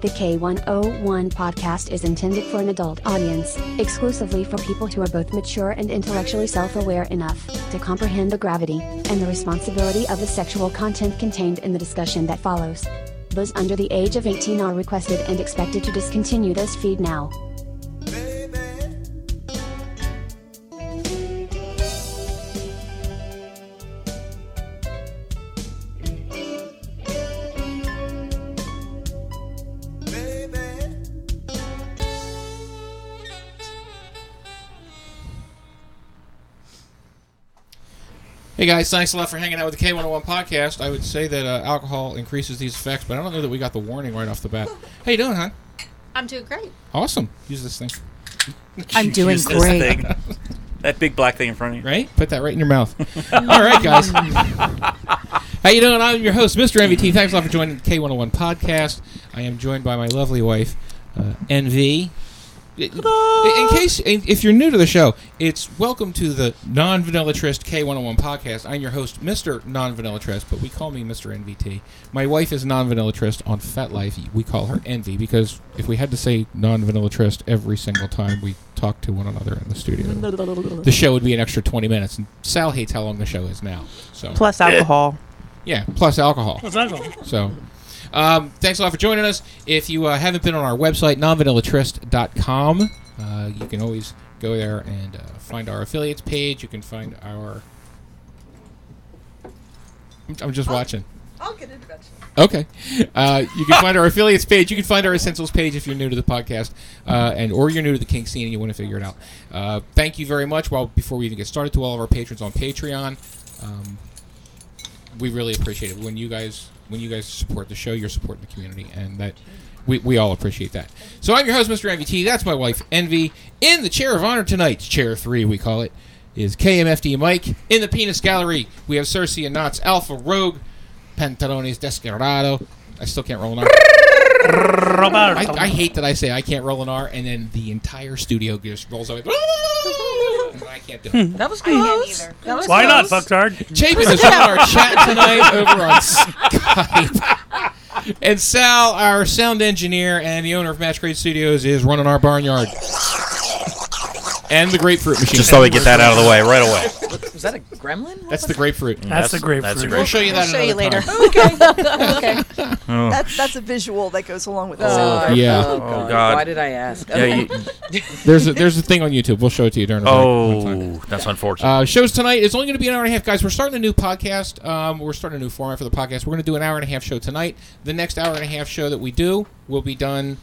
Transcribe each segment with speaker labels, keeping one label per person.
Speaker 1: The K101 podcast is intended for an adult audience, exclusively for people who are both mature and intellectually self aware enough to comprehend the gravity and the responsibility of the sexual content contained in the discussion that follows. Those under the age of 18 are requested and expected to discontinue this feed now.
Speaker 2: Hey guys, thanks a lot for hanging out with the K101 podcast. I would say that uh, alcohol increases these effects, but I don't know that we got the warning right off the bat. How you doing, hon?
Speaker 3: I'm doing great.
Speaker 2: Awesome. Use this thing,
Speaker 3: I'm doing
Speaker 4: Use this
Speaker 3: great.
Speaker 4: thing. that big black thing in front of you.
Speaker 2: right? Put that right in your mouth. All right, guys. How you doing? I'm your host, Mr. MVT. Thanks a lot for joining the K101 podcast. I am joined by my lovely wife, uh, NV. In case, in, if you're new to the show, it's welcome to the non vanilla trist K101 podcast. I'm your host, Mr. Non vanilla trist, but we call me Mr. NVT. My wife is non vanilla trist on Fat Life. We call her Envy because if we had to say non vanilla trist every single time we talk to one another in the studio, the show would be an extra 20 minutes. And Sal hates how long the show is now. So,
Speaker 5: plus alcohol.
Speaker 2: yeah, plus alcohol.
Speaker 6: What's that called?
Speaker 2: So, um, thanks a lot for joining us. If you uh, haven't been on our website, nonvanillatrist.com, uh, you can always go there and uh, find our affiliates page. You can find our. I'm- I'm just watching.
Speaker 5: I'll get it eventually.
Speaker 2: Okay. Uh, you can find our affiliates page. You can find our essentials page if you're new to the podcast, uh, and or you're new to the kink scene and you want to figure it out. Uh, thank you very much. Well, before we even get started, to all of our patrons on Patreon, um, we really appreciate it when you guys when you guys support the show. You're supporting the community, and that we, we all appreciate that. So I'm your host, Mr. MVT. That's my wife, Envy. In the chair of honor tonight, chair three, we call it, is KMFD Mike. In the penis gallery, we have Cersei and Knots, Alpha Rogue. Pantalones Descarado. I still can't roll an R. I, I hate that I say I can't roll an R, and then the entire studio just rolls over. I can't do it.
Speaker 5: That was close.
Speaker 3: either.
Speaker 5: That was
Speaker 6: Hmm. Why not,
Speaker 5: close.
Speaker 6: fucktard?
Speaker 2: Chapin is on our chat tonight over on Skype. And Sal, our sound engineer and the owner of Match Grade Studios, is running our barnyard. And the grapefruit machine.
Speaker 4: Just thought we'd get that out of the way right away.
Speaker 5: Was that a gremlin? What
Speaker 2: That's the
Speaker 5: was
Speaker 2: grapefruit.
Speaker 6: That's, the
Speaker 4: Mm,
Speaker 6: grapefruit.
Speaker 4: That's a
Speaker 2: We'll
Speaker 4: grapefruit.
Speaker 2: show you that
Speaker 3: I'll show you
Speaker 2: another
Speaker 3: later.
Speaker 2: time.
Speaker 4: Oh.
Speaker 7: That's that's a visual that goes along with the
Speaker 5: Oh,
Speaker 7: sound.
Speaker 2: Yeah.
Speaker 5: Oh,
Speaker 4: Oh,
Speaker 5: God.
Speaker 4: God.
Speaker 5: Why did I ask?
Speaker 4: Yeah, you,
Speaker 2: There's a, there's a thing on YouTube. We'll show it to you during the break. One time.
Speaker 4: oh, that's unfortunate.
Speaker 2: Uh, shows tonight. It's only going to be an hour and a half, guys. We're starting a new podcast. Um, we're starting a new format for the podcast. We're going to do an hour and a half show tonight. The next hour and a half show that we do will be done.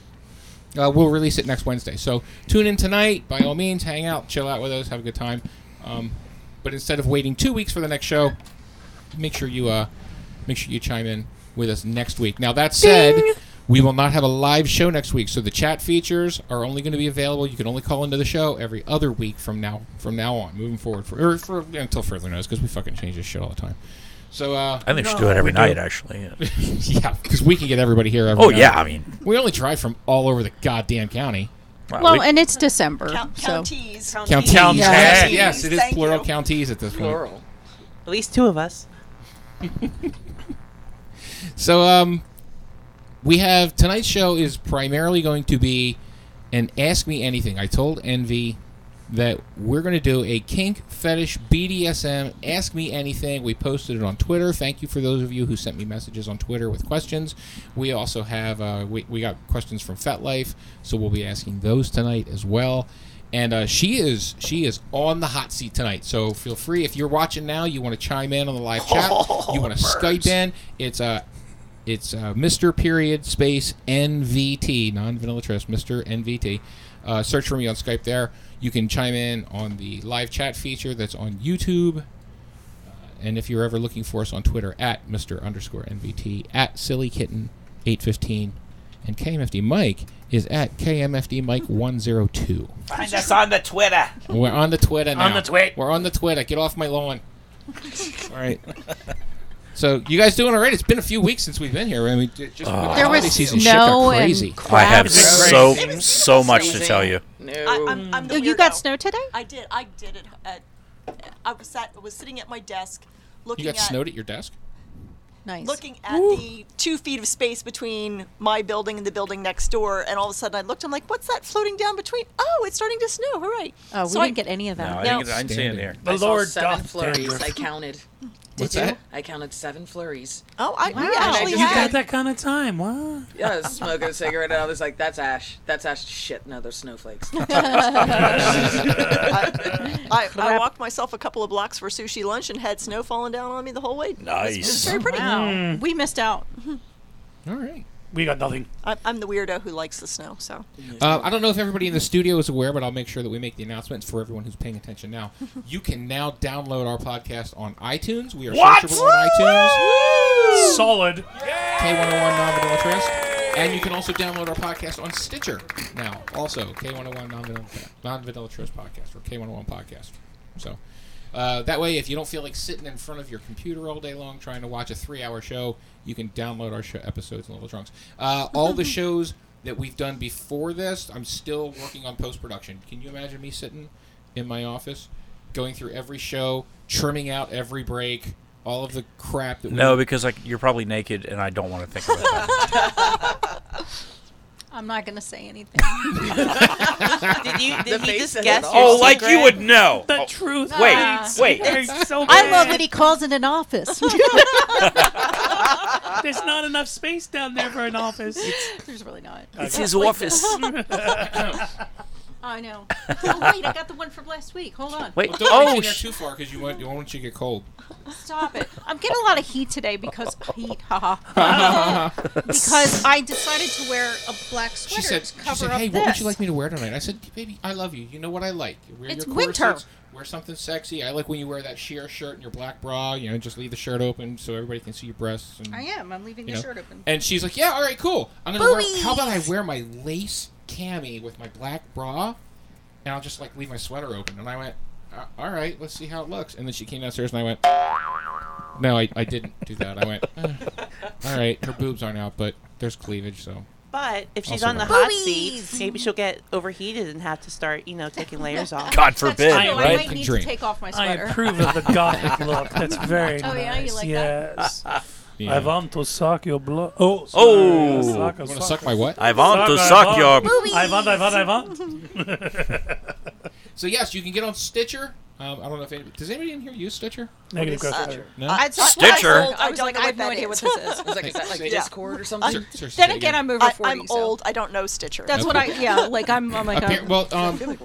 Speaker 2: Uh, we'll release it next Wednesday. So tune in tonight. By all means, hang out, chill out with us, have a good time. Um, but instead of waiting two weeks for the next show, make sure you uh, make sure you chime in with us next week. Now that said, we will not have a live show next week, so the chat features are only going to be available. You can only call into the show every other week from now from now on, moving forward for, or for until further notice, because we fucking change this shit all the time. So uh,
Speaker 4: I think we should do it every night, actually.
Speaker 2: yeah, because we can get everybody here. Every
Speaker 4: Oh
Speaker 2: night.
Speaker 4: yeah, I mean,
Speaker 2: we only drive from all over the goddamn county.
Speaker 4: wow,
Speaker 3: Well,
Speaker 4: we-
Speaker 3: and it's December,
Speaker 7: Count,
Speaker 3: so
Speaker 7: counties.
Speaker 2: Counties.
Speaker 6: Counties.
Speaker 2: Yes, yes, it is
Speaker 7: Thank
Speaker 2: plural
Speaker 7: you.
Speaker 2: counties at this point.
Speaker 5: Plural.
Speaker 8: At least two of us.
Speaker 2: So um, we have tonight's show is primarily going to be an ask me anything. I told Envy that we're going to do a kink fetish BDSM ask me anything. We posted it on Twitter. Thank you for those of you who sent me messages on Twitter with questions. We also have uh, we we got questions from FetLife, so we'll be asking those tonight as well. And uh, she is she is on the hot seat tonight. So feel free if you're watching now, you want to chime in on the live chat, you want to Skype in. It's uh it's uh, Mr. Period Space NVT, non vanilla trust, Mr. NVT. Uh, search for me on Skype there. You can chime in on the live chat feature that's on YouTube. Uh, and if you're ever looking for us on Twitter, at Mr. underscore NVT, at Silly Kitten 815, and KMFD Mike is at KMFD Mike 102.
Speaker 8: Find us on the Twitter.
Speaker 2: We're on the Twitter now.
Speaker 6: On the twit.
Speaker 2: We're on the Twitter. Get off my lawn. All right. So you guys doing all right? It's been a few weeks since we've been here. I mean, ju-
Speaker 7: Uh,
Speaker 2: just
Speaker 7: Oh,
Speaker 2: with the
Speaker 3: there
Speaker 2: holiday
Speaker 3: was
Speaker 2: season shit
Speaker 3: snow
Speaker 2: got
Speaker 3: and
Speaker 2: crazy.
Speaker 4: I
Speaker 3: crap.
Speaker 4: have
Speaker 6: Crabs.
Speaker 4: so
Speaker 7: Crabs.
Speaker 4: so much to tell you.
Speaker 5: No.
Speaker 7: I, I'm, I'm the
Speaker 3: Oh, You
Speaker 7: weirdo.
Speaker 3: got snow today?
Speaker 7: I did. I did it. At, I was sat. I was sitting at my desk,
Speaker 2: You
Speaker 7: looking
Speaker 2: got
Speaker 7: at.
Speaker 2: snowed at your desk?
Speaker 3: Nice.
Speaker 7: looking at the two feet of space between my building and the building next door, and all of a sudden I looked. I'm like, "What's that floating down between?" Oh, it's starting to snow! Hooray!
Speaker 3: Oh, we
Speaker 7: So I-
Speaker 3: didn't get any of
Speaker 4: No, I
Speaker 3: that.
Speaker 4: didn't, get, I didn't see it
Speaker 2: Standing.
Speaker 4: there.
Speaker 6: The
Speaker 9: I saw
Speaker 6: Lord
Speaker 9: seven
Speaker 6: doth
Speaker 9: flurries.
Speaker 2: damn.
Speaker 9: I counted.
Speaker 2: What's
Speaker 3: you?
Speaker 2: that?
Speaker 9: I counted seven flurries.
Speaker 7: Oh, I we
Speaker 3: Wow.
Speaker 7: actually
Speaker 9: You
Speaker 7: had.
Speaker 9: got
Speaker 6: that kind of time, what?
Speaker 9: Yeah, I was smoking a cigarette, and I was like, "That's ash. That's ash. Shit, no, there's snowflakes."
Speaker 7: I, I walked myself a couple of blocks for sushi lunch and had snow falling down on me the whole way. It was
Speaker 4: Nice.
Speaker 7: very pretty.
Speaker 3: Wow. We missed out.
Speaker 2: Mm. All right.
Speaker 6: We got nothing.
Speaker 7: I, I'm the weirdo who likes the snow, so
Speaker 2: Uh, I don't know if everybody in the studio is aware, but I'll make sure that we make the announcement for everyone who's paying attention now. you can now download our podcast on iTunes. We are
Speaker 6: What?
Speaker 2: searchable on iTunes.
Speaker 6: Solid.
Speaker 2: K101 Non-Vidal Trust. And you can also download our podcast on Stitcher now. Also, K101 Non-Vidal- Non-Vidal Trust Podcast or K101 Podcast. So uh, that way, if you don't feel like sitting in front of your computer all day long trying to watch a three-hour show, you can download our show episodes in little chunks. Uh, all the shows that we've done before this, I'm still working on post-production. Can you imagine me sitting in my office, going through every show, trimming out every break, all of the crap that we
Speaker 4: No, because like you're probably naked, and I don't want to think about that.
Speaker 3: I'm not going to say anything.
Speaker 8: Did you? Did he
Speaker 9: face
Speaker 8: just
Speaker 9: said it
Speaker 8: guess?
Speaker 9: all.
Speaker 8: your
Speaker 9: Oh,
Speaker 8: secret?
Speaker 4: know.
Speaker 6: The truth.
Speaker 4: wait,
Speaker 6: hurts.
Speaker 4: wait.
Speaker 6: It hurts so
Speaker 3: I love
Speaker 6: bad.
Speaker 3: that he calls it an office.
Speaker 6: There's not enough space down there for an office.
Speaker 3: There's really not.
Speaker 4: It's his office.
Speaker 3: I know. Oh, wait, I got the one from last week. Hold on.
Speaker 4: Wait.
Speaker 2: Well, don't reach
Speaker 4: Oh,
Speaker 2: in there
Speaker 4: sh-
Speaker 2: too far because you won't, you won't you get cold.
Speaker 3: Stop it. I'm getting a lot of heat today because heat, haha. Oh. because I decided to wear a black sweater
Speaker 2: She said,
Speaker 3: to
Speaker 2: she
Speaker 3: cover
Speaker 2: said,
Speaker 3: up
Speaker 2: hey,
Speaker 3: this.
Speaker 2: what would you like me to wear tonight? I said, baby, I love you. You know what I like. You Wear
Speaker 3: It's
Speaker 2: your quarter
Speaker 3: winter.
Speaker 2: suits, wear something sexy. I like when you wear that sheer shirt and your black bra. You know, just leave the shirt open so everybody can see your breasts. And,
Speaker 3: I am. I'm leaving
Speaker 2: you
Speaker 3: the
Speaker 2: know.
Speaker 3: shirt open.
Speaker 2: And she's like, yeah, all right, cool. I'm gonna wear,
Speaker 3: Boobies.
Speaker 2: how about I wear my lace cami with my black bra, and I'll just like leave my sweater open. And I went, "Uh, all right, let's see how it looks. And then she came downstairs and I went, no, I, I didn't do that. I went, "Uh, all right, her boobs aren't out, but there's cleavage, so.
Speaker 8: But if she's
Speaker 2: Also
Speaker 8: on the
Speaker 2: not.
Speaker 8: hot seat, maybe she'll get overheated and have to start, you know, taking layers off.
Speaker 4: God
Speaker 3: That's
Speaker 4: forbid,
Speaker 3: true. I
Speaker 4: right?
Speaker 3: might need
Speaker 2: Drink.
Speaker 3: to take off my
Speaker 6: I
Speaker 3: sweater.
Speaker 6: approve of the gothic look. That's very
Speaker 3: Oh,
Speaker 6: nice.
Speaker 3: yeah? You like that?
Speaker 6: yes.
Speaker 2: Yeah.
Speaker 6: I want to suck your blood. Oh, sorry.
Speaker 4: Oh.
Speaker 6: Suck,
Speaker 2: You want to suck my what?
Speaker 4: I want to
Speaker 6: I
Speaker 4: suck
Speaker 6: want-
Speaker 4: your.
Speaker 6: I want, I want, I want.
Speaker 2: So yes, you can get on Stitcher. Um, I don't know if anybody, does anybody in here use Stitcher?
Speaker 6: Negative growth.
Speaker 2: No.
Speaker 7: I,
Speaker 4: Stitcher?
Speaker 7: I'm old.
Speaker 3: I was like, I have no
Speaker 7: that
Speaker 3: idea
Speaker 7: is.
Speaker 3: what this is.
Speaker 9: It's like, is that like
Speaker 2: Yeah.
Speaker 9: Discord or something?
Speaker 2: Sir- sir, say
Speaker 3: Then
Speaker 2: it
Speaker 3: again, I'm over
Speaker 7: I,
Speaker 3: 40.
Speaker 7: I'm
Speaker 3: so-
Speaker 7: old. I don't know Stitcher.
Speaker 3: That's what I, yeah, like I'm, oh my
Speaker 2: Appar-
Speaker 3: God.
Speaker 2: well,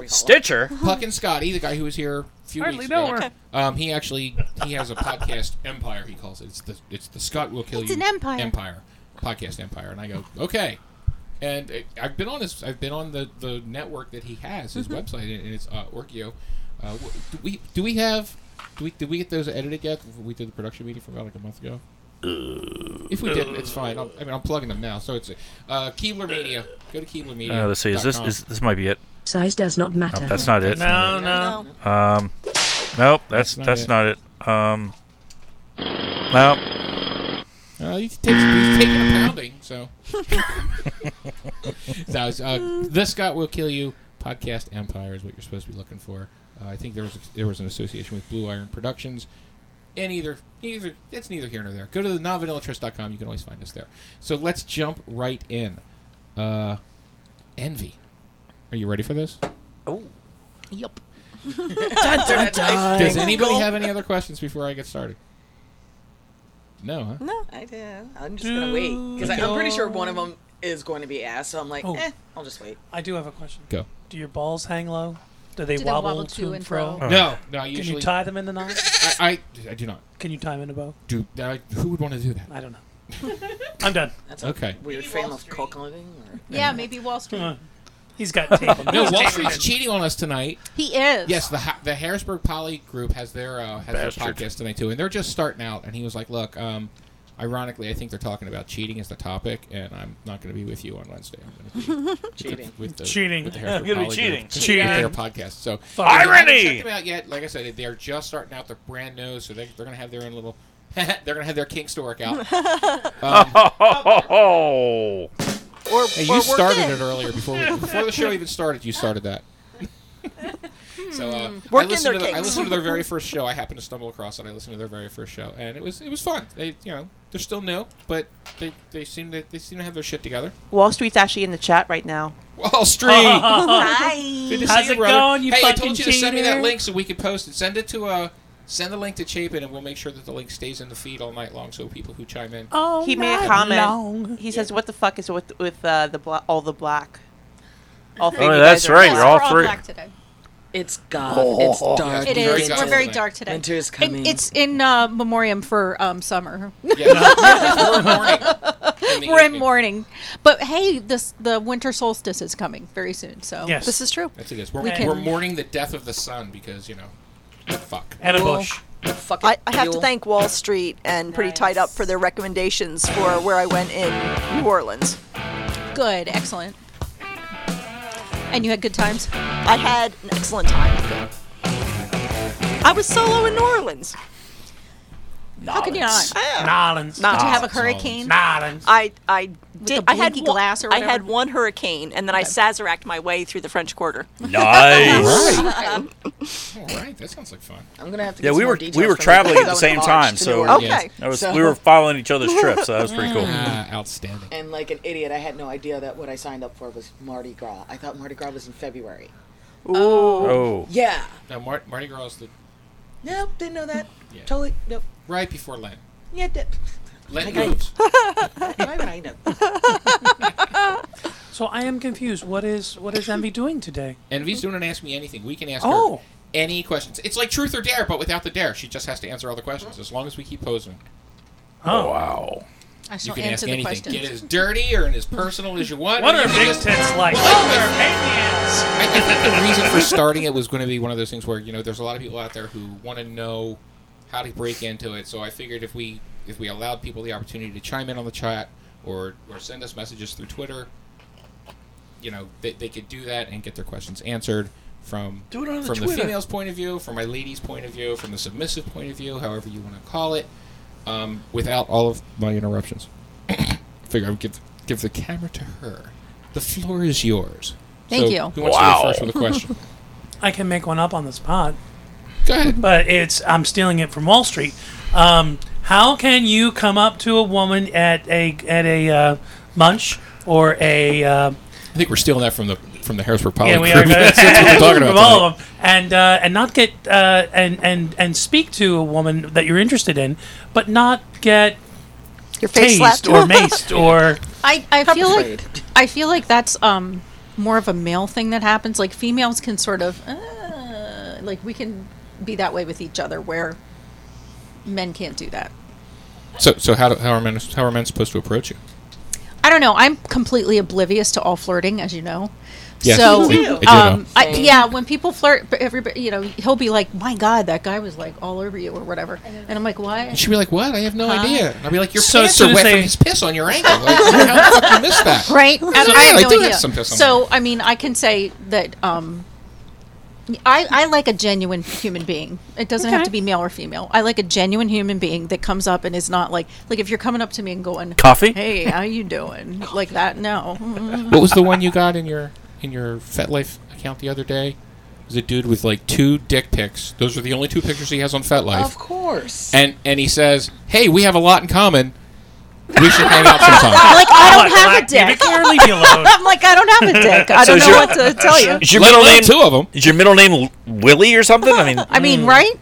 Speaker 2: um,
Speaker 4: Stitcher.
Speaker 2: Puck and Scotty, the guy who was here a few
Speaker 6: Hardly
Speaker 2: weeks
Speaker 6: know
Speaker 2: ago,
Speaker 6: her.
Speaker 2: um, he actually he has a podcast empire. He calls it. It's the it's the Scott will kill
Speaker 3: It's
Speaker 2: you
Speaker 3: an empire.
Speaker 2: empire podcast empire. And I go okay. And it, I've been on his I've been on the, the network that he has
Speaker 6: Mm-hmm.
Speaker 2: his website and, and it's uh, Orkio. Uh, wh- do we do we have do we did we get those edited yet? We did the production meeting from about like a month ago.
Speaker 6: Uh,
Speaker 2: If we didn't, it's fine. I'll, I mean, I'm plugging them now, so it's uh, Keebler Media. Go to Keebler Media.
Speaker 4: Uh, let's see. Is this is this might be it?
Speaker 10: Size does not matter.
Speaker 4: That's not it.
Speaker 6: No, no.
Speaker 7: No.
Speaker 4: Um, nope. That's that's
Speaker 2: That's not
Speaker 4: not it. Um, no.
Speaker 2: Uh, he takes, he's taking a pounding, so. no, it's, uh, the Scott Will Kill You podcast empire is what you're supposed to be looking for. Uh, I think there was there was an association with Blue Iron Productions. And either, either it's neither here nor there. Go to the nonvanillatrust.com. You can always find us there. So let's jump right in. Uh, Envy. Are you ready for this?
Speaker 3: Yep.
Speaker 2: Does anybody have any other questions before I get started? No, huh?
Speaker 9: I did. I'm just gonna wait because I'm pretty sure one of them is going to be asked. So I'm like,
Speaker 6: Oh.
Speaker 9: eh, I'll just wait.
Speaker 6: I do have a question.
Speaker 2: Go.
Speaker 6: Do your balls hang low? Do they
Speaker 3: Do they
Speaker 6: wobble,
Speaker 3: wobble
Speaker 6: to and fro?
Speaker 2: No, no.
Speaker 6: Can
Speaker 2: Usually,
Speaker 6: you tie them in the knot?
Speaker 2: I, I, I do not.
Speaker 6: Can you tie them in a bow?
Speaker 2: Do I, who would want to do that?
Speaker 6: I don't know. I'm done.
Speaker 9: That's
Speaker 2: Okay.
Speaker 9: a weird frame of cuckolding. Or...
Speaker 3: Yeah, maybe Wall Street.
Speaker 6: He's got tape. on
Speaker 2: No,
Speaker 6: his
Speaker 2: Wall
Speaker 6: tape.
Speaker 2: Street's cheating on us tonight.
Speaker 3: He is.
Speaker 2: Yes, the ha- the Harrisburg Poly Group has their uh, has their
Speaker 4: Bastard.
Speaker 2: podcast tonight too, and they're just starting out. And he was like, "Look, um, ironically, I think they're talking about cheating as the topic, and I'm not going to be with you on Wednesday. I'm going to be
Speaker 9: Cheating.
Speaker 2: with the
Speaker 6: Cheating.
Speaker 2: With the Harrisburg
Speaker 6: I'm gonna be
Speaker 2: Poly
Speaker 6: cheating.
Speaker 2: Group, with their
Speaker 6: Cheating.
Speaker 2: podcast. So
Speaker 6: Fuck.
Speaker 2: I haven't
Speaker 4: Irony!
Speaker 2: checked them out yet? Like I said, they're just starting out. They're brand new, so they, they're going to have their own little. they're going to have their kinkster workout. Um,
Speaker 4: Ho, ho, ho, ho.
Speaker 7: Or, or
Speaker 2: Hey,
Speaker 6: Oh.
Speaker 2: you
Speaker 7: work
Speaker 2: started
Speaker 7: in.
Speaker 2: it earlier before we, before the show even started. You started that. So uh, I
Speaker 7: Hmm. Working their
Speaker 2: listened to their, I
Speaker 7: kinks.
Speaker 2: listened to their very first show. I happened to stumble across it. I listened to their very first show, and it was it was fun. They you know they're still new, but they, they seem to they seem to have their shit together.
Speaker 8: Wall Street's actually in the chat right now.
Speaker 2: Wall Street. Good to
Speaker 7: Hi.
Speaker 2: see
Speaker 6: How's
Speaker 2: you,
Speaker 6: it
Speaker 2: brother.
Speaker 6: going, you
Speaker 2: hey, I
Speaker 6: fucking
Speaker 2: told you to send me that
Speaker 6: cheater?
Speaker 2: link so we can post it. Send it to uh, send the link to Chapin, and we'll make sure that the link stays in the feed all night long, so people who chime in.
Speaker 6: Oh,
Speaker 8: He made a comment. He says, "What the fuck is with with uh, the bla- all the black?" All three
Speaker 4: Oh,
Speaker 8: of you guys
Speaker 4: that's
Speaker 8: are
Speaker 4: right,
Speaker 8: black.
Speaker 4: you're all
Speaker 3: we're all
Speaker 4: three.
Speaker 3: black today.
Speaker 9: It's God. Ah, It's dark.
Speaker 3: It
Speaker 2: We're Oh. very
Speaker 3: is.
Speaker 2: dark
Speaker 3: We're very
Speaker 2: today.
Speaker 3: dark today.
Speaker 9: Winter is
Speaker 3: It-
Speaker 9: coming.
Speaker 3: it's in uh, memoriam for um, summer.
Speaker 2: Yeah. We're in mourning. the
Speaker 3: We're in
Speaker 2: evening.
Speaker 3: mourning, but hey, this the winter solstice is coming very soon. So
Speaker 6: Yes.
Speaker 3: this is true.
Speaker 2: That's it. Is. We're,
Speaker 3: We
Speaker 2: we're
Speaker 3: can-
Speaker 2: mourning the death of the sun because you know, fuck.
Speaker 6: Anna Bush.
Speaker 9: Fuck it,
Speaker 7: I, I have to
Speaker 9: Yule.
Speaker 7: thank Wall Street and Pretty Tied Up for their recommendations for where I went in New Orleans.
Speaker 3: Good, excellent. And you had good times.
Speaker 7: I had an excellent time. I was solo in New Orleans.
Speaker 3: How could you not?
Speaker 6: Nolans.
Speaker 7: Not
Speaker 3: Did
Speaker 7: to
Speaker 3: you have a
Speaker 2: Nolans.
Speaker 3: hurricane?
Speaker 6: Nolans.
Speaker 7: I I did.
Speaker 3: the
Speaker 7: I had
Speaker 3: blinky
Speaker 7: one,
Speaker 3: glass or
Speaker 7: I had
Speaker 3: whatever?
Speaker 7: one hurricane, and then I sazeracked my way through the French Quarter.
Speaker 4: Nice.
Speaker 2: Right. All right. That sounds like fun.
Speaker 9: I'm gonna have to.
Speaker 4: Yeah,
Speaker 9: get
Speaker 4: we
Speaker 9: some
Speaker 4: were-
Speaker 9: more
Speaker 4: we
Speaker 9: details
Speaker 4: were
Speaker 9: from you,
Speaker 4: traveling
Speaker 9: because
Speaker 4: at
Speaker 9: I
Speaker 4: the
Speaker 9: went
Speaker 4: same
Speaker 9: to March
Speaker 4: time,
Speaker 9: to
Speaker 4: so-
Speaker 9: New Orleans.
Speaker 7: Okay.
Speaker 4: That was
Speaker 9: So-
Speaker 4: we were following each other's trips. So that was pretty cool.
Speaker 2: Ah, outstanding.
Speaker 9: and like an idiot, I had no idea that what I signed up for was Mardi Gras. I thought Mardi Gras was in February.
Speaker 4: Oh,
Speaker 9: Yeah.
Speaker 2: Now, Mar- Mardi Gras is the,
Speaker 9: Nope, didn't know that.
Speaker 2: Yeah.
Speaker 9: Totally. Nope.
Speaker 2: right before Lent.
Speaker 9: Yeah. Did.
Speaker 2: Lent
Speaker 9: Okay.
Speaker 2: moves.
Speaker 9: Why would I know?
Speaker 6: So I am confused. What is what is Envy doing today?
Speaker 2: Envy's doing an ask me anything. We can ask
Speaker 6: Oh.
Speaker 2: her any questions. It's like truth or dare, but without the dare. She just has to answer all the questions as long as we keep posing.
Speaker 6: Oh.
Speaker 4: wow.
Speaker 3: I
Speaker 2: You
Speaker 3: shall
Speaker 2: can ask
Speaker 3: answer the
Speaker 2: anything.
Speaker 3: questions.
Speaker 2: Get as dirty or and as personal as you want.
Speaker 6: What
Speaker 2: You
Speaker 6: are
Speaker 2: can
Speaker 6: big
Speaker 2: just-
Speaker 6: tits like?
Speaker 2: I, I think the reason for starting it was going to be one of those things where you know there's a lot of people out there who want to know how to break into it. So I figured if we if we allowed people the opportunity to chime in on the chat or or send us messages through Twitter, you know they, they could do that and get their questions answered from
Speaker 4: Do it on the
Speaker 2: from the
Speaker 4: Twitter.
Speaker 2: female's point of view, from my lady's point of view, from the submissive point of view, however you want to call it, um, without all of my interruptions. Figure I would give give the camera to her. The floor is yours.
Speaker 3: Thank
Speaker 2: So
Speaker 3: you.
Speaker 2: Who wants to
Speaker 4: Wow.
Speaker 2: go first with a question?
Speaker 6: I can make one up on the spot,
Speaker 2: go ahead.
Speaker 6: but it's I'm stealing it from Wall Street. Um, how can you come up to a woman at a at a uh, munch or a uh,
Speaker 2: I think we're stealing that from the from the Harrisburg Poly
Speaker 6: yeah we are
Speaker 2: group. That's what we're talking about.
Speaker 6: from all of them and uh, and not get uh, and and and speak to a woman that you're interested in, but not get
Speaker 7: Your face slapped.
Speaker 6: tased or maced or
Speaker 3: I, I feel like
Speaker 9: afraid.
Speaker 3: I feel like that's um more of a male thing that happens. Like females can sort of uh, like we can be that way with each other, where men can't do that.
Speaker 2: tonight. So so how, do, how are men how are men supposed to approach you?
Speaker 3: I don't know. I'm completely oblivious to all flirting, as you know.
Speaker 2: Yes,
Speaker 3: so,
Speaker 2: I do. I do
Speaker 3: um,
Speaker 2: know.
Speaker 3: I, yeah, when people flirt, but everybody, you know, he'll be like, "My God, that guy was like all over you" or whatever, and I'm like, "Why?"
Speaker 2: And she'd be like, "What? I have no idea." And I'd be like, "Your
Speaker 6: So
Speaker 2: pants
Speaker 6: soon
Speaker 2: are
Speaker 6: as
Speaker 2: wet
Speaker 6: they-
Speaker 2: from his piss on your ankle. Like, oh how the fuck you missed that?"
Speaker 3: Right? And
Speaker 2: So,
Speaker 3: I
Speaker 2: yeah,
Speaker 3: have
Speaker 2: they
Speaker 3: no
Speaker 2: do have
Speaker 3: idea.
Speaker 2: some piss on
Speaker 3: So, I mean, I can say that um, I, I like a genuine human being. It doesn't have
Speaker 8: Okay.
Speaker 3: to be male or female. I like a genuine human being that comes up and is not like, like if you're coming up to me and going,
Speaker 4: Coffee?
Speaker 3: "Hey, how you doing?" like that. No. Mm.
Speaker 2: What was the one you got in your in your FetLife account the other day? It was a dude with like two dick pics. Those are the only two pictures he has on FetLife.
Speaker 9: Of course.
Speaker 2: and and he says, "Hey, we have a lot in common. We should hang out sometime."
Speaker 3: Like I don't have a
Speaker 6: Black
Speaker 3: dick.
Speaker 6: Beauty, Claire, Oh leave me alone.
Speaker 3: I'm like, I don't have a dick. I
Speaker 4: So
Speaker 3: don't
Speaker 4: is
Speaker 3: know
Speaker 4: your-
Speaker 3: what to tell you.
Speaker 4: Is your
Speaker 2: Let
Speaker 4: middle
Speaker 2: alone
Speaker 4: name
Speaker 2: two of them.
Speaker 4: Is your middle name Willie or something? I mean, hmm.
Speaker 3: I
Speaker 2: Hmm.
Speaker 3: mean, Oh. right?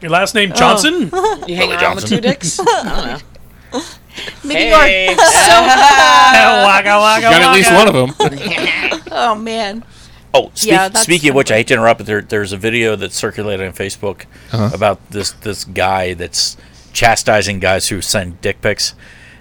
Speaker 6: Your last
Speaker 4: Oh.
Speaker 6: name Johnson?
Speaker 9: you hang around with two dicks? I don't know.
Speaker 3: Maybe you're-
Speaker 6: Oh, waka, waka,
Speaker 2: Got at least
Speaker 6: waka.
Speaker 2: one of them.
Speaker 3: Oh man.
Speaker 4: Oh, speak,
Speaker 3: Yeah, that's
Speaker 4: speaking of
Speaker 3: fun.
Speaker 4: which, I hate to interrupt, but there, there's a video that circulated on Facebook
Speaker 2: Uh-huh.
Speaker 4: about this this guy that's chastising guys who send dick pics,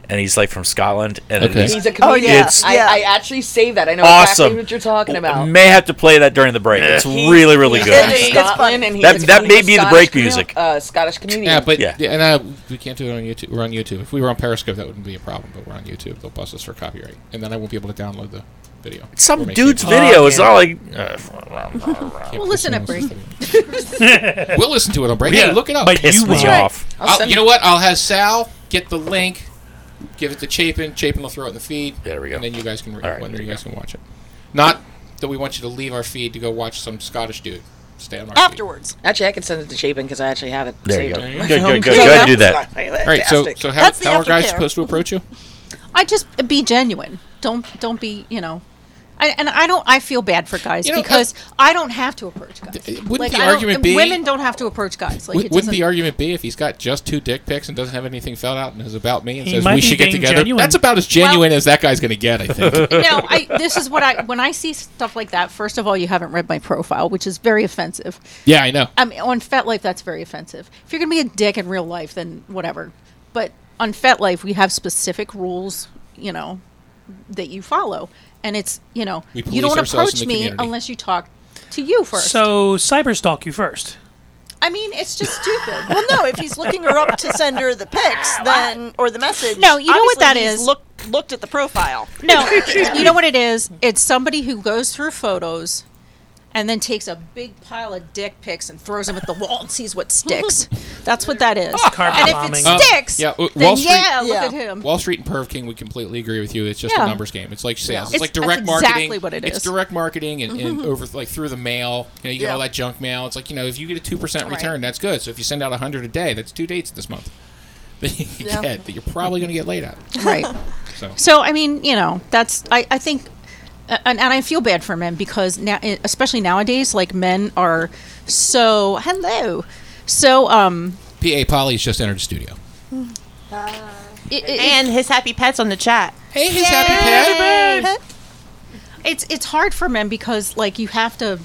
Speaker 4: and he's like from Scotland, and Oh,
Speaker 2: Okay.
Speaker 4: it is
Speaker 9: He's a comedian.
Speaker 4: yeah. It's-
Speaker 9: Oh, I,
Speaker 7: yeah.
Speaker 9: I actually saved that. I know
Speaker 4: awesome.
Speaker 9: exactly what you're talking about.
Speaker 4: May have to play that during the break. It's really, really
Speaker 9: He's
Speaker 4: good.
Speaker 9: from Scotland, and he's
Speaker 4: That-
Speaker 9: a
Speaker 4: that may
Speaker 9: comedian,
Speaker 4: be the
Speaker 9: Scottish
Speaker 4: break
Speaker 9: comedian-
Speaker 4: music.
Speaker 9: Uh, Scottish comedian.
Speaker 2: Yeah, but
Speaker 4: Yeah.
Speaker 2: yeah, and uh, we can't do it on YouTube. We're on YouTube. If we were on Periscope, that wouldn't be a problem. But we're on YouTube. They'll bust us for copyright, and then I won't be able to download the video. Or
Speaker 4: Some
Speaker 2: make
Speaker 4: dude's
Speaker 2: it.
Speaker 4: video. It's not like uh,
Speaker 2: Can't
Speaker 3: We'll listen
Speaker 2: listen
Speaker 3: at break.
Speaker 2: to- we'll listen to it on break. Yeah,
Speaker 6: Yeah,
Speaker 2: look it up.
Speaker 6: But
Speaker 4: piss
Speaker 6: you
Speaker 4: me
Speaker 6: will.
Speaker 4: off.
Speaker 2: I'll- you know what? I'll have Sal get the link, give it to Chapin. Chapin will throw it in the feed.
Speaker 4: There we go.
Speaker 2: And then you guys can re-
Speaker 4: All right,
Speaker 2: when
Speaker 4: there
Speaker 2: you
Speaker 4: you
Speaker 2: guys can watch it. Not that we want you to leave our feed to go watch some Scottish dude. stay on our feet.
Speaker 7: afterwards.
Speaker 9: Actually, I can send it to Chapin because I actually have it.
Speaker 4: There you
Speaker 9: saved
Speaker 4: go.
Speaker 9: on
Speaker 4: Good,
Speaker 9: my
Speaker 4: good,
Speaker 9: phone.
Speaker 4: good. Go ahead and do that.
Speaker 2: All right, so
Speaker 9: Fantastic.
Speaker 2: so how,
Speaker 7: That's the
Speaker 2: how are guys
Speaker 7: aftercare.
Speaker 2: supposed to approach you?
Speaker 3: I just uh, be genuine. Don't don't be you know. I, and I don't. I feel bad for guys
Speaker 2: You
Speaker 4: uh,
Speaker 2: know,
Speaker 3: because I, don't have to approach guys.
Speaker 2: Th- wouldn't the
Speaker 3: I don't-
Speaker 2: argument be-
Speaker 3: women don't have to approach guys? Like
Speaker 2: Wou-
Speaker 3: it
Speaker 2: Wouldn't the
Speaker 3: doesn't-
Speaker 2: argument be if he's got just two dick pics and doesn't have anything filled out and is about me and
Speaker 6: He
Speaker 2: says
Speaker 6: might
Speaker 2: we
Speaker 6: be
Speaker 2: should get
Speaker 6: being
Speaker 2: together?
Speaker 6: genuine.
Speaker 2: That's about as genuine as that guy's going to get, I think.
Speaker 3: no, I, this is what I when I see stuff like that. First of all, you haven't read my profile, which is very offensive.
Speaker 2: yeah, I know.
Speaker 3: I mean, on FetLife, that's very offensive. If you're gonna be a dick in real life, then whatever. But on FetLife, we have specific rules, you know, that you follow, and it's you know
Speaker 2: We
Speaker 3: you
Speaker 2: police
Speaker 3: don't
Speaker 2: ourselves
Speaker 3: approach
Speaker 2: in the
Speaker 3: me
Speaker 2: community.
Speaker 3: unless you talk to you first.
Speaker 6: So cyberstalk you first.
Speaker 3: I mean, it's just stupid.
Speaker 7: Well, no, if he's looking her up to send her the pics, then or the message.
Speaker 3: No, you know what
Speaker 7: obviously
Speaker 3: that
Speaker 7: he's
Speaker 3: is.
Speaker 7: Look, looked at the profile.
Speaker 3: No, you know what it is? It's somebody who goes through photos and then takes a big pile of dick pics and throws them at the wall and sees what sticks. That's what that is.
Speaker 6: Carpet
Speaker 3: and if
Speaker 6: bombing.
Speaker 2: Uh,
Speaker 3: it sticks,
Speaker 2: yeah, w-
Speaker 3: then
Speaker 2: Wall Street-
Speaker 3: yeah, look
Speaker 7: Yeah.
Speaker 3: at him.
Speaker 2: Wall Street and Perv King would completely agree with you. It's just
Speaker 3: Yeah.
Speaker 2: a numbers game. It's like sales. It's,
Speaker 3: It's-
Speaker 2: like
Speaker 3: that's
Speaker 2: direct
Speaker 3: exactly
Speaker 2: marketing.
Speaker 3: what it
Speaker 2: It's
Speaker 3: is. Mm-hmm.
Speaker 2: direct marketing and, and over like through the mail. You, know, you get all that junk mail. It's like you know if you get a two percent
Speaker 3: Right.
Speaker 2: return, that's good. So if you send out hundred a day, that's two dates this month that you get that you're probably going to get laid at.
Speaker 3: Right.
Speaker 2: So
Speaker 3: So, I mean, you know, that's, I, I think, uh, and, and I feel bad for men because now, especially nowadays, like men are so, hello, so, um,
Speaker 2: PA Polly's just entered the studio.
Speaker 3: it, it,
Speaker 8: And his happy pets on the chat.
Speaker 2: Hey, his happy pet.
Speaker 3: it's it's hard for men because like you have to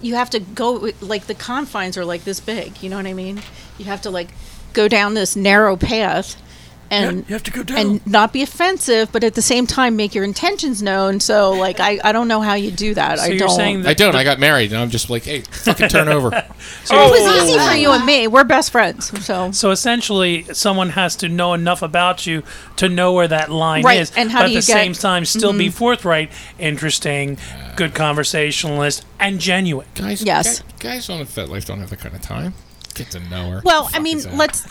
Speaker 3: you have to go with- like the confines are like this big you know what i mean you have to like go down this narrow path and
Speaker 4: You have to go down.
Speaker 3: and not be offensive but at the same time make your intentions known so like i, I don't know how you do that
Speaker 6: So
Speaker 3: i
Speaker 6: you're
Speaker 3: don't
Speaker 6: saying that
Speaker 2: I don't. I got married, and I'm just like, hey, fucking turn over.
Speaker 3: it was easy for you and me we're best friends so
Speaker 6: So essentially, someone has to know enough about you to know where that line
Speaker 3: Right,
Speaker 6: is,
Speaker 3: and how
Speaker 6: but
Speaker 3: do you
Speaker 6: at the
Speaker 3: get- Mm-hmm.
Speaker 6: same time still be forthright, interesting, good conversationalist, and genuine.
Speaker 2: guys,
Speaker 3: Yes.
Speaker 2: guy- guys on the Fet Life don't have that kind of time. Get to know her.
Speaker 3: well i
Speaker 2: Fuck
Speaker 3: mean
Speaker 2: is that?
Speaker 3: let's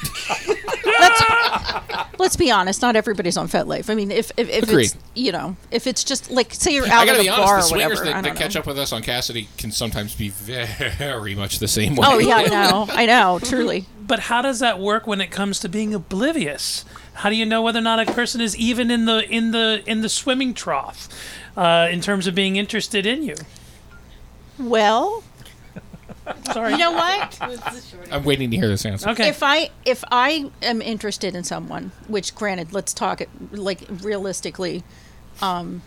Speaker 3: let's let's be honest not everybody's on fetlife i mean if if, if
Speaker 2: Agreed.
Speaker 3: it's you know if it's just like say you're
Speaker 2: I
Speaker 3: out at
Speaker 2: gotta
Speaker 3: a
Speaker 2: be
Speaker 3: bar
Speaker 2: honest. The
Speaker 3: or
Speaker 2: swingers
Speaker 3: whatever I
Speaker 2: that,
Speaker 3: don't
Speaker 2: that catch
Speaker 3: know.
Speaker 2: up with us on Cassidy can sometimes be very much the same way.
Speaker 3: Oh yeah, I know. I know. Truly.
Speaker 6: But how does that work when it comes to being oblivious? How do you know whether or not a person is even in the in the in the swimming trough, uh, in terms of being interested in you?
Speaker 3: Well,
Speaker 6: Sorry.
Speaker 3: you know what?
Speaker 2: I'm waiting to hear this answer.
Speaker 6: Okay.
Speaker 3: if I if I am interested in someone, which granted, let's talk it like realistically, um,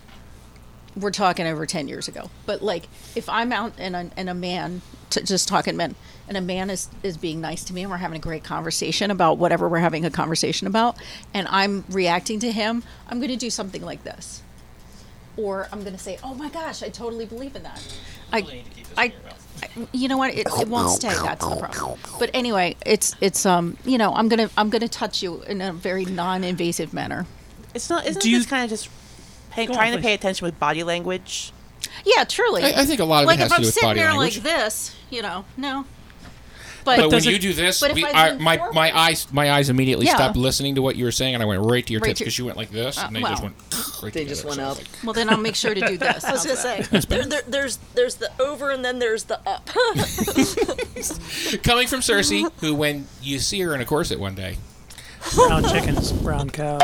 Speaker 3: we're talking over ten years ago. But like, if I'm out and a, and a man t- just talking men, and a man is is being nice to me, and we're having a great conversation about whatever we're having a conversation about, and I'm reacting to him, I'm going to do something like this. or I'm going to say, "Oh my gosh, I totally believe in that." I, I, I- you know what? It, it won't stay. That's the problem. But anyway, it's it's um, you know, I'm gonna I'm gonna touch you in a very non-invasive manner.
Speaker 8: It's not. Isn't
Speaker 6: Do you-
Speaker 8: this kind of just pay,
Speaker 6: Go on,
Speaker 8: trying to
Speaker 6: please.
Speaker 8: pay attention with body language?
Speaker 3: Yeah, truly.
Speaker 2: I, I think a lot of
Speaker 3: like if
Speaker 2: it has to
Speaker 3: I'm
Speaker 2: do with
Speaker 3: sitting
Speaker 2: body
Speaker 3: there
Speaker 2: language.
Speaker 3: like this, you know, no.
Speaker 2: but
Speaker 3: But,
Speaker 2: when
Speaker 6: does
Speaker 2: you
Speaker 6: it-
Speaker 2: do this,
Speaker 3: but if
Speaker 2: we,
Speaker 3: I
Speaker 2: I,
Speaker 3: lean
Speaker 2: my
Speaker 3: forward-
Speaker 2: my eyes my eyes immediately
Speaker 3: Yeah.
Speaker 2: stopped listening to what you were saying, and I went right to your
Speaker 3: Right
Speaker 2: tits
Speaker 3: to-
Speaker 2: because you went like this,
Speaker 3: Uh,
Speaker 2: and they
Speaker 3: well.
Speaker 2: just went. Right
Speaker 9: They just
Speaker 2: together,
Speaker 9: went up.
Speaker 2: so it's
Speaker 3: well, then I'll make sure to do this.
Speaker 7: I was gonna say there, there, there's there's the over and then there's the up.
Speaker 2: like- Coming from Cersei, who when you see her in a corset one day,
Speaker 6: brown chickens, brown cows.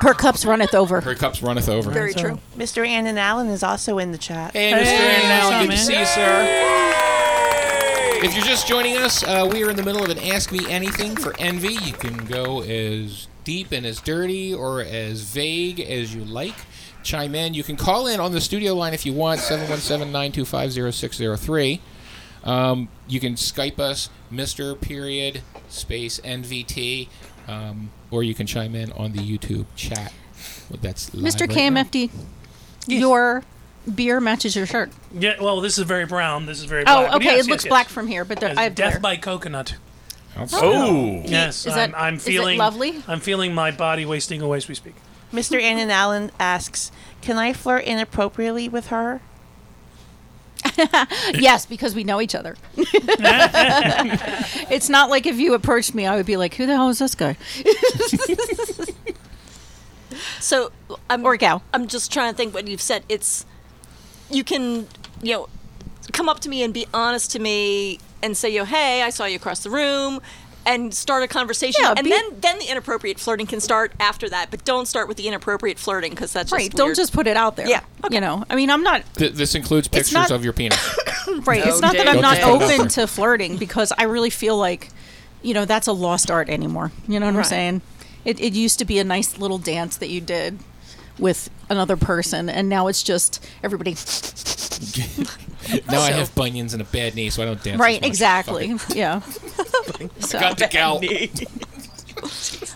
Speaker 3: her cups runneth over.
Speaker 2: her cups runneth over.
Speaker 7: Very true.
Speaker 8: Mr. Annan Allen is also in the chat.
Speaker 2: Hey, Mr.
Speaker 6: Hey,
Speaker 2: Aaron Allen,
Speaker 6: what's
Speaker 2: good
Speaker 6: up,
Speaker 2: to
Speaker 6: man?
Speaker 2: see you, sir. If you're just joining us, uh, we are in the middle of an Ask Me Anything for Envy. You can go as deep and as dirty or as vague as you like. Chime in. You can call in on the studio line if you want, 717 925 0603. Um, you can Skype us, Mr. Period Space NVT, um, or you can chime in on the YouTube chat. Well, that's live
Speaker 3: Mr.
Speaker 2: right now.
Speaker 3: KMFD, your beer matches your shirt.
Speaker 6: Yeah. Well, this is very brown. This is
Speaker 3: Oh,
Speaker 6: very black. but
Speaker 3: okay.
Speaker 6: yes,
Speaker 3: it
Speaker 6: yes,
Speaker 3: looks
Speaker 6: yes.
Speaker 3: black from here, but there,
Speaker 6: Yes,
Speaker 3: I have
Speaker 6: Death
Speaker 3: glare.
Speaker 6: by coconut.
Speaker 4: Oh.
Speaker 6: Yes,
Speaker 3: Is
Speaker 6: I'm,
Speaker 3: that-
Speaker 6: I'm
Speaker 3: is it
Speaker 6: feeling
Speaker 3: lovely?
Speaker 6: I'm feeling my body wasting away as we speak.
Speaker 8: Mr. Annan Allen asks, "Can I flirt inappropriately with her?"
Speaker 3: Yes, because we know each other. it's not like if you approached me, I would be like, "Who the hell is this guy?"
Speaker 7: So I'm
Speaker 3: Or gal.
Speaker 7: I'm just trying to think what you've said. It's you can you know come up to me and be honest to me and say, "Yo, hey, I saw you across the room." And start a conversation,
Speaker 3: Yeah,
Speaker 7: and
Speaker 3: be-
Speaker 7: then then the inappropriate flirting can start after that. But don't start with the inappropriate flirting because that's just
Speaker 3: right. Don't
Speaker 7: weird.
Speaker 3: just put it out there.
Speaker 7: Yeah,
Speaker 3: You know, I mean, I'm not
Speaker 2: Th- this includes pictures
Speaker 3: not-
Speaker 2: of your penis.
Speaker 3: right.
Speaker 9: No,
Speaker 3: it's not that
Speaker 9: Dave.
Speaker 3: I'm not
Speaker 9: Don't
Speaker 2: just put it out
Speaker 3: open
Speaker 2: there.
Speaker 3: to flirting because I really feel like, you know, that's a lost art anymore. You know what I'm
Speaker 7: Right.
Speaker 3: saying? It, it used to be a nice little dance that you did with another person, and now it's just everybody.
Speaker 2: now I have bunions and a bad knee, so I don't dance. as
Speaker 3: Right.
Speaker 2: much.
Speaker 3: Exactly.
Speaker 2: Fuck
Speaker 3: Yeah. so
Speaker 2: it. Got the gal.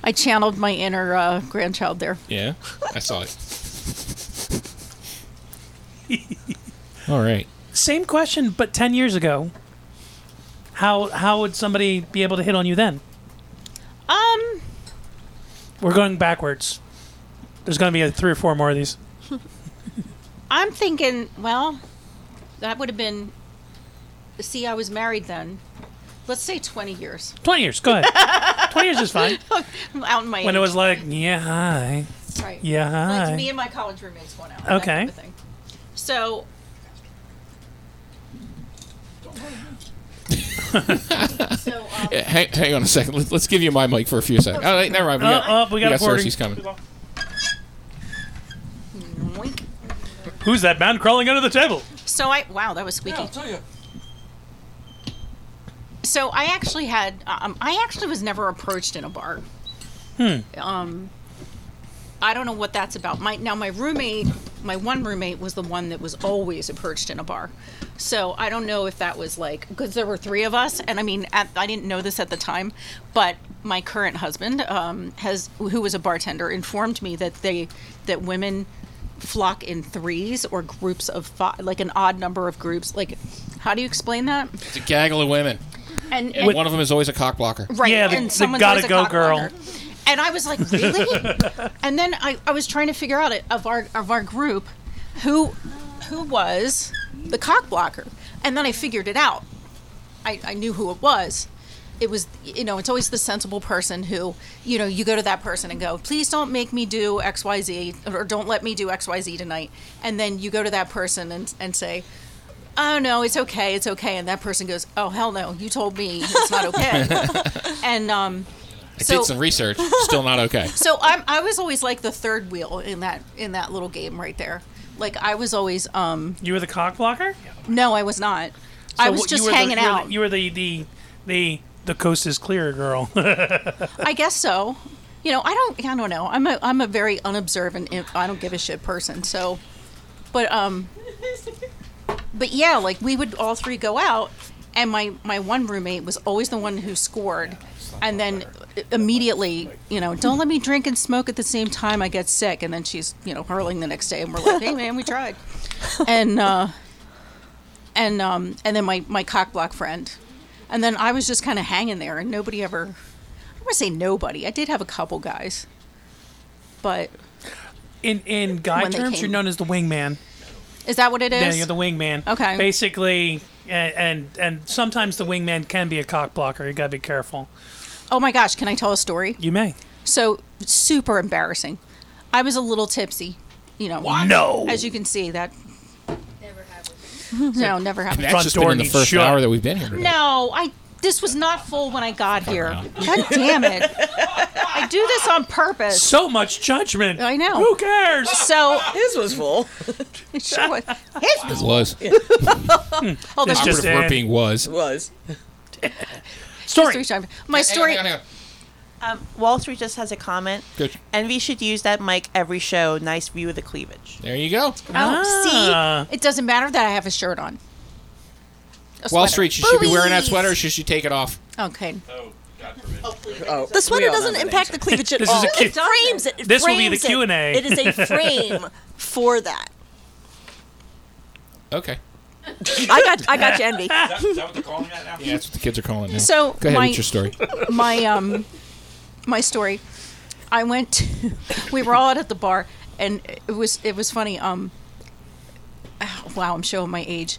Speaker 3: I channeled my inner uh, grandchild there.
Speaker 2: Yeah, I saw it. All right.
Speaker 6: Same question, but ten years ago. How how would somebody be able to hit on you then?
Speaker 3: Um.
Speaker 6: We're going backwards. There's going to be uh three or four more of these.
Speaker 3: I'm thinking, well, that would have been. See, I was married then. Let's say 20 years.
Speaker 6: Twenty years. Go ahead. Twenty years is fine.
Speaker 3: I'm out in my.
Speaker 6: When it
Speaker 3: age,
Speaker 6: was like, yeah, hi.
Speaker 3: right.
Speaker 6: yeah,
Speaker 3: Like
Speaker 6: hi.
Speaker 3: me and my college roommates went out. that
Speaker 6: Okay.
Speaker 3: kind of thing. So. so um,
Speaker 2: Yeah, hang, hang on a second. Let, let's give you my mic for a few seconds. All right, never mind. We
Speaker 6: Oh,
Speaker 2: got,
Speaker 6: oh, we got a forty.
Speaker 2: Cersei's coming.
Speaker 3: Oink.
Speaker 6: Who's that man crawling under the table?
Speaker 3: So I wow, that was squeaky. So I actually had um, I actually was never approached in a bar. Hmm. Um, I don't know what that's about. My now my roommate, my one roommate was the one that was always approached in a bar. So I don't know if that was like because there were three of us, and I mean at, I didn't know this at the time, but my current husband um, has who was a bartender informed me that they that women flock in threes or groups of five, like an odd number of groups. Like, how do you explain that?
Speaker 2: It's a gaggle of women.
Speaker 3: And,
Speaker 2: And
Speaker 3: and-
Speaker 2: one of them is always a cock blocker.
Speaker 3: right,
Speaker 6: Yeah, the-
Speaker 3: and
Speaker 6: the
Speaker 3: someone's
Speaker 6: gotta
Speaker 3: always a
Speaker 6: go
Speaker 3: cock
Speaker 6: girl.
Speaker 3: blocker. And I was like, really? and then I, I was trying to figure out it, of our of our group who who was the cock blocker, and then I figured it out. I, I knew who it was. It was, you know, it's always the sensible person who, you know, you go to that person and go, please don't make me do XYZ or don't let me do XYZ tonight. And then you go to that person and, and say, oh no, it's okay, it's okay. And that person goes, oh hell no, you told me it's not okay. and um,
Speaker 2: I
Speaker 3: so
Speaker 2: did some research. Still not okay.
Speaker 3: so I'm I was always like the third wheel in that in that little game right there. Like I was always um
Speaker 6: You were the cock blocker.
Speaker 3: no, I was not. I
Speaker 6: So
Speaker 3: was
Speaker 6: what- you
Speaker 3: just
Speaker 6: were the-
Speaker 3: hanging
Speaker 6: you were the-
Speaker 3: out.
Speaker 6: you were the the the the coast is clear, girl.
Speaker 3: I guess so. You know, I don't. I don't know. I'm a. I'm a very unobservant. im- I don't give a shit person. So, but um, but yeah, like we would all three go out, and my my one roommate was always the one who scored, and then immediately, you know, don't let me drink and smoke at the same time. I get sick, and then she's you know hurling the next day, and we're like, hey man, we tried, and uh, and um, and then my my cock block friend, and then I was just kind of hanging there, and nobody ever. I want to say nobody. I did have a couple guys, but
Speaker 6: In in guy
Speaker 3: When they
Speaker 6: terms,
Speaker 3: came.
Speaker 6: you're known as the wingman.
Speaker 3: is that what it is?
Speaker 6: Yeah, you're the wingman.
Speaker 3: Okay.
Speaker 6: Basically, and, and and sometimes the wingman can be a cock blocker. You gotta be careful.
Speaker 3: oh my gosh, can I tell a story?
Speaker 6: You may.
Speaker 3: So super embarrassing. I was a little tipsy, you know.
Speaker 6: No.
Speaker 3: As you can see, that never happened. no, never happened.
Speaker 2: That's
Speaker 6: Front
Speaker 2: just
Speaker 6: door
Speaker 2: been in the
Speaker 6: needs
Speaker 2: first
Speaker 6: shut.
Speaker 2: hour that we've been here. today.
Speaker 3: No, I. This was not full when I got here. God damn it! I do this on purpose.
Speaker 6: So much judgment.
Speaker 3: I know.
Speaker 6: Who cares?
Speaker 3: So
Speaker 9: His was full.
Speaker 3: sure, was- his was
Speaker 2: It was.
Speaker 3: oh,
Speaker 6: It's
Speaker 3: that's
Speaker 6: just
Speaker 2: Operative word
Speaker 6: in.
Speaker 2: being was.
Speaker 9: Was.
Speaker 6: Story.
Speaker 3: My story.
Speaker 2: Hang on, hang on, hang
Speaker 8: Um, Wall Street just has a comment.
Speaker 2: Good.
Speaker 8: Envy should use that mic every show. Nice view of the cleavage.
Speaker 2: on. There you go.
Speaker 3: Oh,
Speaker 6: Ah.
Speaker 3: see, it doesn't matter that I have a shirt on. A sweater.
Speaker 2: Wall Street, she should be wearing that sweater or should she take it off?
Speaker 3: Okay.
Speaker 9: Oh,
Speaker 7: The
Speaker 9: we
Speaker 7: sweater
Speaker 9: all know
Speaker 7: doesn't
Speaker 9: the
Speaker 7: impact the cleavage at
Speaker 6: This is
Speaker 7: all.
Speaker 6: a Q-
Speaker 7: It frames it. it
Speaker 6: This will be the
Speaker 7: frames it.
Speaker 6: Q&A.
Speaker 7: It is a frame for that.
Speaker 2: Okay.
Speaker 7: I got I got you envy.
Speaker 2: Yeah, that's what the kids are calling it now.
Speaker 3: So
Speaker 2: go ahead
Speaker 3: my
Speaker 2: with your story.
Speaker 3: my um my story. I went. To, we were all out at the bar, and it was it was funny. Um, wow, I'm showing my age.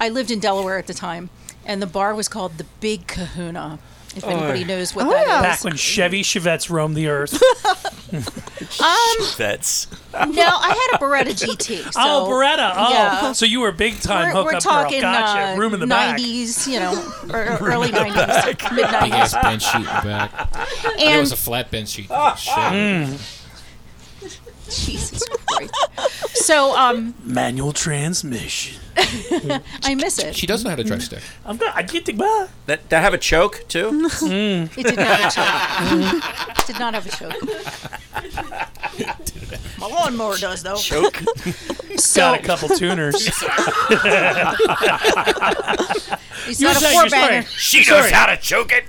Speaker 3: I lived in Delaware at the time, and the bar was called the Big Oh.
Speaker 6: Oh.
Speaker 3: Kahuna. If anybody knows what that is.
Speaker 6: Back when Chevy Chevettes roamed the earth.
Speaker 3: Um,
Speaker 4: That's
Speaker 3: no, I had a Beretta GT. So,
Speaker 6: oh, Beretta. Oh,
Speaker 3: yeah.
Speaker 6: so you were big time
Speaker 3: We're,
Speaker 6: hookup
Speaker 3: we're talking
Speaker 6: girl. Gotcha.
Speaker 3: uh,
Speaker 6: Room in the back.
Speaker 3: 90s, you know, or- or early 90s, mid
Speaker 2: Big
Speaker 3: 90s.
Speaker 2: ass bench sheet in the back. it was a
Speaker 3: And
Speaker 2: flat bench sheet. Shit.
Speaker 6: Mm.
Speaker 3: Jesus Christ. So um,
Speaker 6: Manual transmission.
Speaker 3: I miss it.
Speaker 2: She does know how to drive stick.
Speaker 6: I'm gonna. I get the bar.
Speaker 4: that. That have a choke too.
Speaker 3: It did not have a choke. did not have a choke. My lawnmower does though.
Speaker 4: Choke.
Speaker 3: So
Speaker 6: Got a couple tuners.
Speaker 3: it's
Speaker 6: You
Speaker 3: not a
Speaker 6: say
Speaker 3: four
Speaker 6: your
Speaker 3: banger.
Speaker 6: story.
Speaker 4: She knows how to choke it.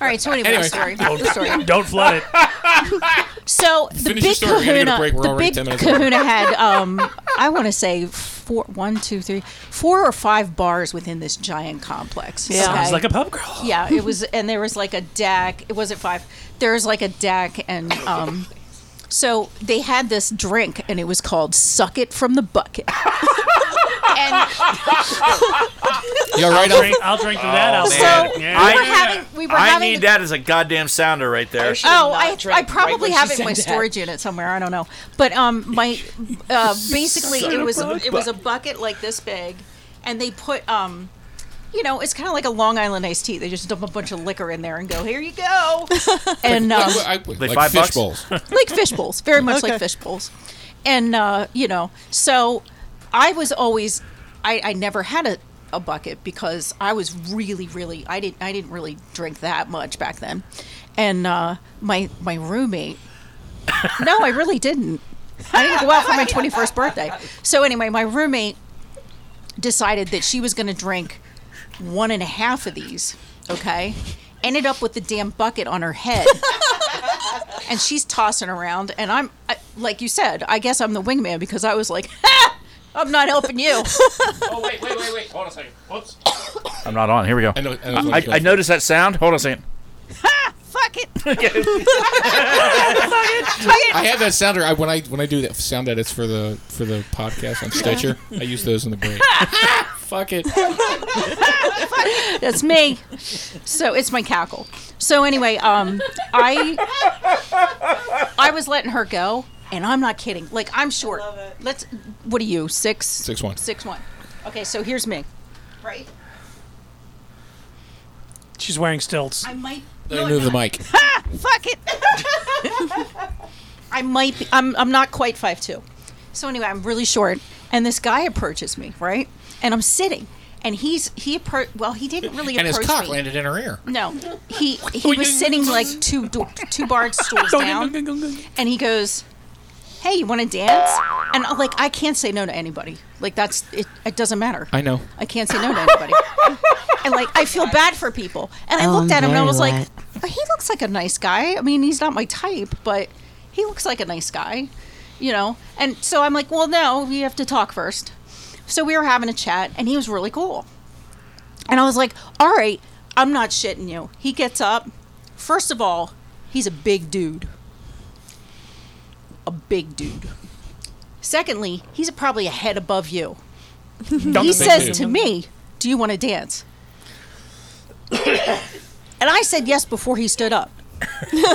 Speaker 3: All right. So anyway,
Speaker 2: Anyway.
Speaker 3: sorry. The story.
Speaker 6: Don't flood it.
Speaker 3: So the
Speaker 2: Finish your
Speaker 3: big
Speaker 2: story. We're gonna get a
Speaker 3: Kahuna,
Speaker 2: break. We're
Speaker 3: the
Speaker 2: already
Speaker 3: big
Speaker 2: 10 minutes over.
Speaker 3: Kahuna had, um, I want to say four, one, two, three, four or five bars within this giant complex. Yeah,
Speaker 6: Sounds like a pub girl.
Speaker 3: yeah. It was, and there was like a deck. It wasn't five. There was like a deck, and um, so they had this drink, and it was called "Suck It from the Bucket." and
Speaker 2: You're right
Speaker 6: I'll
Speaker 2: on.
Speaker 6: drink, I'll drink to that. I'll
Speaker 3: so
Speaker 4: Oh, man.
Speaker 6: add it.
Speaker 3: we
Speaker 6: Yeah.
Speaker 3: were having, we were
Speaker 4: I
Speaker 3: having
Speaker 4: need that as a goddamn sounder right there.
Speaker 3: Oh,
Speaker 9: not
Speaker 3: I,
Speaker 9: drank
Speaker 3: I
Speaker 9: right
Speaker 3: probably
Speaker 9: when she
Speaker 3: have it in
Speaker 9: said
Speaker 3: my
Speaker 9: that.
Speaker 3: storage unit somewhere. I don't know, but um, my uh, basically it was it was a bucket like this big, and they put um, you know, it's kind of like a Long Island iced tea. They just dump a bunch of liquor in there and go, here you go, and um,
Speaker 2: I, I- like
Speaker 4: five
Speaker 2: fish
Speaker 4: bucks?
Speaker 2: bowls.
Speaker 3: like fish bowls, very much like fish bowls. And uh, you know, so I was always I, I never had a, a bucket because I was really, really I didn't I didn't really drink that much back then. And uh, my my roommate No, I really didn't. I didn't go out for my twenty first birthday. So anyway, my roommate decided that she was gonna drink one and a half of these, okay? Ended up with the damn bucket on her head and she's tossing around and i'm I, like you said i guess i'm the wingman because i was like ha! i'm not helping you
Speaker 2: Oh wait, wait, wait, wait. Hold on a second. Whoops.
Speaker 4: I'm not on. Here we go.
Speaker 2: I know. I, know
Speaker 4: I, I noticed that sound. Hold on a second.
Speaker 3: fuck it
Speaker 2: I have that sounder. I, when I when I do that sound edits for the for the podcast on Stitcher, I use those in the break. Fuck it.
Speaker 3: that's me so it's my cackle so anyway um i i was letting her go and i'm not kidding like i'm short let's what are you six
Speaker 2: Six one.
Speaker 3: six one okay so here's me right
Speaker 6: She's wearing stilts.
Speaker 3: i might
Speaker 2: Let me move the mic.
Speaker 3: fuck it. I might be, I'm, I'm not quite 5'2. So anyway, I'm really short. And this guy approaches me, right? And I'm sitting. And he's, he approached, well, he didn't really
Speaker 2: And his
Speaker 3: approach
Speaker 2: cock
Speaker 3: me.
Speaker 2: landed in her ear.
Speaker 3: No, he, he was sitting like two, do- two barred stools down. And he goes, hey, you want to dance? And I'm like, I can't say no to anybody. Like that's, it, it doesn't matter.
Speaker 2: I know.
Speaker 3: I can't say no to anybody. and like, I feel bad for people. And I looked at him and I was like, "Oh, he looks like a nice guy. I mean, he's not my type, but he looks like a nice guy, you know? And so I'm like, well, no, we have to talk first. So we were having a chat and he was really cool. And I was like, all right, I'm not shitting you. He gets up. First of all, he's a big dude. A big dude. Secondly, he's probably a head above you. he says to me, Do you want to dance? and I said yes before he stood up. you know,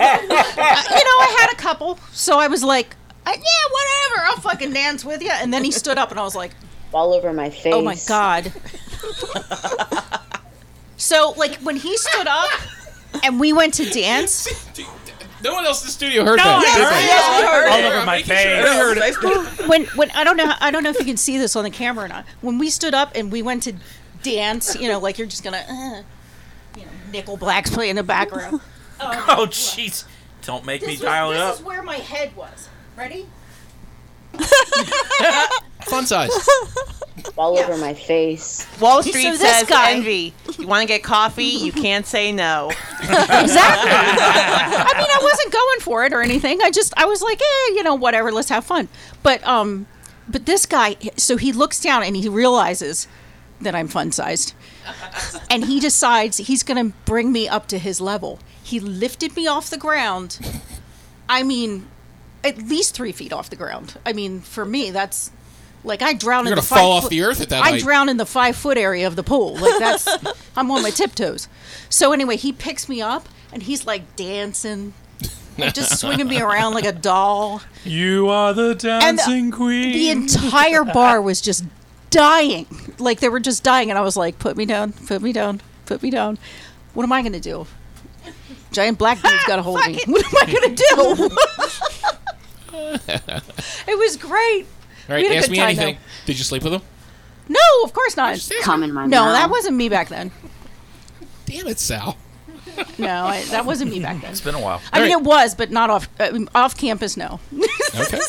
Speaker 3: I had a couple, so I was like, "Uh, Yeah, whatever, I'll fucking dance with you. And then he stood up and I was like,
Speaker 10: all over my face.
Speaker 3: Oh my god. so like when he stood up and we went to dance,
Speaker 2: No one else in the studio heard
Speaker 6: I
Speaker 2: that.
Speaker 6: heard
Speaker 2: did they?
Speaker 6: it. All over my face.
Speaker 9: heard it.
Speaker 3: when when I don't know I don't know if you can see this on the camera or not. When we stood up and we went to dance, you know, like you're just gonna, uh, you know, Nickel Black's playing in the background.
Speaker 4: Oh jeez. Don't make me
Speaker 3: This,
Speaker 4: dial
Speaker 3: was,
Speaker 4: it
Speaker 3: this
Speaker 4: up.
Speaker 3: is where my head was. Ready?
Speaker 2: Fun size.
Speaker 10: All
Speaker 3: Yeah.
Speaker 10: over my face.
Speaker 8: Wall Street
Speaker 3: this
Speaker 8: says
Speaker 3: guy-
Speaker 8: envy. You want to get coffee? You can't say no.
Speaker 3: Exactly. I mean, I wasn't going for it or anything. I just I was like, eh, you know, whatever. Let's have fun. But um, but this guy, so he looks down and he realizes that I'm fun sized, and he decides he's gonna bring me up to his level. He lifted me off the ground. I mean, at least three feet off the ground. I mean, for me, that's like I drown
Speaker 2: You're
Speaker 3: in the
Speaker 2: gonna fall
Speaker 3: five
Speaker 2: off
Speaker 3: foot-
Speaker 2: the earth at that
Speaker 3: I
Speaker 2: height.
Speaker 3: drown in the five foot area of the pool. Like that's I'm on my tiptoes. So anyway, he picks me up and he's like dancing. just swinging me around like a doll.
Speaker 6: You are the dancing queen.
Speaker 3: The entire bar was just dying. Like they were just dying, and I was like, "Put me down, put me down, put me down." What am I gonna do? Giant black dude's got a hold of me. What am I gonna do? it was great.
Speaker 2: All right,
Speaker 3: we had a
Speaker 2: ask
Speaker 3: good
Speaker 2: me
Speaker 3: time,
Speaker 2: anything. Did you sleep with him?
Speaker 3: though. No, of course not.
Speaker 10: Come in my
Speaker 3: no,
Speaker 10: mouth.
Speaker 3: that wasn't me back then.
Speaker 2: Damn it, Sal.
Speaker 3: No, I, that wasn't me back then.
Speaker 4: It's been a while.
Speaker 3: I mean, it was, but not off uh, off campus. No,
Speaker 2: Okay.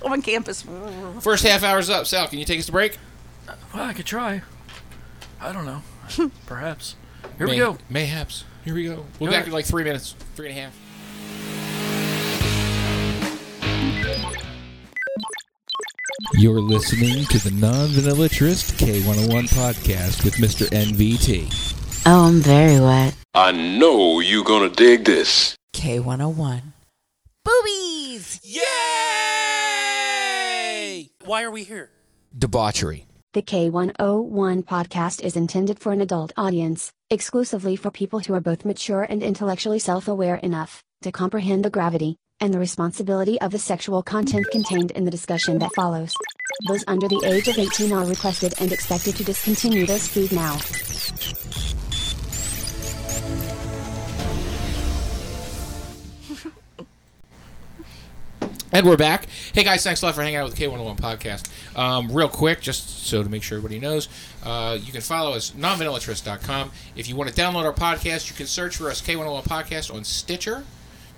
Speaker 3: on campus.
Speaker 2: First half hour's up. Sal, can you take us to break?
Speaker 4: Well, I could try. I don't know. Perhaps. Here
Speaker 2: May-
Speaker 4: we go.
Speaker 2: Mayhaps. Here we go.
Speaker 4: All
Speaker 2: We'll be back
Speaker 4: right.
Speaker 2: in like three minutes, three and a half. You're listening to the non vanillatrist K101 podcast with Mr. NVT.
Speaker 11: Oh, I'm very wet.
Speaker 12: I know you gonna dig this.
Speaker 11: K101.
Speaker 6: Boobies! Yay! Why are we here?
Speaker 2: Debauchery.
Speaker 1: The K101 podcast is intended for an adult audience, exclusively for people who are both mature and intellectually self aware enough to comprehend the gravity and the responsibility of the sexual content contained in the discussion that follows. Those under the age of 18 are requested and expected to discontinue this feed now.
Speaker 2: And we're back. Hey guys, thanks a lot for hanging out with the K101 podcast. Um, real quick, just so to make sure everybody knows, uh, you can follow us nonvanillatrist.com. If you want to download our podcast, you can search for us K101 podcast on Stitcher.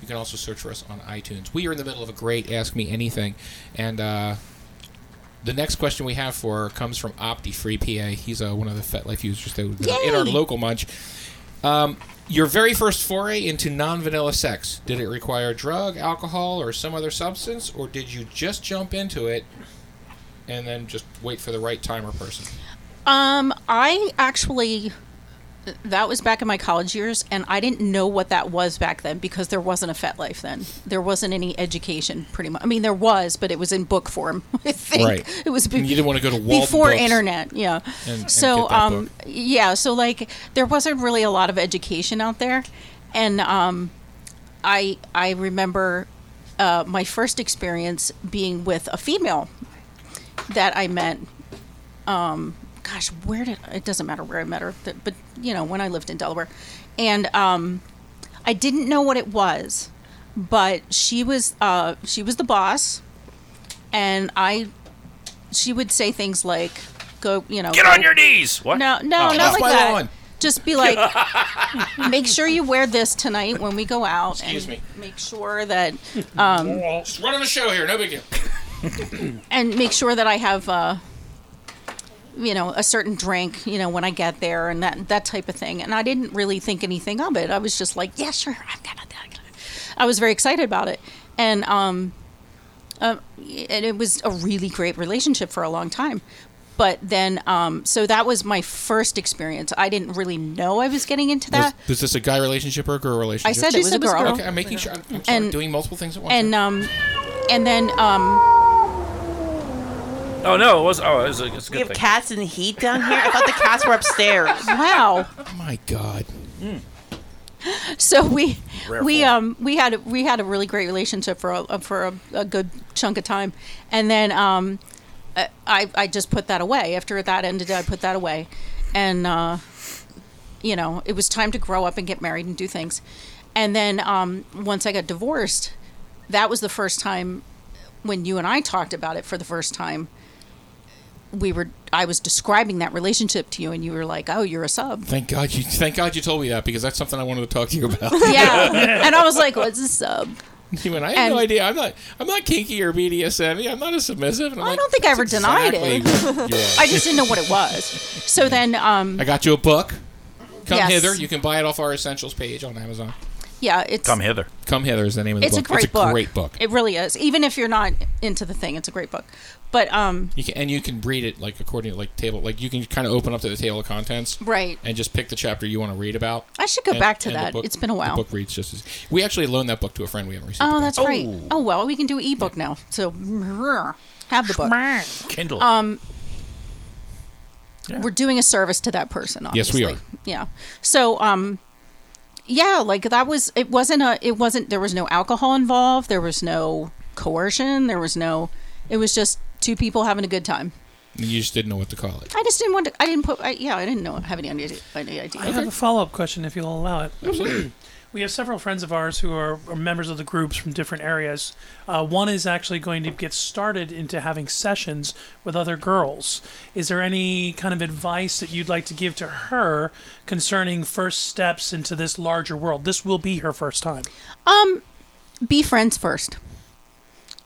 Speaker 2: You can also search for us on iTunes. We are in the middle of a great Ask Me Anything, and uh, the next question we have for her comes from Opti Free PA. He's uh, one of the FetLife users that that are in our
Speaker 13: Yay!
Speaker 2: local munch. Um, your very first foray into non-vanilla sex did it require drug, alcohol, or some other substance, or did you just jump into it and then just wait for the right time or person?
Speaker 3: Um, I actually that was back in my college years, and I didn't know what that was back then because there wasn't a FetLife then. There wasn't any education, pretty much. I mean, there was, but it was in book form. I think
Speaker 2: Right.
Speaker 3: it was.
Speaker 2: And you didn't wanna go to Walden
Speaker 3: before
Speaker 2: Books
Speaker 3: internet. Yeah.
Speaker 2: and- and
Speaker 3: so,
Speaker 2: get that
Speaker 3: um, yeah, so like there wasn't really a lot of education out there, and um, I I remember uh, my first experience being with a female that I met. Um, gosh, where did it doesn't matter where I met her, th- but you know when I lived in Delaware, and um, I didn't know what it was, but she was uh, she was the boss, and I she would say things like go you know
Speaker 4: Get
Speaker 3: go-
Speaker 4: on your knees. What?
Speaker 3: no no
Speaker 4: Oh.
Speaker 3: not like
Speaker 4: my
Speaker 3: that
Speaker 4: lawn.
Speaker 3: just be like make sure you wear this tonight when we go out
Speaker 2: Excuse
Speaker 3: and
Speaker 2: me.
Speaker 3: make sure that um,
Speaker 2: just running the show here, no big deal.
Speaker 3: and make sure that I have, uh, you know, a certain drink, you know, when I get there and that that type of thing. And I didn't really think anything of it. I was just like, yeah, sure, I've got it. I've got it." I was very excited about it, and um, uh, and it was a really great relationship for a long time. But then, um, so that was my first experience. I didn't really know I was getting into that.
Speaker 2: Was, was this a guy relationship or a girl relationship?
Speaker 3: I said She it was a said it was a girl. girl.
Speaker 2: Okay, I'm making sure. I'm, I'm sorry,
Speaker 3: And-
Speaker 2: doing multiple things at once.
Speaker 3: and um, and then um,
Speaker 4: Oh no, it was. Oh, it was a, it's a good
Speaker 8: We have
Speaker 4: thing.
Speaker 8: cats in the heat down here. I thought the cats were upstairs.
Speaker 3: Wow.
Speaker 2: My God.
Speaker 3: so we
Speaker 8: Rare
Speaker 3: we
Speaker 8: form.
Speaker 3: um we had a, we had a really great relationship for a, for a, a good chunk of time, and then um I I- I just put that away after that ended. I put that away, and uh, you know it was time to grow up and get married and do things, and then um once I got divorced, that was the first time when you and I talked about it for the first time. We were I was describing that relationship to you, and you were like, "Oh, you're a sub."
Speaker 2: Thank God you. Thank God you told me that because that's something I wanted to talk to you about.
Speaker 3: yeah. And I was like, what's a sub?
Speaker 2: You went, I have
Speaker 3: And-
Speaker 2: no idea. I'm not. I'm not kinky or BDSM. I'm not a submissive. And I'm
Speaker 3: I
Speaker 2: like,
Speaker 3: don't think I ever denied
Speaker 2: exactly-
Speaker 3: it.
Speaker 2: Yeah.
Speaker 3: I just didn't know what it was. So then, um,
Speaker 2: I got you a book. Come
Speaker 3: Yes.
Speaker 2: hither. You can buy it off our essentials page on Amazon.
Speaker 3: yeah, it's
Speaker 2: hither. Come hither is the name of the
Speaker 3: it's a
Speaker 2: book.
Speaker 3: great
Speaker 2: it's a
Speaker 3: book.
Speaker 2: great book.
Speaker 3: It really is. Even if you're not into the thing, it's a great book. But um,
Speaker 2: You can, and you can read it like according to like table. Like you can kind of open up to the table of contents.
Speaker 3: Right.
Speaker 2: And just pick the chapter you want to read about.
Speaker 3: I should go
Speaker 2: And-
Speaker 3: back to
Speaker 2: and the
Speaker 3: that.
Speaker 2: book-
Speaker 3: It's been a while.
Speaker 2: The book reads just as. We actually loaned that book to a friend we haven't received.
Speaker 3: oh,
Speaker 2: it back.
Speaker 3: that's great. Oh well, we can do ebook now. So have the book.
Speaker 2: Kindle.
Speaker 3: Um, we're doing a service to that person.
Speaker 2: Yes, we
Speaker 3: Obviously.
Speaker 2: are.
Speaker 3: Yeah. So um, yeah, like that was it wasn't a it wasn't there was no alcohol involved, there was no coercion, there was no it was just two people having a good time.
Speaker 2: And you just didn't know what to call it.
Speaker 3: I just didn't want to I didn't put I, yeah, I didn't know have any idea any idea.
Speaker 6: I have a follow up question if you'll allow it.
Speaker 2: Absolutely.
Speaker 6: we have several friends of ours who are, are members of the groups from different areas. Uh, one is actually going to get started into having sessions with other girls. Is there any kind of advice that you'd like to give to her concerning first steps into this larger world? This will be her first time.
Speaker 3: Um, be friends first.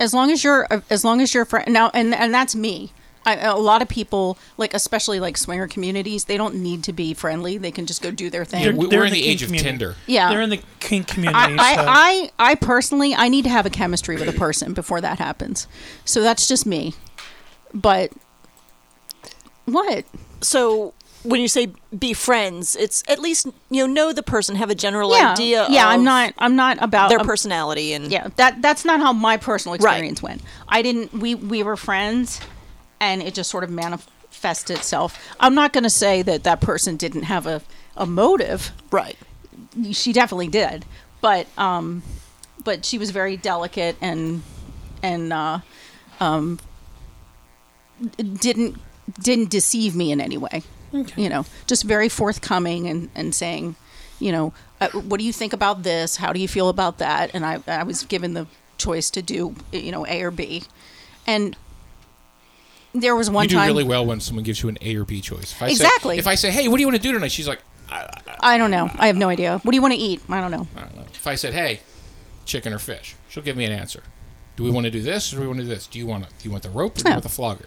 Speaker 3: As long as you're, uh, as long as you're friend now, and and that's me. I, a lot of people, like especially like swinger communities, they don't need to be friendly. They can just go do their thing.
Speaker 2: Yeah, we- we're in the age of Tinder.
Speaker 3: Yeah.
Speaker 6: They're in the kink community. so.
Speaker 3: I, I, I, I personally, I need to have a chemistry with a person before that happens. So that's just me. But what?
Speaker 7: So when you say be friends, it's at least you know know the person, have a general
Speaker 3: yeah,
Speaker 7: idea.
Speaker 3: yeah,
Speaker 7: of
Speaker 3: I'm not, I'm not about
Speaker 7: their
Speaker 3: um,
Speaker 7: personality and
Speaker 3: yeah that that's not how my personal
Speaker 7: Right.
Speaker 3: experience went i didn't we we were friends and it just sort of manifested itself i'm not going to say that that person didn't have a, a motive right she definitely did but um but she was very delicate and and uh um didn't didn't deceive me in any way
Speaker 6: Okay.
Speaker 3: you know just very forthcoming and and saying you know, uh, what do you think about this? How do you feel about that? And I, I was given the choice to do, you know, A or B. And there was one
Speaker 2: you do
Speaker 3: time.
Speaker 2: really well when someone gives you an A or B choice. If I
Speaker 3: Exactly.
Speaker 2: Say, if I say, "Hey, what do you want to do tonight?" She's like,
Speaker 3: I don't know. I have no idea. What do you want to eat? I don't know.
Speaker 2: I don't know. If I said, "Hey, chicken or fish," she'll give me an answer. Do we want to do this or do we want to do this? Do you want to, do you want the rope or do you
Speaker 3: Yeah.
Speaker 2: want the flogger?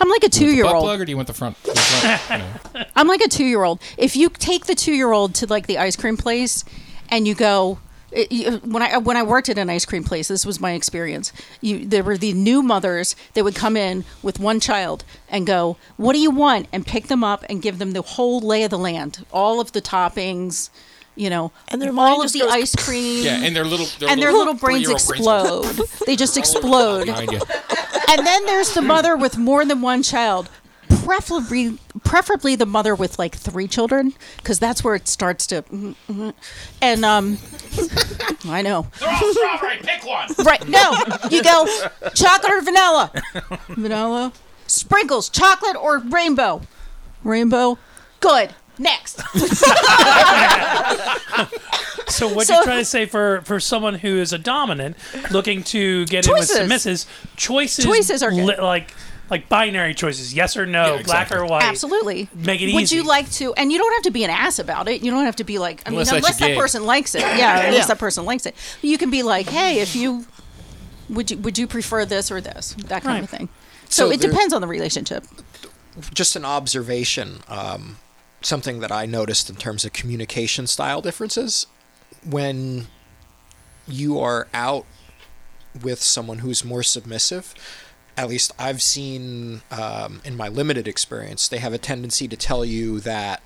Speaker 3: I'm like a
Speaker 2: Do you want the butt
Speaker 3: two-year-old.
Speaker 2: plug or do you want the front? The front you know?
Speaker 3: I'm like a two year old. If you take the two year old to like the ice cream place and you go, it- you- when I when I worked at an ice cream place, this was my experience. You there were the new mothers that would come in with one child and go, "What do you want?" and pick them up and give them the whole lay of the land, all of the toppings, you know, and
Speaker 7: their
Speaker 3: all
Speaker 7: mind
Speaker 3: of
Speaker 7: just
Speaker 3: the
Speaker 7: goes-
Speaker 3: ice cream,
Speaker 2: Yeah, and their little their
Speaker 3: and their little brains
Speaker 2: three-year-old
Speaker 3: explode.
Speaker 2: brains
Speaker 3: they just explode.
Speaker 2: behind you.
Speaker 3: and then there's the mother with more than one child preferably preferably the mother with like three children because that's where it starts to and um i know
Speaker 2: strawberry. Pick one.
Speaker 3: right no you go chocolate or vanilla vanilla sprinkles chocolate or rainbow rainbow good next
Speaker 6: So what you're trying to say for for someone who is a dominant looking to get in with
Speaker 3: Choices.
Speaker 6: submissives, choices
Speaker 3: Choices are good.
Speaker 6: li- like like binary choices, yes or no, black or white.
Speaker 3: Absolutely.
Speaker 6: Make it
Speaker 3: Would
Speaker 6: easy.
Speaker 3: you like to? And you don't have to be an ass about it. You don't have to be like, I
Speaker 6: Unless
Speaker 3: mean,
Speaker 6: that's
Speaker 3: unless
Speaker 6: your
Speaker 3: that
Speaker 6: gig.
Speaker 3: person likes it. Yeah, unless
Speaker 6: Yeah.
Speaker 3: that person likes it. You can be like, hey, if you would you would you prefer this or this? That kind of
Speaker 13: Right.
Speaker 3: thing. So,
Speaker 13: So
Speaker 3: it
Speaker 13: there-
Speaker 3: depends on the relationship.
Speaker 13: just an observation, um, something that I noticed in terms of communication style differences. When you are out with someone who's more submissive, at least I've seen um, in my limited experience, they have a tendency to tell you that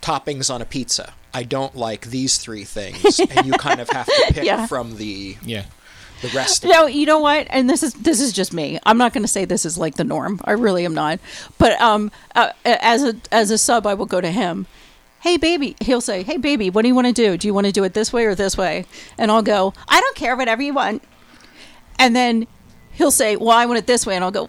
Speaker 13: toppings on a pizza, I don't like these three things, and you kind of have to pick
Speaker 3: Yeah.
Speaker 13: from the
Speaker 2: yeah.
Speaker 13: the rest. Of
Speaker 3: No, you know what? And this is this is just me. I'm not going to say this is like the norm. I really am not. But um, uh, as a as a sub, I will go to him. Hey, baby. He'll say, Hey, baby. What do you want to do? Do you want to do it this way or this way? And I'll go. I don't care. Whatever you want. And then he'll say, Well, I want it this way. And I'll go.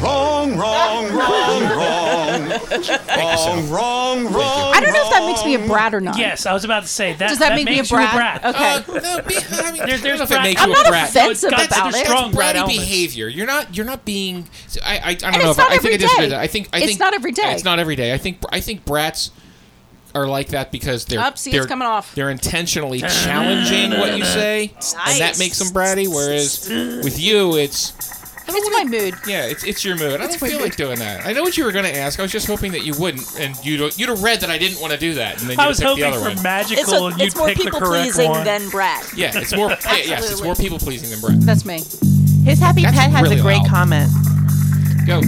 Speaker 14: Wrong, wrong, wrong, wrong. wrong, wrong, wrong.
Speaker 3: I don't know if that makes me
Speaker 2: Mm.
Speaker 3: a brat or not.
Speaker 6: Yes, I was about to say that.
Speaker 3: Does that make me a
Speaker 6: makes you a
Speaker 3: brat?
Speaker 2: Uh,
Speaker 6: brat?
Speaker 3: Okay.
Speaker 2: There- there's
Speaker 6: if it
Speaker 2: brat-
Speaker 6: makes you I'm a not brat. offensive
Speaker 2: No, it's got-
Speaker 6: about
Speaker 2: there's
Speaker 6: it.
Speaker 2: strong
Speaker 6: It's brat
Speaker 2: bratty
Speaker 6: elements.
Speaker 2: behavier. You're not. You're not being. I. I, I don't
Speaker 3: And
Speaker 2: know.
Speaker 3: it's
Speaker 2: if
Speaker 3: not
Speaker 2: I- I think
Speaker 3: every
Speaker 2: I disagree.
Speaker 3: day.
Speaker 2: with that. I think. I
Speaker 3: It's
Speaker 2: think
Speaker 3: not every day.
Speaker 2: It's not every day. I think. I think brats are like that because they're.
Speaker 3: Up, see, it's
Speaker 2: they're
Speaker 3: coming off.
Speaker 2: They're intentionally challenging what you say, and that
Speaker 3: Nice.
Speaker 2: makes them bratty. Whereas with you, it's.
Speaker 3: It's my mood.
Speaker 2: Yeah, it's, it's your mood. I
Speaker 3: It's
Speaker 2: don't
Speaker 3: my
Speaker 2: feel
Speaker 3: mood.
Speaker 2: like doing that. I know what you were going to ask. I was just hoping that you wouldn't, and you'd you'd have read that I didn't want to do that, and then
Speaker 6: I
Speaker 2: you'd
Speaker 6: was
Speaker 2: pick the
Speaker 6: hoping
Speaker 2: other
Speaker 6: for
Speaker 2: one.
Speaker 6: magical
Speaker 7: It's a-
Speaker 6: and you'd
Speaker 7: it's more
Speaker 6: pick the
Speaker 7: people
Speaker 6: correct
Speaker 7: pleasing
Speaker 6: one.
Speaker 7: than brat.
Speaker 2: Yeah, it's more. yeah, yes, it's more people pleasing than brat.
Speaker 3: That's me.
Speaker 8: His happy
Speaker 2: That's
Speaker 8: pet has
Speaker 2: really
Speaker 8: a great
Speaker 2: loud.
Speaker 8: comment.
Speaker 2: Go.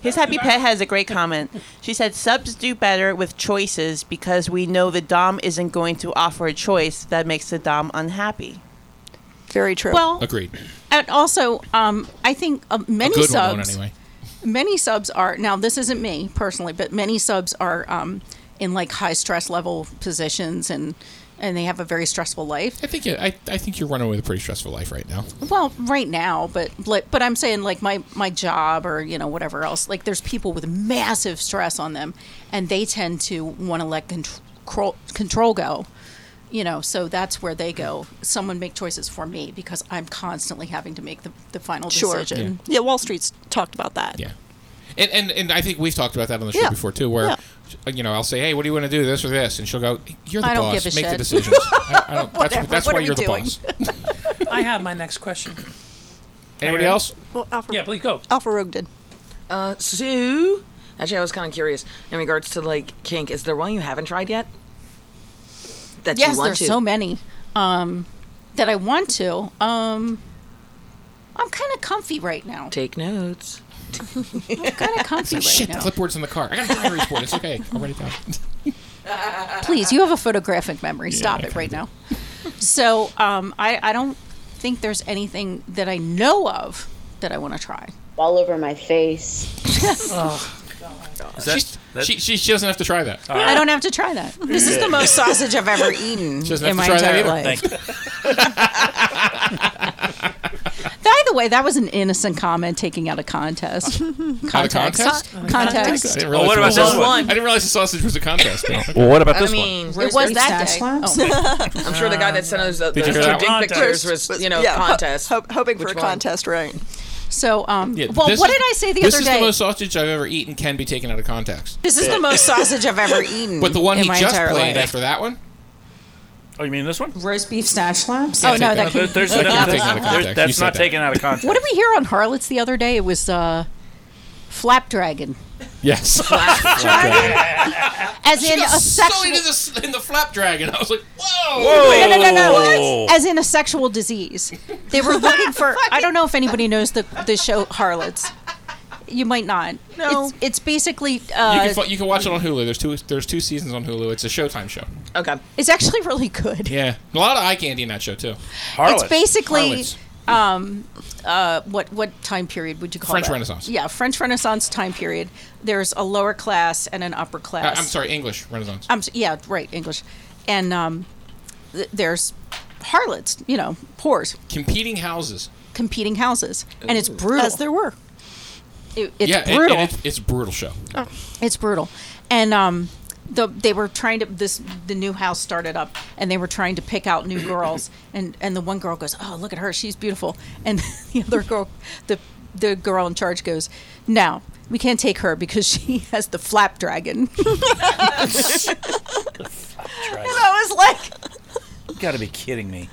Speaker 8: His happy pet has a great comment. She said subs do better with choices because we know the dom isn't going to offer a choice that makes the dom unhappy.
Speaker 7: Very true.
Speaker 3: Well,
Speaker 2: Agreed.
Speaker 3: and also, um, I think uh, many
Speaker 2: a good
Speaker 3: subs.
Speaker 2: one, anyway.
Speaker 3: many subs are now this isn't me personally but many subs are um, in like high stress level positions and and they have a very stressful life.
Speaker 2: I think I, I think you're running with a pretty stressful life right now.
Speaker 3: Well, right now, but like, but I'm saying like my my job or you know whatever else. Like, there's people with massive stress on them, and they tend to want to let control control go. You know, so that's where they go. Someone make choices for me because I'm constantly having to make the, the final
Speaker 7: Sure.
Speaker 3: decision.
Speaker 7: Yeah. Wall Street's talked about that.
Speaker 2: Yeah. And, and and I think we've talked about that on the show
Speaker 7: Yeah.
Speaker 2: before too, where you know I'll say, "Hey, what do you want to do, this or this?" and she'll go, "You're the
Speaker 6: I don't
Speaker 2: boss.
Speaker 6: give a
Speaker 2: Make the
Speaker 6: shit."
Speaker 2: decisions." I, I don't, that's
Speaker 6: Whatever.
Speaker 2: that's
Speaker 6: What
Speaker 2: why
Speaker 6: are we
Speaker 2: you're
Speaker 6: doing?
Speaker 2: the boss.
Speaker 6: I have my next question.
Speaker 2: Anybody else?
Speaker 9: Well, Alpha,
Speaker 6: yeah, please go.
Speaker 7: Alpha Rogue did.
Speaker 9: Uh, so actually, I was kind of curious in regards to like kink. Is there one you haven't tried yet? That
Speaker 3: yes,
Speaker 9: you want
Speaker 3: there's
Speaker 9: to?
Speaker 3: so many um, that I want to. Um, I'm kind of comfy right now.
Speaker 9: Take notes.
Speaker 3: I'm kind of comfy right
Speaker 2: Shit,
Speaker 3: now.
Speaker 2: the clipboard's in the car. I got a diary report. It's okay. I'll write it down.
Speaker 3: Please, you have a photographic memory. Stop it right now. So um, I, I don't think there's anything that I know of that I want to try.
Speaker 10: All over my face.
Speaker 4: Is that-
Speaker 2: She's- she, she, she doesn't have to try that.
Speaker 3: I don't have to try that.
Speaker 11: This is the most sausage I've ever eaten
Speaker 2: She doesn't
Speaker 11: in my
Speaker 2: have to try that
Speaker 11: entire
Speaker 2: either.
Speaker 11: life.
Speaker 3: By the way, that was an innocent comment taking out a contest.
Speaker 2: Not a contest?
Speaker 3: Co- Contest.
Speaker 2: I didn't realize
Speaker 4: Oh, what
Speaker 2: it
Speaker 4: about
Speaker 2: was-
Speaker 4: this one?
Speaker 2: I didn't realize the sausage was a contest.
Speaker 4: Well, what about I this
Speaker 9: I mean,
Speaker 3: It was that day. Oh.
Speaker 9: I'm sure the guy that sent us the,
Speaker 2: Did you
Speaker 9: those
Speaker 2: hear that
Speaker 9: two dick
Speaker 2: one?
Speaker 9: pictures was, you know, contest.
Speaker 7: Ho- hoping for
Speaker 9: Which
Speaker 7: a
Speaker 9: one?
Speaker 7: contest, right?
Speaker 3: So, um,
Speaker 2: Yeah,
Speaker 3: well,
Speaker 2: this
Speaker 3: what
Speaker 2: is-
Speaker 3: did I say the
Speaker 2: this
Speaker 3: other
Speaker 2: is
Speaker 3: day?
Speaker 2: the most sausage I've ever eaten can be taken out of context.
Speaker 11: This is the most sausage I've ever eaten.
Speaker 2: But the one
Speaker 11: in
Speaker 2: he
Speaker 11: my
Speaker 2: just
Speaker 11: entire
Speaker 2: played
Speaker 11: life.
Speaker 2: after that one?
Speaker 4: Oh, you mean this one?
Speaker 11: Roast beef snatch slaps.
Speaker 3: Oh, no, that can-
Speaker 4: There- there's-
Speaker 3: That can be
Speaker 4: that's-
Speaker 3: taken out of
Speaker 4: there's-
Speaker 2: context. You
Speaker 4: That's
Speaker 2: said
Speaker 4: not
Speaker 2: that.
Speaker 4: taken out of context.
Speaker 3: what did we hear on Harlots the other day? It was uh, Flap Dragon.
Speaker 2: Yes.
Speaker 3: As
Speaker 2: She
Speaker 3: in a
Speaker 2: got
Speaker 3: sexual.
Speaker 2: sullied in the, s- in the flap dragon. I was like, whoa.
Speaker 3: No, no, no, no.
Speaker 4: Oh.
Speaker 3: As in a sexual disease. They were looking for. I don't know if anybody knows the the show Harlots. You might not. No. It's, it's basically.
Speaker 2: You
Speaker 3: Uh,
Speaker 2: can, fi- you can watch it on Hulu. There's two. There's two seasons on Hulu. It's a Showtime show.
Speaker 9: Okay.
Speaker 3: it's actually really good.
Speaker 2: Yeah, a lot of eye candy in that show too.
Speaker 3: It's basically. Um, uh, what what time period would you call
Speaker 2: French
Speaker 3: that?
Speaker 2: Renaissance.
Speaker 3: Yeah, French Renaissance time period. There's a lower class and an upper
Speaker 2: I-
Speaker 3: class.
Speaker 2: Uh,
Speaker 3: Um,
Speaker 2: I'm sorry, English Renaissance.
Speaker 3: I'm s- yeah, right, English. And um, th- there's harlots, you know, poors,
Speaker 2: Competing houses.
Speaker 3: competing houses, and it's
Speaker 2: Ooh.
Speaker 3: brutal.
Speaker 2: As
Speaker 3: there were. It, it's
Speaker 2: yeah, and-
Speaker 3: brutal.
Speaker 2: and it's, it's a brutal show.
Speaker 3: Oh. It's brutal, and um, the they were trying to this the new house started up, and they were trying to pick out new girls, and and the one girl goes, oh look at her, she's beautiful, and the other girl, the the girl in charge goes, no, we can't take her because she has the flap dragon.
Speaker 4: Try
Speaker 3: And I was like,
Speaker 4: it. You gotta be kidding me.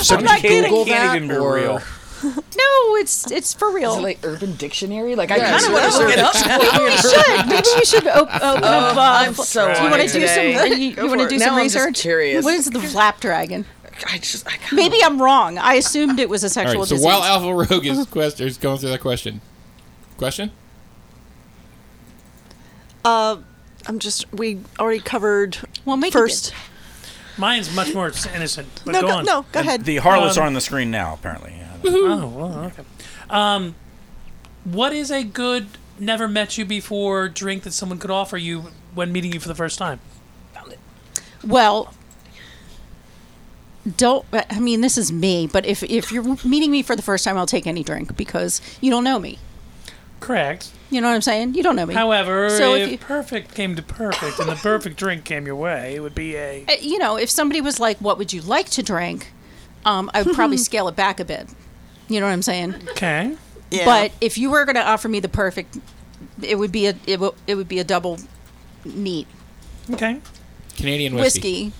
Speaker 3: So I'm not
Speaker 4: Can't-
Speaker 3: kidding.
Speaker 4: can't even be
Speaker 3: Google that,
Speaker 4: real.
Speaker 3: no, it's it's for real.
Speaker 9: Is it like Urban Dictionary? Like I
Speaker 3: Yeah,
Speaker 9: kind
Speaker 3: it's
Speaker 9: of want to
Speaker 3: Urban
Speaker 9: look it up.
Speaker 3: Dictionary. Maybe we should. Maybe we should op- open up,
Speaker 9: Oh,
Speaker 3: uh,
Speaker 9: I'm
Speaker 3: fl-
Speaker 9: so
Speaker 3: do you wanna
Speaker 9: high
Speaker 3: do some?
Speaker 9: today.
Speaker 3: You,
Speaker 9: Go
Speaker 3: want
Speaker 9: for
Speaker 3: to
Speaker 9: it.
Speaker 3: do
Speaker 9: Now
Speaker 3: some
Speaker 9: I'm just
Speaker 3: research?
Speaker 9: curious.
Speaker 3: What is the flap dragon?
Speaker 9: I just I kinda
Speaker 3: Maybe I'm wrong. I assumed it was a
Speaker 2: All right.
Speaker 3: sexual
Speaker 2: So
Speaker 3: disease.
Speaker 2: while Alpha Rogue is, quest- is going through that question, question.
Speaker 7: Uh, I'm just. We already covered.
Speaker 3: Well,
Speaker 7: first.
Speaker 6: Mine's much more innocent. But
Speaker 7: No,
Speaker 6: go,
Speaker 7: go-
Speaker 6: on.
Speaker 7: no, go ahead.
Speaker 4: The harlots
Speaker 6: Um,
Speaker 4: are on the screen now, apparently. Yeah.
Speaker 6: Oh, well, okay. Um, what is a good never met you before drink that someone could offer you when meeting you for the first time?
Speaker 3: Well, don't. I mean, this is me. But if if you're meeting me for the first time, I'll take any drink because you don't know me.
Speaker 6: Correct.
Speaker 3: You know what I'm saying? You don't know me.
Speaker 6: However,
Speaker 3: so
Speaker 6: if,
Speaker 3: if you,
Speaker 6: perfect came to perfect and the perfect drink came your way, it would be a.
Speaker 3: uh, you know, if somebody was like, "What would you like to drink?" Um, I would probably scale it back a bit. You know what I'm saying?
Speaker 6: Okay.
Speaker 3: But if you were going to offer me the perfect, it would be a it, w- it would be a double neat
Speaker 6: Okay.
Speaker 2: Canadian whiskey.
Speaker 3: whiskey,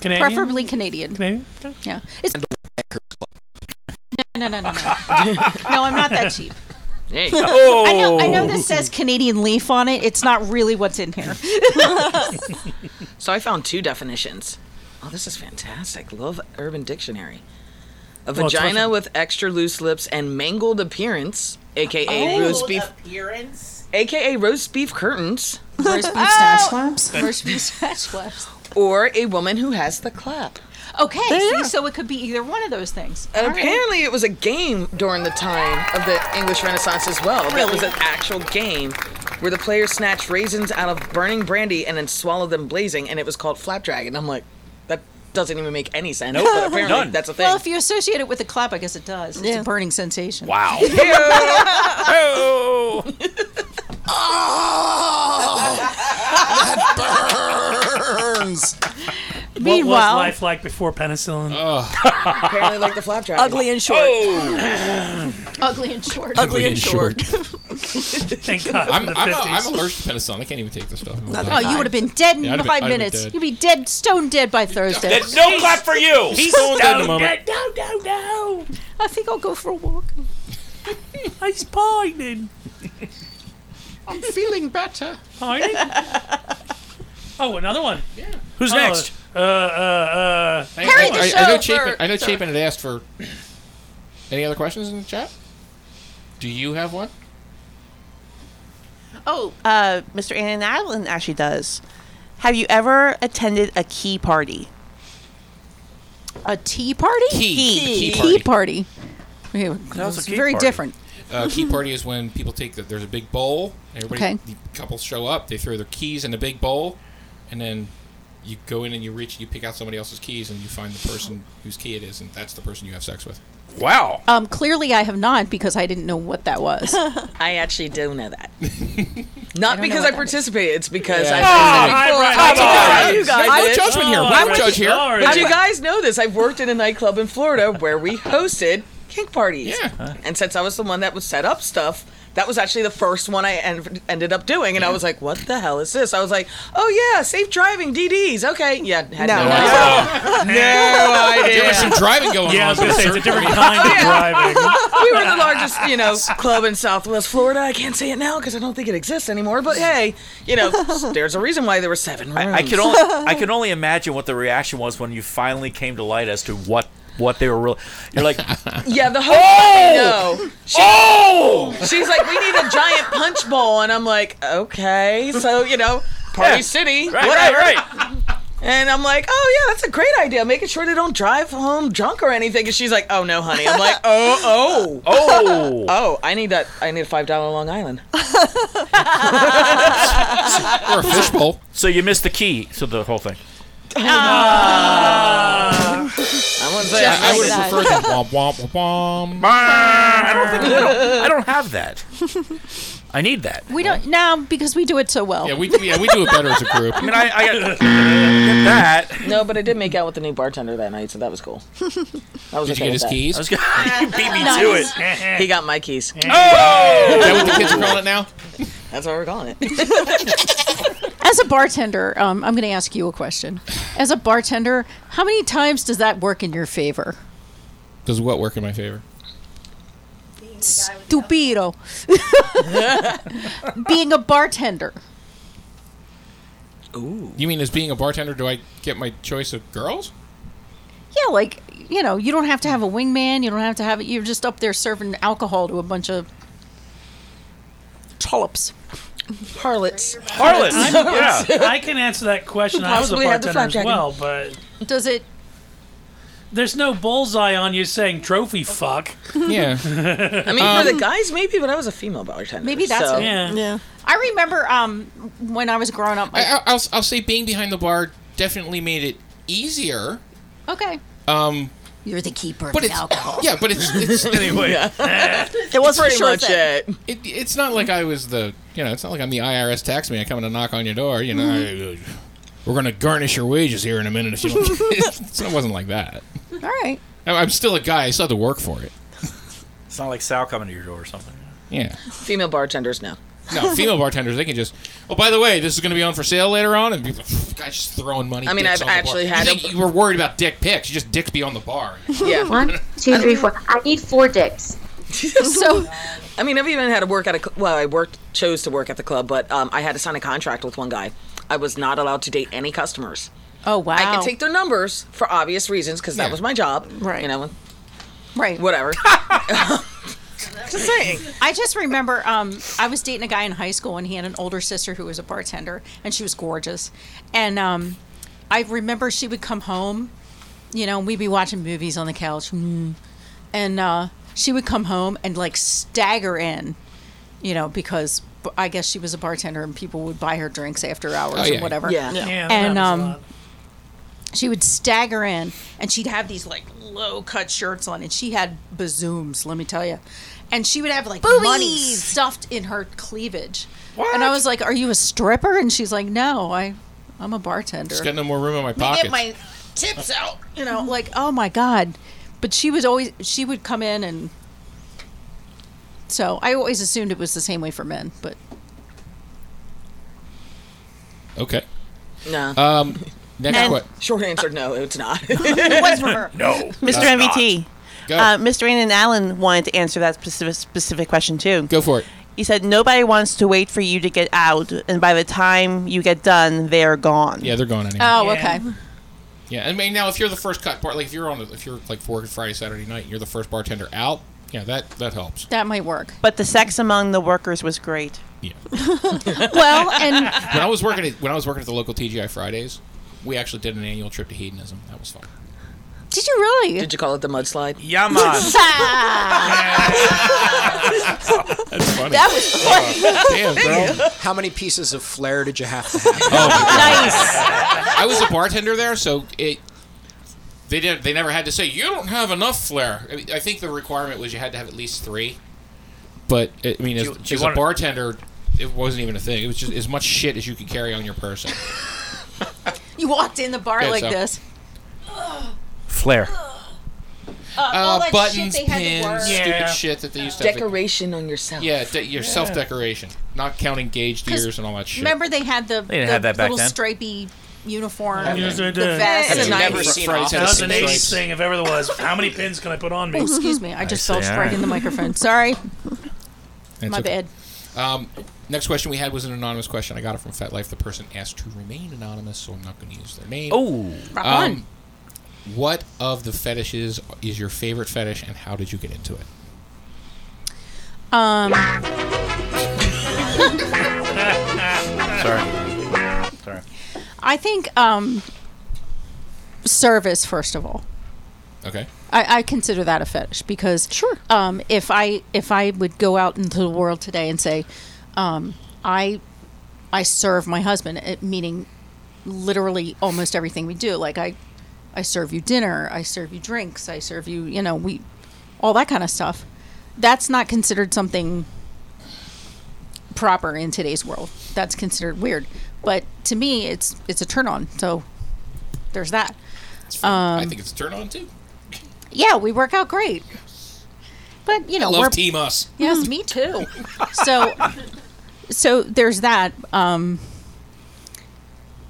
Speaker 6: Canadian?
Speaker 3: preferably Canadian.
Speaker 6: Canadian.
Speaker 3: Yeah. It's no, no, no, no, no. no, I'm not that cheap.
Speaker 9: Hey.
Speaker 3: I know. I
Speaker 2: Oh.
Speaker 3: know this
Speaker 6: Oh.
Speaker 3: says Canadian leaf on it. It's not really what's in here.
Speaker 9: So I found two definitions. Oh, this is fantastic. Love Urban Dictionary. A
Speaker 6: Well, it's
Speaker 9: vagina
Speaker 6: awesome.
Speaker 9: with extra loose lips and mangled appearance,
Speaker 8: Oh,
Speaker 9: aka roast beef,
Speaker 11: appearance.
Speaker 9: aka roast beef curtains,
Speaker 11: Roast beef snatch slaps.
Speaker 3: Roast beef snatch laps.
Speaker 9: or a woman who has the clap.
Speaker 3: Okay,
Speaker 9: There you
Speaker 3: see,
Speaker 9: are.
Speaker 3: so it could be either one of those things.
Speaker 9: And
Speaker 3: All right.
Speaker 9: apparently, it was a game during the time of the English Renaissance as well. That was an actual game where the players snatched raisins out of burning brandy and then swallowed them blazing, and it was called flapjack. And I'm like, that doesn't even make any sense.
Speaker 4: Nope.
Speaker 9: but apparently
Speaker 4: None.
Speaker 9: that's a thing.
Speaker 3: Well, if you associate it with the clap, I guess it does. It's a burning sensation.
Speaker 4: Wow.
Speaker 13: burns.
Speaker 6: What was
Speaker 3: Meanwhile-
Speaker 6: life like before penicillin?
Speaker 9: Apparently, like the flapjack.
Speaker 3: Ugly and short.
Speaker 6: Oh.
Speaker 3: Ugly and short.
Speaker 6: Ugly and short.
Speaker 3: Thank
Speaker 2: I'm, I'm, I'm allergic to penicillin. I can't even take this stuff.
Speaker 3: Oh, you would have been dead in
Speaker 2: Yeah, I'd have been-
Speaker 3: five
Speaker 2: I'd have been
Speaker 3: minutes.
Speaker 2: dead.
Speaker 3: You'd be dead, stone dead by Thursday.
Speaker 2: There's no clap for you. He's Stone dead in a stone moment.
Speaker 3: No, no, no. I think I'll go for a walk.
Speaker 6: He's pining.
Speaker 13: I'm feeling better.
Speaker 6: Pining? Oh, another one. Yeah.
Speaker 4: Who's next?
Speaker 6: Uh, uh, uh.
Speaker 2: I, I, I know Chapin. I know Chapin had asked for. Any other questions in the chat? Do you have one?
Speaker 8: Oh, uh, Mr. Ann Adlin actually does. Have you ever attended a key party?
Speaker 3: A tea party?
Speaker 8: Key. Key.
Speaker 3: Key,
Speaker 8: Key party.
Speaker 3: party. Yeah,
Speaker 2: That was a
Speaker 3: it's
Speaker 2: key
Speaker 3: very
Speaker 2: party.
Speaker 3: different. Mm-hmm.
Speaker 2: Uh, key party is when people take the, there's a big bowl. Everybody,
Speaker 3: Okay.
Speaker 2: the couples show up. They throw their keys in the big bowl, and then you go in and you reach. You pick out somebody else's keys, and you find the person whose key it is, and that's the person you have sex with.
Speaker 4: Wow.
Speaker 3: Um, clearly, I have not because I didn't know what that was.
Speaker 9: I actually do know that. Not
Speaker 3: know
Speaker 9: because
Speaker 3: what
Speaker 9: I
Speaker 3: that
Speaker 9: participate, it's because
Speaker 3: Yeah.
Speaker 9: I.
Speaker 3: Ah,
Speaker 9: I've
Speaker 3: all right,
Speaker 9: worked in-
Speaker 3: all
Speaker 9: I
Speaker 3: right.
Speaker 9: know you guys
Speaker 3: No
Speaker 9: did.
Speaker 3: judgment here. We don't
Speaker 9: I worked-
Speaker 3: judge here. Sorry.
Speaker 9: But you guys know this. I've worked in a nightclub in Florida where we hosted kink parties. Yeah. And since I was the one that would set up stuff, that was actually the first one I en- ended up doing. And I was like, what the hell is this? I was like, oh, yeah, safe driving, DDs. Okay. Yeah. had
Speaker 6: No.
Speaker 9: idea.
Speaker 6: No
Speaker 9: idea.
Speaker 6: There was some driving going Yeah, I on was gonna there, say, it's a sir. different kind of driving.
Speaker 9: we were the largest, you know, club in Southwest Florida. I can't say it now because I don't think it exists anymore. But hey, you know, there's a reason why there were seven rooms.
Speaker 4: I can only I can only imagine what the reaction was when you finally came to light as to what what they were really. You're like,
Speaker 9: Yeah, the host.
Speaker 4: Oh!
Speaker 9: No. She, She's like, we need a giant punch bowl, and I'm like, okay, so you know, Party
Speaker 4: Yeah.
Speaker 9: City,
Speaker 4: Right,
Speaker 9: whatever.
Speaker 4: right,
Speaker 9: And I'm like, oh yeah, that's a great idea. Making sure they don't drive home drunk or anything. And she's like, oh no, honey. I'm like, oh, oh,
Speaker 4: oh,
Speaker 9: oh. I need that. I need a five dollar Long Island.
Speaker 2: or a fishbowl.
Speaker 4: So you missed the key. So the whole thing.
Speaker 3: Ah.
Speaker 9: I wouldn't
Speaker 4: say-
Speaker 2: I,
Speaker 4: Just
Speaker 2: would
Speaker 4: like
Speaker 2: have preferred
Speaker 4: that.
Speaker 2: the womp womp womp. womp.
Speaker 4: I don't think I don't, I don't have that. I need that.
Speaker 3: We don't now because we do it so well.
Speaker 2: Yeah, we yeah we do it better as a group.
Speaker 4: I mean, I, I got that.
Speaker 9: No, but I did make out with the new bartender that night, so that was cool.
Speaker 2: Did you
Speaker 9: I was okay
Speaker 2: get
Speaker 9: with
Speaker 2: his
Speaker 9: that.
Speaker 2: keys? I was
Speaker 4: gonna- you beat me to
Speaker 9: Nice.
Speaker 4: it.
Speaker 9: he got my keys.
Speaker 4: Oh!
Speaker 2: Is that what the kids are calling it now?
Speaker 9: That's what we're calling it.
Speaker 3: As a bartender, um, I'm going to ask you a question. As a bartender, how many times does that work in your favor?
Speaker 2: Does what work in my favor?
Speaker 3: Stupido. Being a bartender.
Speaker 2: Ooh. You mean as being a bartender, do I get my choice of girls?
Speaker 3: Yeah, like, you know, you don't have to have a wingman. You don't have to have it. You're just up there serving alcohol to a bunch of trollops.
Speaker 9: Harlots.
Speaker 4: Harlots.
Speaker 6: I'm- I can answer that question. I was a
Speaker 3: Possibly had the
Speaker 6: bartender
Speaker 3: flapjack
Speaker 6: as
Speaker 3: in.
Speaker 6: well, but
Speaker 3: Does it.
Speaker 6: there's no bullseye on you saying trophy fuck.
Speaker 2: Yeah.
Speaker 9: I mean, for the
Speaker 6: Um,
Speaker 9: guys, maybe, but I was a female bartender.
Speaker 3: Maybe that's
Speaker 9: so.
Speaker 3: it. I remember um, when I was growing up.
Speaker 10: Uh,
Speaker 2: I, I- I'll, I'll say being behind the bar definitely made it easier.
Speaker 10: uh,
Speaker 3: okay.
Speaker 2: Um,
Speaker 3: You're the keeper
Speaker 2: but it's yeah, but it's, it's
Speaker 9: Anyway. Yeah.
Speaker 3: It was
Speaker 9: Pretty much it.
Speaker 2: It, it's not like I was the you know it's not like I'm the IRS tax man coming to knock on your door. You know, I-
Speaker 3: Mm-hmm.
Speaker 2: uh, we're gonna garnish your wages here in a minute if you don't. so it wasn't like that.
Speaker 3: All right.
Speaker 2: I- I'm still a guy. I still have to work for it.
Speaker 4: It's not like Sal coming to your door or something.
Speaker 2: Yeah.
Speaker 9: Female bartenders, no.
Speaker 2: No, female bartenders they can just. Oh, by the way, this is going to be on for sale later on, and people, guys just throwing money.
Speaker 9: I mean,
Speaker 2: dicks
Speaker 9: I've
Speaker 2: on the
Speaker 9: actually
Speaker 2: bar.
Speaker 9: had
Speaker 2: You, think you were worried about dick pics. You just dicks be on the bar.
Speaker 9: Yeah.
Speaker 10: One, two, three, four. I need four dicks.
Speaker 9: so, I mean, I've even had to work at a cl- well, I worked chose to work at the club, but um, I had to sign a contract with one guy. I was not allowed to date any customers.
Speaker 3: Oh wow!
Speaker 9: I could take their numbers for obvious reasons because that was my job. Right. You know.
Speaker 3: Right.
Speaker 9: Whatever. Just saying.
Speaker 3: I just remember um, I was dating a guy in high school, and he had an older sister who was a bartender, and she was gorgeous. And um, I remember she would come home, you know, and we'd be watching movies on the couch, mm. and uh, she would come home and like stagger in, you know, because I guess she was a bartender, and people would buy her drinks after hours
Speaker 7: Oh, yeah.
Speaker 3: or whatever.
Speaker 7: Yeah. Yeah. Yeah, that
Speaker 3: and
Speaker 7: happens a
Speaker 3: um, she would stagger in, and she'd have these like low cut shirts on, and she had bazooms. Let me tell you, and she would have like money
Speaker 11: Boobies.
Speaker 3: stuffed in her cleavage. And I was like, "Are you a stripper?" And she's like, "No, I, I'm a bartender."
Speaker 2: Just got no more room in my
Speaker 3: Let me
Speaker 2: pocket.
Speaker 3: get my tips out. You know, like, oh my god. But she was always she would come in and so I always assumed it was the same way for men, but
Speaker 2: Okay.
Speaker 9: No.
Speaker 2: Um, next
Speaker 9: And-
Speaker 2: question.
Speaker 9: Short answer, no, it's not.
Speaker 8: It was for her. Mr.
Speaker 9: it's not.
Speaker 8: MVT.
Speaker 9: Go.
Speaker 8: E Uh, Mr. Ann and Allen wanted to answer that specific, specific question too.
Speaker 2: Go for it.
Speaker 8: He said nobody wants to wait for you to get out, and by the time you get done, they're gone.
Speaker 2: Yeah, they're gone anyway.
Speaker 3: Oh, okay.
Speaker 2: Yeah, I mean, now if you're the first cut part, like if you're on, the, if you're like for Friday, Saturday night, and you're the first bartender out. Yeah, that that helps.
Speaker 3: that might work.
Speaker 8: But the sex among the workers was great.
Speaker 2: Yeah.
Speaker 3: well, and
Speaker 2: When I was working at when I was working at the local TGI Fridays, we actually did an annual trip to hedonism. That was fun.
Speaker 3: Did you really?
Speaker 9: Did you call it the mudslide?
Speaker 4: Yeah,
Speaker 2: That's funny.
Speaker 13: That
Speaker 3: was
Speaker 13: Damn, bro. How many pieces of flair did you have to have?
Speaker 2: I was a bartender there, so it they did they never had to say you don't have enough flair. I, mean, I think the requirement was you had to have at least three. But I mean, as,
Speaker 4: Do you- do you
Speaker 2: as
Speaker 4: wanna-
Speaker 2: a bartender, it wasn't even a thing. It was just as much shit as you could carry on your person.
Speaker 3: you walked in the bar
Speaker 2: Yeah,
Speaker 3: like
Speaker 2: so-
Speaker 3: this.
Speaker 4: Flair.
Speaker 3: Uh, all that
Speaker 2: buttons,
Speaker 3: shit they had to work.
Speaker 2: pins,
Speaker 9: Yeah.
Speaker 2: stupid shit that they used to have to-
Speaker 9: Decoration on yourself.
Speaker 2: Yeah, de- your
Speaker 9: Yeah.
Speaker 2: self decoration, not counting gauged ears and all that shit.
Speaker 3: Remember they had the,
Speaker 2: They didn't
Speaker 3: the
Speaker 2: have that back
Speaker 3: little
Speaker 2: then.
Speaker 3: stripy uniform,
Speaker 6: Yes,
Speaker 3: the
Speaker 6: they did.
Speaker 3: vest.
Speaker 6: That's
Speaker 3: and-
Speaker 6: an
Speaker 2: Never
Speaker 6: 80s
Speaker 2: seen
Speaker 6: thing.
Speaker 2: off.
Speaker 6: That was an
Speaker 2: Nice.
Speaker 6: 80s thing if ever there was. How many pins can I put on me?
Speaker 3: Oh, excuse me, I just
Speaker 2: I
Speaker 3: fell
Speaker 2: see,
Speaker 3: straight
Speaker 2: alright.
Speaker 3: in the microphone. Sorry,
Speaker 2: That's
Speaker 3: my
Speaker 2: okay.
Speaker 3: bad.
Speaker 2: Um, next question we had was an anonymous question. I got it from FetLife. The person asked to remain anonymous, so I'm not going to use their name.
Speaker 4: Oh.
Speaker 2: Um,
Speaker 4: Rock on.
Speaker 2: What of the fetishes is your favorite fetish, and how did you get into it?
Speaker 3: Um,
Speaker 4: Sorry. Sorry.
Speaker 3: I think um, service first of all.
Speaker 2: Okay.
Speaker 3: I, I consider that a fetish because sure. Um, if I if I would go out into the world today and say, um, I I serve my husband, it, meaning literally almost everything we do. Like I I serve you dinner, I serve you drinks, I serve you you know we all that kind of stuff. That's not considered something proper in today's world. That's considered weird. But to me, it's it's a turn on. So there's that. Um,
Speaker 2: I think it's a turn on too.
Speaker 3: Yeah, we work out great. But you know,
Speaker 2: I love
Speaker 3: we're
Speaker 2: team us.
Speaker 3: yes, me too. So, so there's that. Um,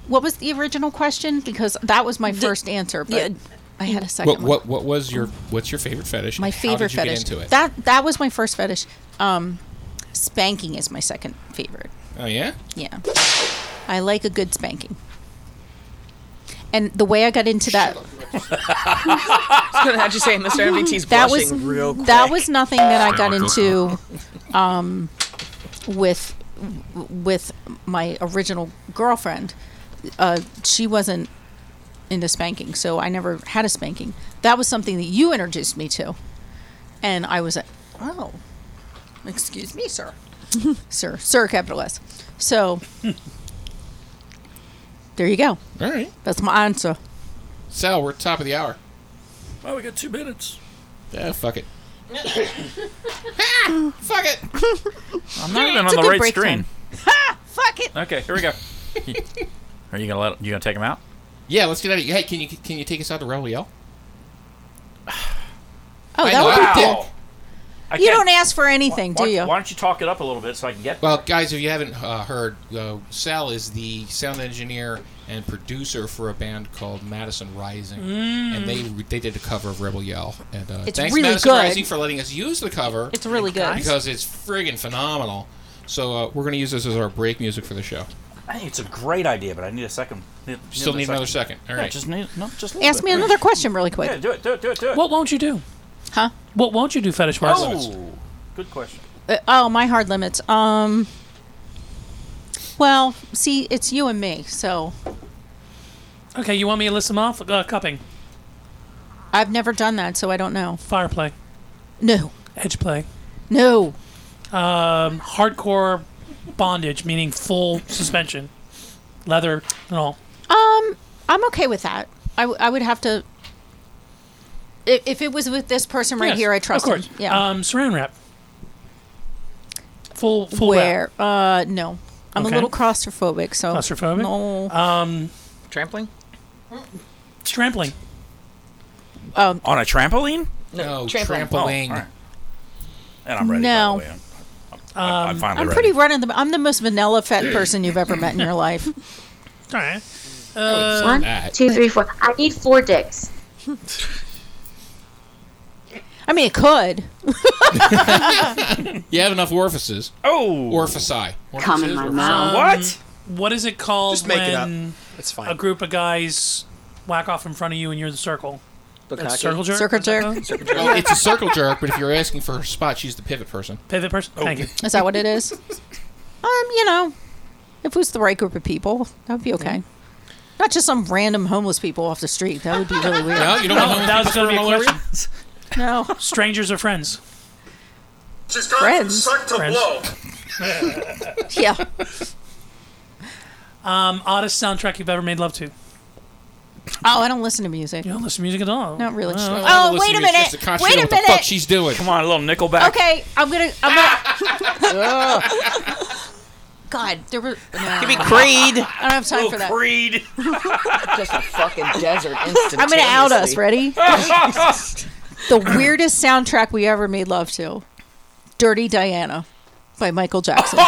Speaker 3: what was the original question? Because that was my first answer, but I had a second.
Speaker 2: What,
Speaker 3: one
Speaker 2: what what was your what's your favorite fetish?
Speaker 3: my
Speaker 2: and
Speaker 3: favorite
Speaker 2: how did you
Speaker 3: fetish.
Speaker 2: Get into it.
Speaker 3: That that was my first fetish. Um, spanking is my second favorite.
Speaker 2: oh yeah.
Speaker 3: Yeah, I like a good spanking. And the way I got into that,
Speaker 9: I was gonna have you say, Mr. MVT's
Speaker 3: that was
Speaker 9: blushing real quick.
Speaker 3: that was nothing that I got into, um, with with my original girlfriend. Uh, she wasn't into spanking, so I never had a spanking. That was something that you introduced me to, and I was like, oh, excuse me, sir, sir, sir, capital S. So there you go.
Speaker 2: All right.
Speaker 3: That's my answer.
Speaker 2: Sal, we're at the top of the hour.
Speaker 4: Well, we got two minutes.
Speaker 2: Yeah, fuck it.
Speaker 3: Fuck it.
Speaker 4: I'm not even
Speaker 3: It's
Speaker 4: on
Speaker 3: a
Speaker 4: the
Speaker 3: good
Speaker 4: right
Speaker 3: break
Speaker 4: screen.
Speaker 3: Ha! Fuck it.
Speaker 4: Okay, here we go. Are you gonna let? You gonna take him out?
Speaker 2: Yeah, let's get out of here. Hey, can you can you take us out to Reliel?
Speaker 3: Oh,
Speaker 2: I
Speaker 3: that
Speaker 2: know,
Speaker 3: would
Speaker 2: I
Speaker 3: be
Speaker 2: did.
Speaker 3: cool. You don't ask for anything, do you?
Speaker 4: Why don't you talk it up a little bit so I can get?
Speaker 2: Well, guys, if you haven't uh, heard, uh, Sal is the sound engineer and producer for a band called Madison Rising,
Speaker 3: Mm.
Speaker 2: and they they did a cover of Rebel Yell. And uh,
Speaker 3: It's
Speaker 2: thanks
Speaker 3: really
Speaker 2: Madison
Speaker 3: good.
Speaker 2: Rising for letting us use the cover.
Speaker 3: It's really good.
Speaker 2: because it's friggin' phenomenal. So uh, we're gonna use this as our break music for the show.
Speaker 4: I think it's a great idea, but I need a second.
Speaker 2: Still need another second. All
Speaker 4: Yeah,
Speaker 2: right.
Speaker 4: just need no, just a little
Speaker 3: Ask
Speaker 4: bit.
Speaker 3: me another question really quick.
Speaker 4: uh, Yeah, do it, do it, do it, do it.
Speaker 6: What won't you do?
Speaker 3: Huh?
Speaker 6: What won't you do, fetish wise?
Speaker 4: Oh, good question.
Speaker 3: Uh, oh, my hard limits. Um. Well, see, it's you and me, so
Speaker 6: Okay, you want me to list them off? Uh, cupping,
Speaker 3: I've never done that, so I don't know.
Speaker 6: fire play,
Speaker 3: No,
Speaker 6: edge play,
Speaker 3: no.
Speaker 6: um, hardcore bondage, meaning full suspension, leather and all.
Speaker 3: Um, I'm okay with that. I, w- I would have to. If, if it was with this person right
Speaker 6: Yes,
Speaker 3: here, I trust
Speaker 6: of course.
Speaker 3: him. Yeah.
Speaker 6: Um, saran wrap. Full full
Speaker 3: Where?
Speaker 6: wrap.
Speaker 3: Uh, no. I'm
Speaker 6: Okay.
Speaker 3: a little claustrophobic, so.
Speaker 6: Claustrophobic?
Speaker 3: Oh, No.
Speaker 6: Um,
Speaker 9: trampling.
Speaker 6: Trampling.
Speaker 3: Um,
Speaker 4: On a trampoline?
Speaker 2: No,
Speaker 3: trampoline.
Speaker 2: trampoline.
Speaker 4: Oh, all right. And I'm ready.
Speaker 3: no.
Speaker 6: Um,
Speaker 4: I'm finally
Speaker 3: I'm
Speaker 4: ready.
Speaker 3: pretty running the. I'm the most vanilla fat person you've ever met in your life.
Speaker 6: All right. Uh,
Speaker 10: One, two, three, four. I need four dicks.
Speaker 3: I mean, it could.
Speaker 2: You have enough orifices.
Speaker 4: Oh,
Speaker 2: orifici.
Speaker 6: Come in my
Speaker 2: Orifices,
Speaker 6: mouth.
Speaker 2: orifici.
Speaker 6: What is it called
Speaker 13: Just make it up.
Speaker 6: when
Speaker 13: It's fine.
Speaker 6: a group of guys whack off in front of you and you're the circle?
Speaker 13: Bukkake.
Speaker 6: That's Circle jerk.
Speaker 3: Circle
Speaker 6: Is that
Speaker 3: jerk.
Speaker 6: called?
Speaker 2: Well, it's a circle jerk, but if you're asking for her spot, she's the pivot person.
Speaker 6: Pivot person. Thank you.
Speaker 3: Is that what it is? Um, you know, if it was the right group of people, that would be okay. Not just some random homeless people off the street. That would be really weird.
Speaker 2: No, you don't want homeless
Speaker 6: that was
Speaker 2: people
Speaker 6: going to be a
Speaker 2: spreading
Speaker 6: question.
Speaker 3: No.
Speaker 6: Strangers or friends?
Speaker 14: She's
Speaker 3: gone from Friends. suck to
Speaker 6: Friends.
Speaker 3: blow. yeah.
Speaker 6: Um, oddest soundtrack you've ever made love to?
Speaker 3: Oh, I don't listen to music.
Speaker 6: You don't listen to music at all.
Speaker 3: Not really.
Speaker 6: Well,
Speaker 3: Oh, wait a minute. Wait a minute.
Speaker 2: doing?
Speaker 4: Come on, a little Nickelback.
Speaker 3: Okay, I'm gonna. I'm gonna. God, there were. No.
Speaker 8: Give me Creed.
Speaker 3: I don't have time for that.
Speaker 4: Creed.
Speaker 9: Just a fucking desert
Speaker 3: I'm gonna out us. Ready?
Speaker 9: Jesus.
Speaker 3: the weirdest soundtrack we ever made love to, "Dirty Diana" by Michael Jackson.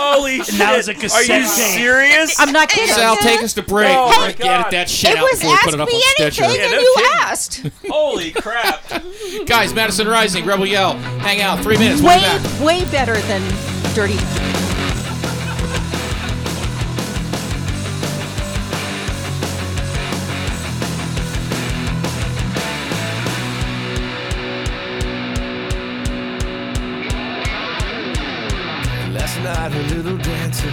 Speaker 4: Holy shit!
Speaker 6: Now it's a cassette
Speaker 4: Are you
Speaker 6: tape.
Speaker 4: serious?
Speaker 3: I'm not kidding.
Speaker 2: Sal, take us to break.
Speaker 4: Oh
Speaker 2: We're
Speaker 4: my God.
Speaker 2: gonna get that shit
Speaker 4: It
Speaker 2: out
Speaker 4: was
Speaker 2: before we put it up on
Speaker 4: Ask Me
Speaker 2: Stitcher.
Speaker 4: Anything Yeah, and no you kidding.
Speaker 3: asked.
Speaker 4: Holy crap!
Speaker 2: Guys, Madison Rising, Rebel Yell, hang out. Three minutes. We'll be
Speaker 3: way,
Speaker 2: back.
Speaker 3: way better than "Dirty."
Speaker 15: Last night a little dancer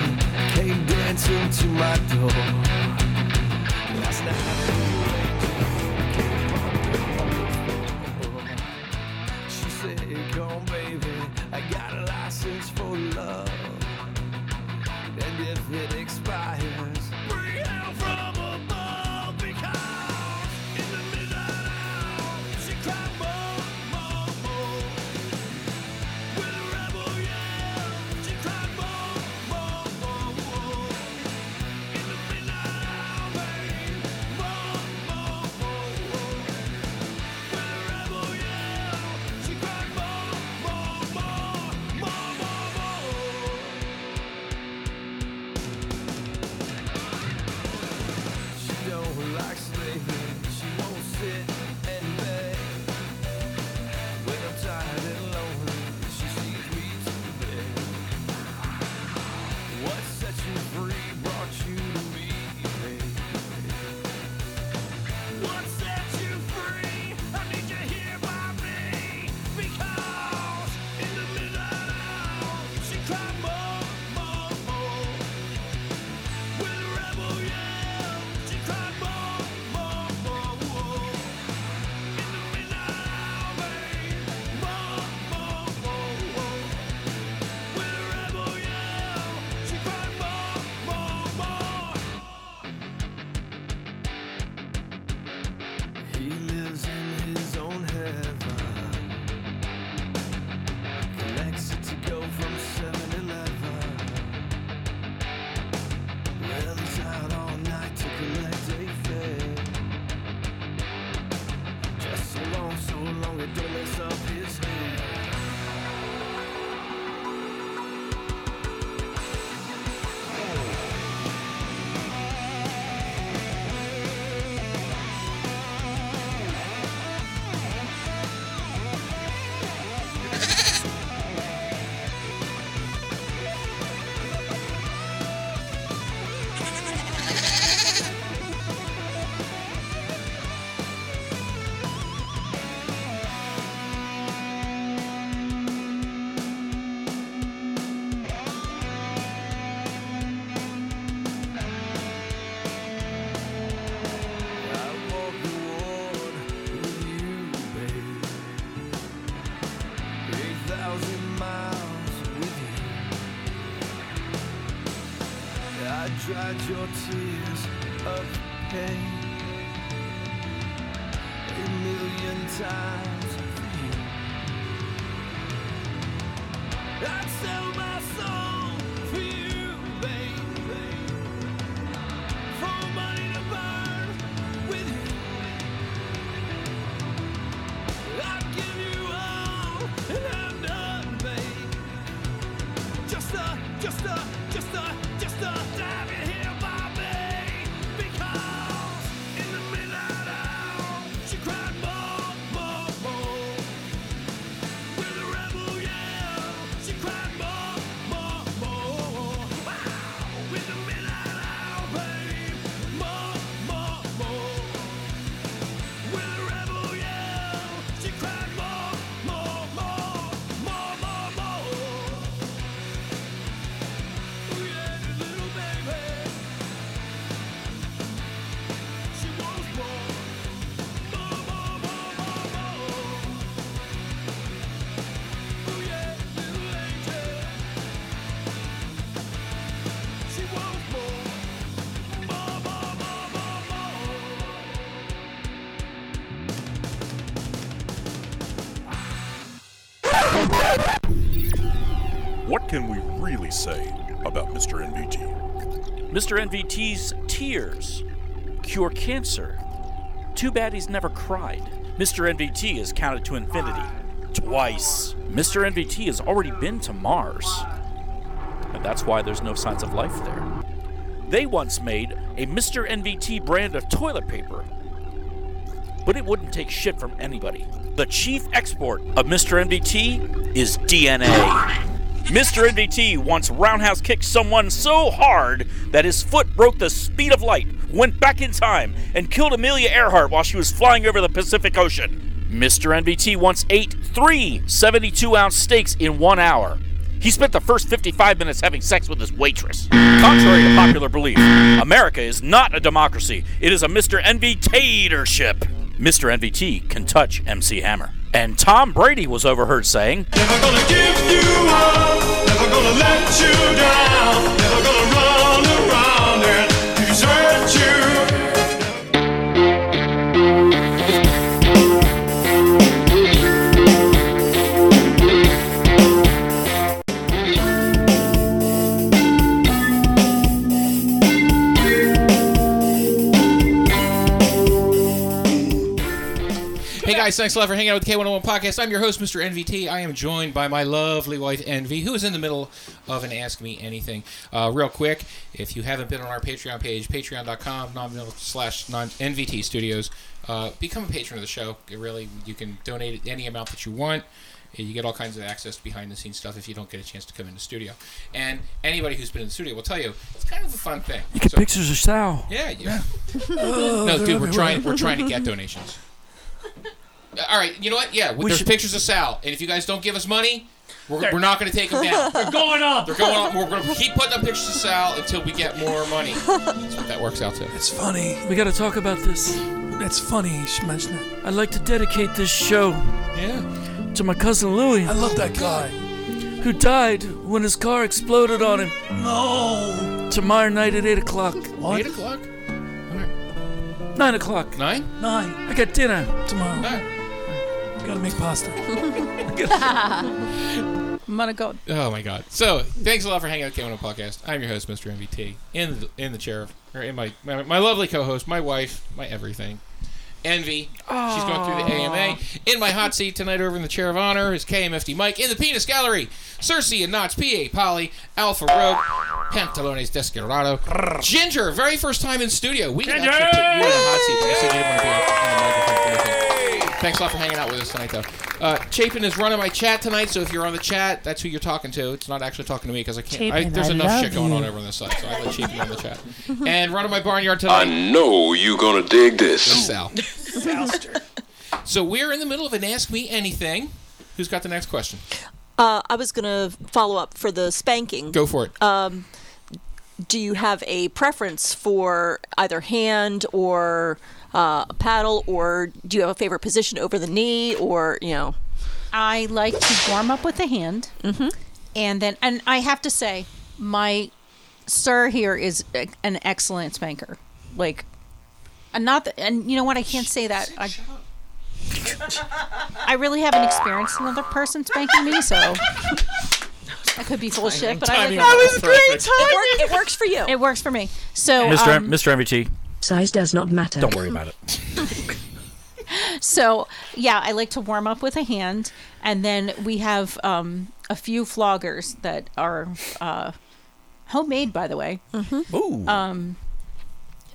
Speaker 15: came dancing to my door. Last night. She said, "Come on, baby, I got a license for love, and if it expires, bring hell from above because in the middle hour she cried, more, more, more. With a rebel yell, she cried, more, more, more. In the midnight dried your tears of pain a million times for you. I'd sell my soul for you, baby, for money to burn with you. I'd give you all and have none, baby. Just a, just a, just a, just a dive in here by me. Because in the midnight hour, she cried more, more, more. With a rebel yell, she cried more, more, more. Wow, in the midnight hour, babe, more, more, more. With a rebel yell, she cried more, more, more, more, more, more.
Speaker 16: What can we really say about Mr. NBT?
Speaker 4: Mr. NVT's tears cure cancer. Too bad he's never cried. Mr. NVT is counted to infinity twice. Mr. NVT has already been to Mars. And that's why there's no signs of life there. They once made a Mr. NVT brand of toilet paper, but it wouldn't take shit from anybody. The chief export of Mr. NVT is DNA. Mr. NVT once roundhouse kicked someone so hard that his foot broke the speed of light, went back in time, and killed Amelia Earhart while she was flying over the Pacific Ocean. Mr. NVT once ate three 72 ounce steaks in one hour. He spent the first 55 minutes having sex with his waitress. Contrary to popular belief, America is not a democracy. It is a Mr. NVTatorship. Mr. NVT can touch MC Hammer. And Tom Brady was overheard saying,
Speaker 15: Never gonna let you down. Never gonna run around and desert you.
Speaker 2: Hey guys, thanks a lot for hanging out with the K101 Podcast. I'm your host, Mr. NVT. I am joined by my lovely wife, Envy, who is in the middle of an Ask Me Anything. Uh, real quick, if you haven't been on our Patreon page, patreon.com nominal slash non- NVT studios, uh, become a patron of the show. It really, you can donate any amount that you want. You get all kinds of access to behind the scenes stuff if you don't get a chance to come in the studio. And anybody who's been in the studio will tell you it's kind of a fun thing. You
Speaker 4: get pictures of Sal.
Speaker 2: Yeah, yeah. no, dude, we're trying. We're trying to get donations. All right, you know what? Yeah,
Speaker 4: We
Speaker 2: there's
Speaker 4: should-
Speaker 2: pictures of Sal, and if you guys don't give us money, we're,
Speaker 4: They're-
Speaker 2: we're not going to take them down.
Speaker 4: They're going up.
Speaker 2: They're going up. We're going to keep putting up pictures of Sal until we get more money. That's what that works out to.
Speaker 17: It's funny. We gotta talk about this. It's funny you should mention it. I'd like to dedicate this show.
Speaker 2: Yeah.
Speaker 17: To my cousin Louie.
Speaker 2: I love that guy.
Speaker 17: Who died when his car exploded on him. No. Tomorrow night at eight o'clock.
Speaker 2: What? Eight o'clock.
Speaker 17: Nine o'clock.
Speaker 2: Nine.
Speaker 17: Nine. I got dinner tomorrow. Gotta make pasta.
Speaker 3: I'm gonna go.
Speaker 2: Oh my God! So thanks a lot for hanging out with K1 Podcast. I'm your host, Mr. MVT, in the, in the chair, of- or in my, my my lovely co-host, my wife, my everything, Envy. She's going through the AMA. In my hot seat tonight, over in the chair of honor, is KMFD Mike. In the penis gallery, Cersei and Knots, PA Polly, Alpha Rogue, Pantalones Desperado, Ginger. Very first time in studio. We didn't actually put you in the hot seat. but you said you didn't want to be on- on the microphone for anything. Thanks a lot for hanging out with us tonight, though. Uh, Chapin is running my chat tonight, so if you're on the chat, that's who you're talking to. It's not actually talking to me because I can't. I,
Speaker 12: Chapin,
Speaker 2: there's
Speaker 12: I
Speaker 2: enough
Speaker 12: love
Speaker 2: shit going on
Speaker 12: you.
Speaker 2: over on this side, so I let Chapin on the chat. And running my barnyard
Speaker 12: I
Speaker 2: tonight.
Speaker 12: know you're gonna dig this.
Speaker 2: Sal. So we're in the middle of an Ask Me Anything. Who's got the next question?
Speaker 7: Uh, I was going to follow up for the spanking.
Speaker 2: Go for it.
Speaker 7: Um, do you have a preference for either hand or uh, paddle, or do you have a favorite position over the knee, or you know?
Speaker 3: I Mm-hmm. like to warm up with the hand, and then and I have to say my Sir here is a- an excellent spanker. Like, and not that, and you know what? I can't say that. I, I really haven't experienced another person spanking me, so I could be full of shit. But I
Speaker 4: Timing was perfect.
Speaker 3: It, work, it works for you. It works for me. So,
Speaker 4: Mr.
Speaker 3: um,
Speaker 4: M- Mr. MVT,
Speaker 1: Size does not matter.
Speaker 4: don't worry about it.
Speaker 3: so yeah, I like to warm up with a hand, and then we have um, a few floggers that are uh, homemade, by the way. Mm-hmm.
Speaker 4: Ooh.
Speaker 3: Um,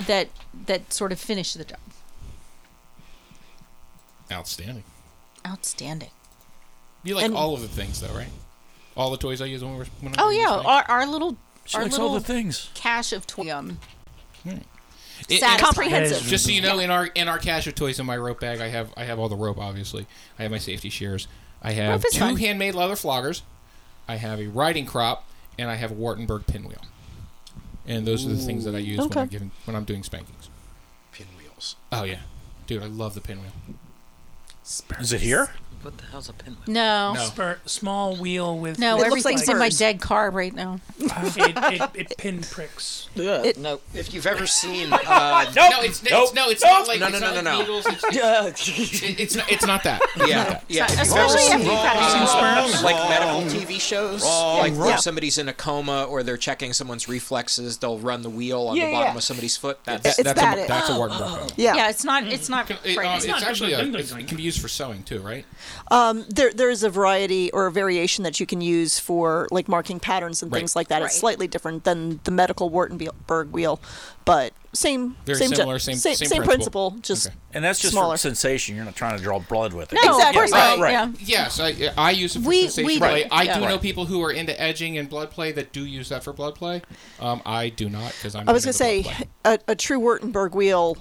Speaker 3: that that sort of finish the job.
Speaker 2: Outstanding.
Speaker 3: Outstanding.
Speaker 2: You like all of the things, though, right? All the toys I use when we're. When
Speaker 3: Oh
Speaker 2: I'm
Speaker 3: yeah,
Speaker 2: using-
Speaker 3: our, our little
Speaker 2: Mm-hmm. She
Speaker 3: our
Speaker 2: likes all
Speaker 3: little
Speaker 2: the things.
Speaker 3: cache of toy. Um,
Speaker 2: It- it-
Speaker 3: satisfying. Comprehensive.
Speaker 2: Just so you know, in our in our cache of toys in my rope bag, I have I have all the rope. Obviously, I have my safety shears. I have
Speaker 3: Rope is
Speaker 2: two
Speaker 3: fun.
Speaker 2: handmade leather floggers. I have a riding crop, and I have a Wartenberg pinwheel. And those are the things that I use when
Speaker 3: Okay.
Speaker 2: I'm giving, when I'm doing spankings. Pinwheels. Oh yeah, dude, I love the pinwheel.
Speaker 4: Is it here?
Speaker 9: What the hell's a pinwheel?
Speaker 3: No.
Speaker 6: Spur, small wheel with.
Speaker 3: No,
Speaker 6: with
Speaker 3: everything's in my
Speaker 6: spurs.
Speaker 3: dead car right now.
Speaker 6: it, it, it pinpricks.
Speaker 9: Yeah,
Speaker 6: It-
Speaker 9: no.
Speaker 13: If you've ever seen, uh,
Speaker 2: No, it's, it's no, it's not like
Speaker 13: no, no,
Speaker 2: it's
Speaker 13: no,
Speaker 2: not
Speaker 13: no,
Speaker 2: like
Speaker 13: no.
Speaker 2: needles. It's, it's, it's not, it's not that. It's
Speaker 13: Yeah,
Speaker 2: not that.
Speaker 13: yeah.
Speaker 2: It's
Speaker 13: If
Speaker 2: not-
Speaker 13: you've ever
Speaker 2: especially
Speaker 13: seen,
Speaker 2: after you've had a few
Speaker 13: uh,
Speaker 2: sperms.
Speaker 13: Like medical TV shows,
Speaker 2: um, Wrong.
Speaker 13: like where
Speaker 2: Yeah.
Speaker 13: somebody's in a coma or they're checking someone's reflexes, they'll run the wheel on
Speaker 3: Yeah,
Speaker 13: the bottom
Speaker 3: yeah.
Speaker 13: of somebody's foot. That's
Speaker 3: It's
Speaker 13: that's
Speaker 3: that
Speaker 13: a,
Speaker 3: it-
Speaker 13: that's a Wartenberg.
Speaker 3: Yeah. Yeah, it's not. It's not.
Speaker 2: It, uh,
Speaker 3: frightening.
Speaker 2: it's actually a, it's, it can be used for sewing too, right?
Speaker 7: Um, there, there is a variety or a variation that you can use for like marking patterns and
Speaker 2: Right.
Speaker 7: things like that.
Speaker 2: Right.
Speaker 7: It's slightly different than the medical Wartenberg wheel, but same,
Speaker 4: Very
Speaker 7: same, ju-
Speaker 4: similar, same-
Speaker 7: same,
Speaker 4: same
Speaker 7: principle.
Speaker 4: principle.
Speaker 7: Just
Speaker 4: And that's just
Speaker 7: smaller.
Speaker 4: for sensation. You're not trying to draw blood with it.
Speaker 7: No, of course
Speaker 4: Yeah,
Speaker 7: not.
Speaker 4: Right.
Speaker 7: Yeah.
Speaker 2: Yes, I, I use it for
Speaker 7: We-
Speaker 2: sensation
Speaker 7: we do,
Speaker 2: play. I
Speaker 7: yeah.
Speaker 2: do know
Speaker 7: Right.
Speaker 2: people who are into edging and blood play that do use that for blood play. Um, I do not because I'm.
Speaker 7: I was
Speaker 2: not
Speaker 7: going
Speaker 2: into
Speaker 7: to say
Speaker 2: blood play.
Speaker 7: a, a true Wartenberg wheel,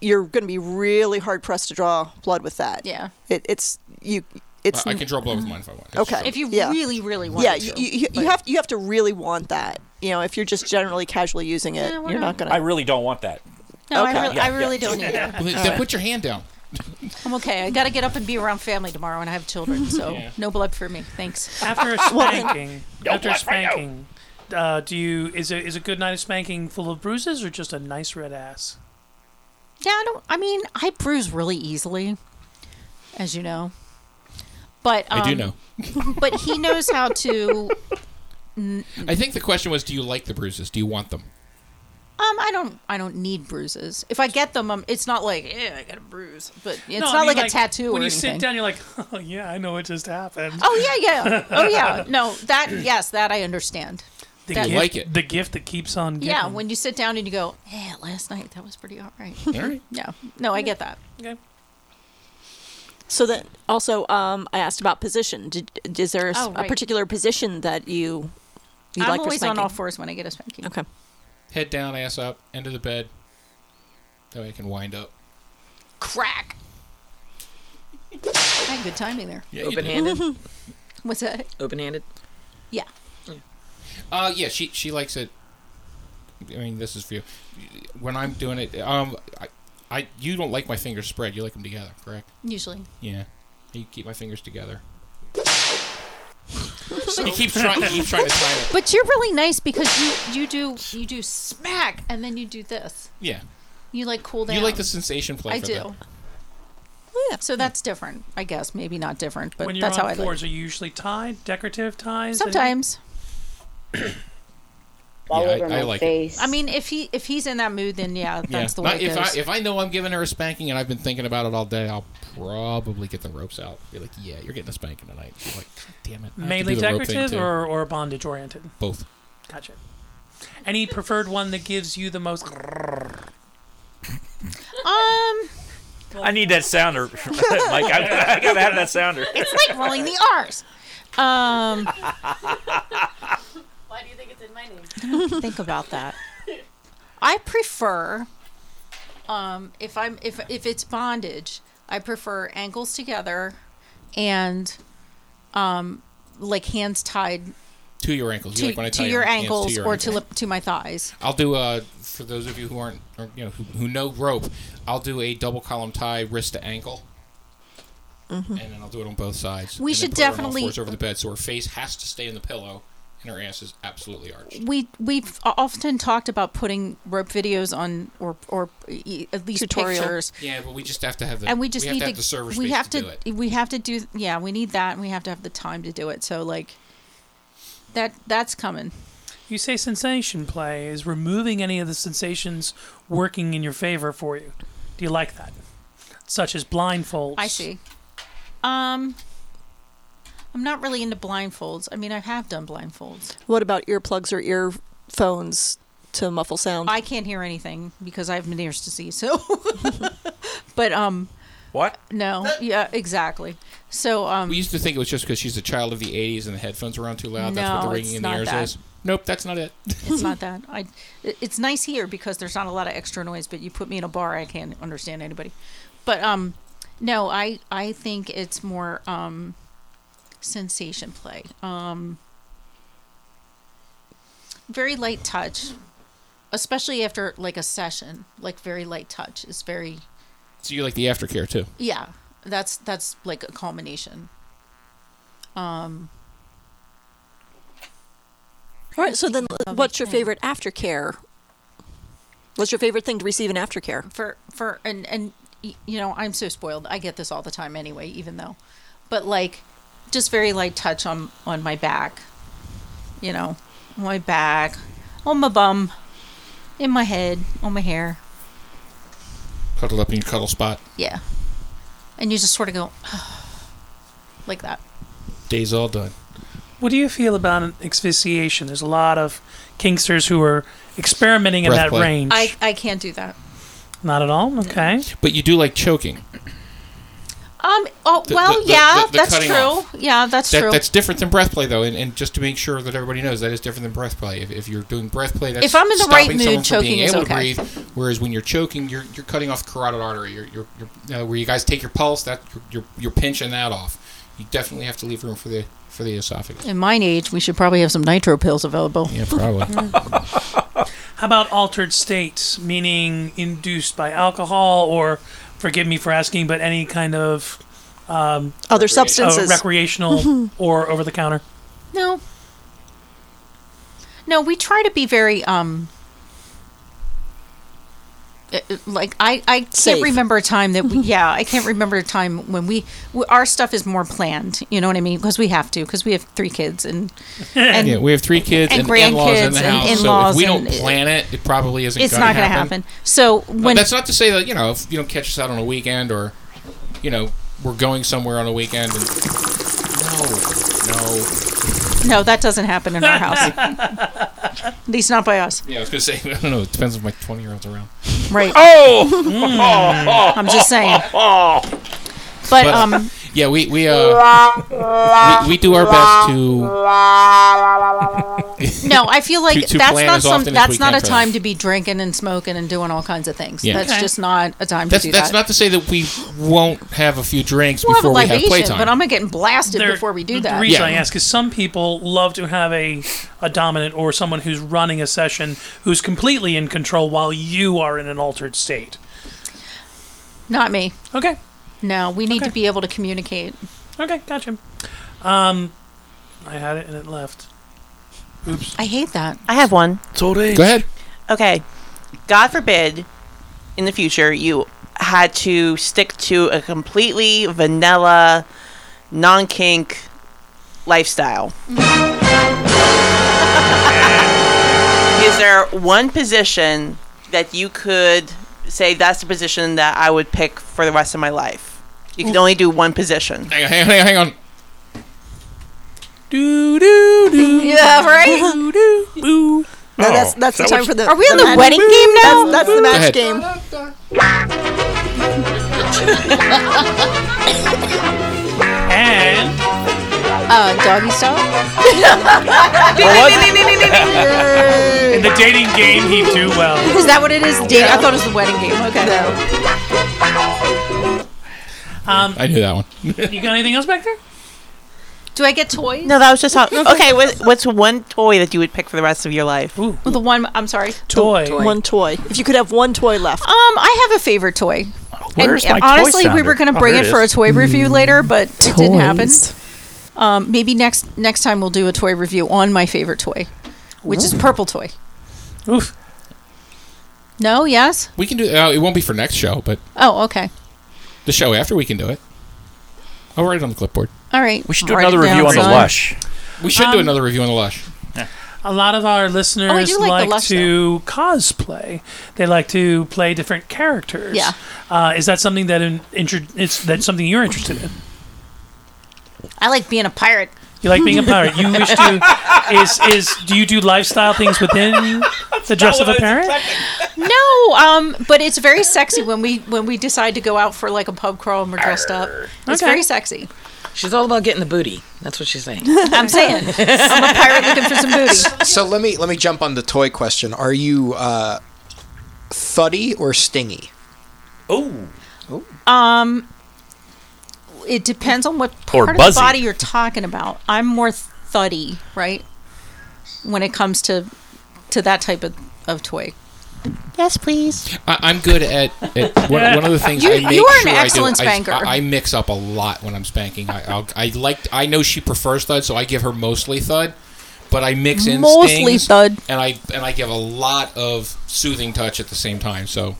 Speaker 7: you're going to be really hard pressed to draw blood with that.
Speaker 3: Yeah.
Speaker 7: It, it's you. It's
Speaker 2: I- I can draw blood with mine if I want. It's
Speaker 7: Okay.
Speaker 2: just-
Speaker 3: If you
Speaker 7: yeah.
Speaker 3: really, really want
Speaker 7: yeah,
Speaker 3: to,
Speaker 7: you, you, you have you have to really want that. You know, if you're just generally casually using it,
Speaker 3: Yeah, we're
Speaker 7: you're not,
Speaker 3: not-
Speaker 7: going
Speaker 4: I really don't want that.
Speaker 3: No,
Speaker 7: Okay.
Speaker 3: I, really,
Speaker 4: Yeah,
Speaker 3: I really
Speaker 4: yeah.
Speaker 3: don't need it.
Speaker 2: Well, then- then put your hand down.
Speaker 3: I'm okay. I got to get up and be around family tomorrow, and I have children, so
Speaker 6: Yeah.
Speaker 3: no blood for me. Thanks.
Speaker 6: After a spanking, after a
Speaker 3: blood for you.
Speaker 6: spanking, uh, do you is it is a good night of spanking full of bruises or just a nice red ass?
Speaker 3: Yeah, I don't. I mean, I bruise really easily, as you know. But um,
Speaker 2: I do know.
Speaker 3: but he knows how to. um, n-
Speaker 2: I think the question was, do you like the bruises? Do you want them?
Speaker 3: Um, I don't. I don't need bruises. If I get them, um, it's not like eh, I got a bruise, but it's
Speaker 6: No, I
Speaker 3: not
Speaker 6: mean,
Speaker 3: like, a tattoo
Speaker 6: When
Speaker 3: or
Speaker 6: you
Speaker 3: anything.
Speaker 6: sit down, you're like, oh yeah, I know what just happened.
Speaker 3: oh yeah, yeah. Oh yeah. No, that yes, that I understand.
Speaker 6: The
Speaker 3: That-
Speaker 6: gift, it. The gift that keeps on giving.
Speaker 3: Yeah, when you sit down and you go, "Yeah, last night that was pretty all right."
Speaker 6: All right.
Speaker 3: Yeah. No, I get that.
Speaker 6: Okay.
Speaker 7: So then, also, um, I asked about position. Did, is there a, s-
Speaker 3: Oh,
Speaker 7: a
Speaker 3: right.
Speaker 7: particular position that you you
Speaker 3: I'm
Speaker 7: like for
Speaker 3: always on
Speaker 7: spanking?
Speaker 3: all fours when I get a spanking.
Speaker 7: Okay.
Speaker 2: Head down, ass up, end of the bed. That way I can wind up.
Speaker 3: Crack. I had good timing there.
Speaker 2: Yeah, you did.
Speaker 9: Open-handed.
Speaker 3: What's that?
Speaker 9: Open-handed.
Speaker 3: Yeah.
Speaker 2: Uh, yeah, she she likes it. I mean, this is for you. When I'm doing it, um, I, I you don't like my fingers spread. You like them together, correct?
Speaker 3: Usually.
Speaker 2: Yeah, you keep my fingers together. he keeps trying. He keeps trying to time it.
Speaker 3: But you're really nice because you you do you do smack and then you do this.
Speaker 2: Yeah,
Speaker 3: You like cool down.
Speaker 2: you like the sensation play.
Speaker 3: I
Speaker 2: for
Speaker 3: do.
Speaker 2: that.
Speaker 3: Yeah. So that's different, I guess. Maybe not different, but
Speaker 6: when you're
Speaker 3: that's
Speaker 6: on
Speaker 3: how I like.
Speaker 6: fours, are you usually tied, decorative ties? and-
Speaker 3: Sometimes.
Speaker 2: All Yeah, I- over my I like it. face.
Speaker 3: I mean, if he if he's in that mood, then yeah, that's
Speaker 2: Yeah.
Speaker 3: the way
Speaker 2: Not-
Speaker 3: it
Speaker 2: if
Speaker 3: goes.
Speaker 2: I if I know I'm giving her a spanking and I've been thinking about it all day, I'll probably get the ropes out. Be like, yeah, you're getting a spanking tonight. She's like, God damn it. I have to
Speaker 6: Mainly
Speaker 2: do the rope thing,
Speaker 6: decorative
Speaker 2: too."
Speaker 6: or, or bondage oriented?
Speaker 2: both.
Speaker 6: Gotcha. Any preferred one that gives you the most?
Speaker 3: um,
Speaker 4: I need that sounder, Mike. I, I gotta have that sounder.
Speaker 3: it's like rolling the R's. Um,
Speaker 11: Why do you think it's in my name?
Speaker 3: think about that. I prefer, um, if I'm if if it's bondage, I prefer ankles together, and, um, like hands tied
Speaker 2: to your ankles. You
Speaker 3: to,
Speaker 2: like when I
Speaker 3: to
Speaker 2: tie
Speaker 3: your
Speaker 2: hands
Speaker 3: ankles
Speaker 2: your
Speaker 3: or
Speaker 2: ankles.
Speaker 3: to lip, to my thighs.
Speaker 2: I'll do uh for those of you who aren't or, you know who, who know rope, I'll do a double column tie wrist to ankle, and then I'll do it on both sides.
Speaker 3: We
Speaker 2: and
Speaker 3: Mm-hmm. should
Speaker 2: then put her on all
Speaker 3: definitely-
Speaker 2: fours over the bed, so her face has to stay in the pillow, and her ass is absolutely arched.
Speaker 3: we we've often talked about putting rope videos on or or e- at least pictures
Speaker 2: Yeah, but we just have to have the
Speaker 3: and we just
Speaker 2: have
Speaker 3: need
Speaker 2: to
Speaker 3: to
Speaker 2: have the server
Speaker 3: we
Speaker 2: space
Speaker 3: have
Speaker 2: to,
Speaker 3: to,
Speaker 2: do it.
Speaker 3: we have to do yeah we need that and we have to have the time to do it so like that that's coming
Speaker 6: You say sensation play is removing any of the sensations working in your favor for you. Do you like that? Such as blindfolds.
Speaker 3: I see. Um, I'm not really into blindfolds. I mean, I have done blindfolds.
Speaker 7: What about earplugs or earphones to muffle sound?
Speaker 3: I can't hear anything
Speaker 7: Mm-hmm.
Speaker 3: because I have Meniere's disease. So, but um,
Speaker 4: what?
Speaker 3: No, yeah, exactly. So um,
Speaker 2: We used to think it was just because she's a child of the '80s and the headphones were on too loud. that's what
Speaker 3: No,
Speaker 2: the ringing
Speaker 3: it's
Speaker 2: in the
Speaker 3: not
Speaker 2: ears
Speaker 3: that.
Speaker 2: is. Nope, that's not it.
Speaker 3: it's not that. I. it- It's nice here because there's not a lot of extra noise. But you put me in a bar, I can't understand anybody. But um, no, I I think it's more um, sensation play. Um, very light touch, especially after like a session. Like very light touch is very
Speaker 2: So you like the aftercare too?
Speaker 3: yeah. That's that's like a culmination. Um,
Speaker 7: All right. So then, what's your favorite aftercare? What's your favorite thing to receive in aftercare?
Speaker 3: for for and and y- you know I'm so spoiled. I get this all the time anyway, even though, but like, just very light touch on on my back, you know, my back, on my bum, in my head, on my hair,
Speaker 2: Cuddle up in your cuddle spot.
Speaker 3: yeah, and you just sort of go like that.
Speaker 2: Day's all done.
Speaker 6: What do you feel about an asphyxiation? There's a lot of kinksters who are experimenting in
Speaker 2: Breath
Speaker 6: that
Speaker 2: play.
Speaker 6: range.
Speaker 3: I Mm. I can't do that.
Speaker 6: Not at all. Okay.
Speaker 2: But you do like choking.
Speaker 3: Um. Oh
Speaker 2: The-
Speaker 3: well,
Speaker 2: the- the-
Speaker 3: yeah,
Speaker 2: the- the
Speaker 3: that's
Speaker 2: cutting
Speaker 3: true.
Speaker 2: off.
Speaker 3: Yeah, that's
Speaker 2: That-
Speaker 3: true.
Speaker 2: That's different than breath play, though, and, and just to make sure that everybody knows, that is different than breath play. If, if you're doing breath play, that's
Speaker 3: If I'm in the
Speaker 2: stopping
Speaker 3: right mood,
Speaker 2: someone from being
Speaker 3: choking is
Speaker 2: able to
Speaker 3: okay.
Speaker 2: breathe. Whereas when you're choking, you're, you're cutting off carotid artery. You're, you're, you're you know, where you guys take your pulse. That you're, you're you're pinching that off. You definitely have to leave room for the for the esophagus.
Speaker 3: In mine age, we should probably have some nitro pills available.
Speaker 2: Yeah, probably.
Speaker 6: How about altered states, meaning induced by alcohol or, forgive me for asking, but any kind of um,
Speaker 7: Other
Speaker 6: recreational-
Speaker 7: substances. Mm-hmm.
Speaker 6: recreational
Speaker 3: Mhm.
Speaker 6: or over the counter?
Speaker 3: No. No, we try to be very um uh, uh, like I I can't
Speaker 7: Safe.
Speaker 3: remember a time that we yeah, I can't remember a time when we, we our stuff is more planned, you know what I mean? Because we have to because we have 3 kids and and
Speaker 2: yeah, we have three kids
Speaker 3: and
Speaker 2: and, in-laws in
Speaker 3: grandkids
Speaker 2: the
Speaker 3: and
Speaker 2: house. so if
Speaker 3: in-laws
Speaker 2: we don't
Speaker 3: and-
Speaker 2: plan it, it probably isn't.
Speaker 3: it's
Speaker 2: gonna
Speaker 3: not going to happen. So
Speaker 2: But
Speaker 3: when
Speaker 2: that's not to say that you know if you don't catch us out on a weekend or you know we're going somewhere on a weekend. And, no, no.
Speaker 3: no, that doesn't happen in our house. At least not by us.
Speaker 2: Yeah, I was gonna say. I don't know. It depends if my twenty-year-old's around.
Speaker 3: Right.
Speaker 2: Oh!
Speaker 3: Mm. I'm just saying. But um
Speaker 2: yeah, we we uh, we, we do our best to.
Speaker 6: Ah,
Speaker 3: No, I feel like
Speaker 2: To- to
Speaker 3: that's
Speaker 2: plan
Speaker 3: not
Speaker 2: as
Speaker 3: some.
Speaker 2: often as we
Speaker 3: That's not
Speaker 2: can
Speaker 3: a
Speaker 2: for
Speaker 3: time
Speaker 2: us.
Speaker 3: to be drinking and smoking and doing all kinds of things.
Speaker 2: Yeah.
Speaker 3: That's
Speaker 2: Okay.
Speaker 3: just not a time
Speaker 2: That's
Speaker 3: to do
Speaker 2: that's
Speaker 3: that.
Speaker 2: not to say that we won't have a few drinks
Speaker 3: we'll have a
Speaker 2: before we have
Speaker 3: libation,
Speaker 2: playtime.
Speaker 3: but I'm gonna get blasted before we do
Speaker 6: The
Speaker 3: that.
Speaker 6: reason I ask is some people love to have a, a dominant or someone who's running a session who's completely in control while you are in an altered state.
Speaker 3: Not me.
Speaker 6: Okay.
Speaker 3: No, we need to be able to communicate.
Speaker 6: Okay, gotcha. Um, I had it and it left. Oops.
Speaker 3: I hate that.
Speaker 8: I have one.
Speaker 17: It's old age.
Speaker 2: Go ahead.
Speaker 8: Okay. God forbid in the future you had to stick to a completely vanilla, non kink lifestyle. Is there one position that you could say that's the position that I would pick for the rest of my life? You can only do one position.
Speaker 2: Hang on, hang on, hang on, hang on.
Speaker 8: Do do do.
Speaker 7: Yeah, right?
Speaker 8: Do, do, boo.
Speaker 7: No, that's that's the
Speaker 8: That
Speaker 7: time
Speaker 8: was-
Speaker 7: for the.
Speaker 8: Are we on the
Speaker 7: match-
Speaker 8: wedding game now?
Speaker 7: That's, that's the
Speaker 8: Go
Speaker 7: match
Speaker 8: ahead.
Speaker 7: game.
Speaker 6: And
Speaker 3: Uh, doggy style.
Speaker 6: in the dating game, he do well.
Speaker 3: Is that what it is? Date? I thought it was the wedding game. Okay.
Speaker 6: Um,
Speaker 2: I knew that one.
Speaker 6: you got anything else back there?
Speaker 3: Do I get toys?
Speaker 8: No, that was just how. Okay, what, what's one toy that you would pick for the rest of your life?
Speaker 3: The one. I'm sorry. Um,
Speaker 6: Toy.
Speaker 7: One toy. If you could have one toy left. Um,
Speaker 3: I have a favorite toy.
Speaker 7: Where's my
Speaker 3: and
Speaker 7: toy
Speaker 3: honestly, we
Speaker 7: sounder?
Speaker 3: were going to
Speaker 7: Oh,
Speaker 3: bring
Speaker 7: here
Speaker 3: it
Speaker 7: it
Speaker 3: for a
Speaker 7: is.
Speaker 3: toy review later, but it didn't happen. Um, maybe next next time we'll do a toy review on my favorite toy, which is
Speaker 2: Ooh.
Speaker 3: Purple Toy.
Speaker 6: Oof.
Speaker 3: No, yes.
Speaker 2: We can do. Uh, it won't be for next show, but
Speaker 3: Oh, okay.
Speaker 2: the show after we can do it. I'll write it on the clipboard.
Speaker 3: All right.
Speaker 2: We should
Speaker 4: do Write another it down, review on the son. Lush.
Speaker 2: We should do
Speaker 6: Um,
Speaker 2: another review on the Lush.
Speaker 6: A lot of
Speaker 8: Oh,
Speaker 6: our listeners
Speaker 3: do like the
Speaker 6: like,
Speaker 3: Lush,
Speaker 6: to cosplay. They like to play different characters.
Speaker 3: Yeah.
Speaker 6: Uh, is that something that in, intro, it's that's something you're interested in?
Speaker 3: I like being a pirate.
Speaker 6: You like being a pirate. You wish to is is do you do lifestyle things within the dress of a parent?
Speaker 3: no, um, but it's very sexy when we when we decide to go out for like a pub crawl and we're dressed up. It's
Speaker 9: Okay.
Speaker 3: very sexy.
Speaker 9: She's all about getting the booty. That's what she's saying.
Speaker 3: I'm saying I'm a pirate looking for some booty.
Speaker 13: So let me let me jump on the toy question. Are you uh, thuddy or stingy?
Speaker 4: Oh.
Speaker 3: Um, it depends on what
Speaker 13: Or
Speaker 3: part of
Speaker 13: buzzy.
Speaker 3: the body you're talking about. I'm more thuddy, right? When it comes to to that type of, of toy. Yes, please.
Speaker 2: I, I'm good at, at one, one of the things
Speaker 3: You-
Speaker 2: I make
Speaker 3: you are an
Speaker 2: sure
Speaker 3: excellent
Speaker 2: I do.
Speaker 3: spanker.
Speaker 2: I, I mix up a lot when I'm spanking. I I'll, I like. I know she prefers thud, so I give her mostly thud. But I mix in
Speaker 3: Mostly
Speaker 2: stings,
Speaker 3: thud.
Speaker 2: and I and I give a lot of soothing touch at the same time. So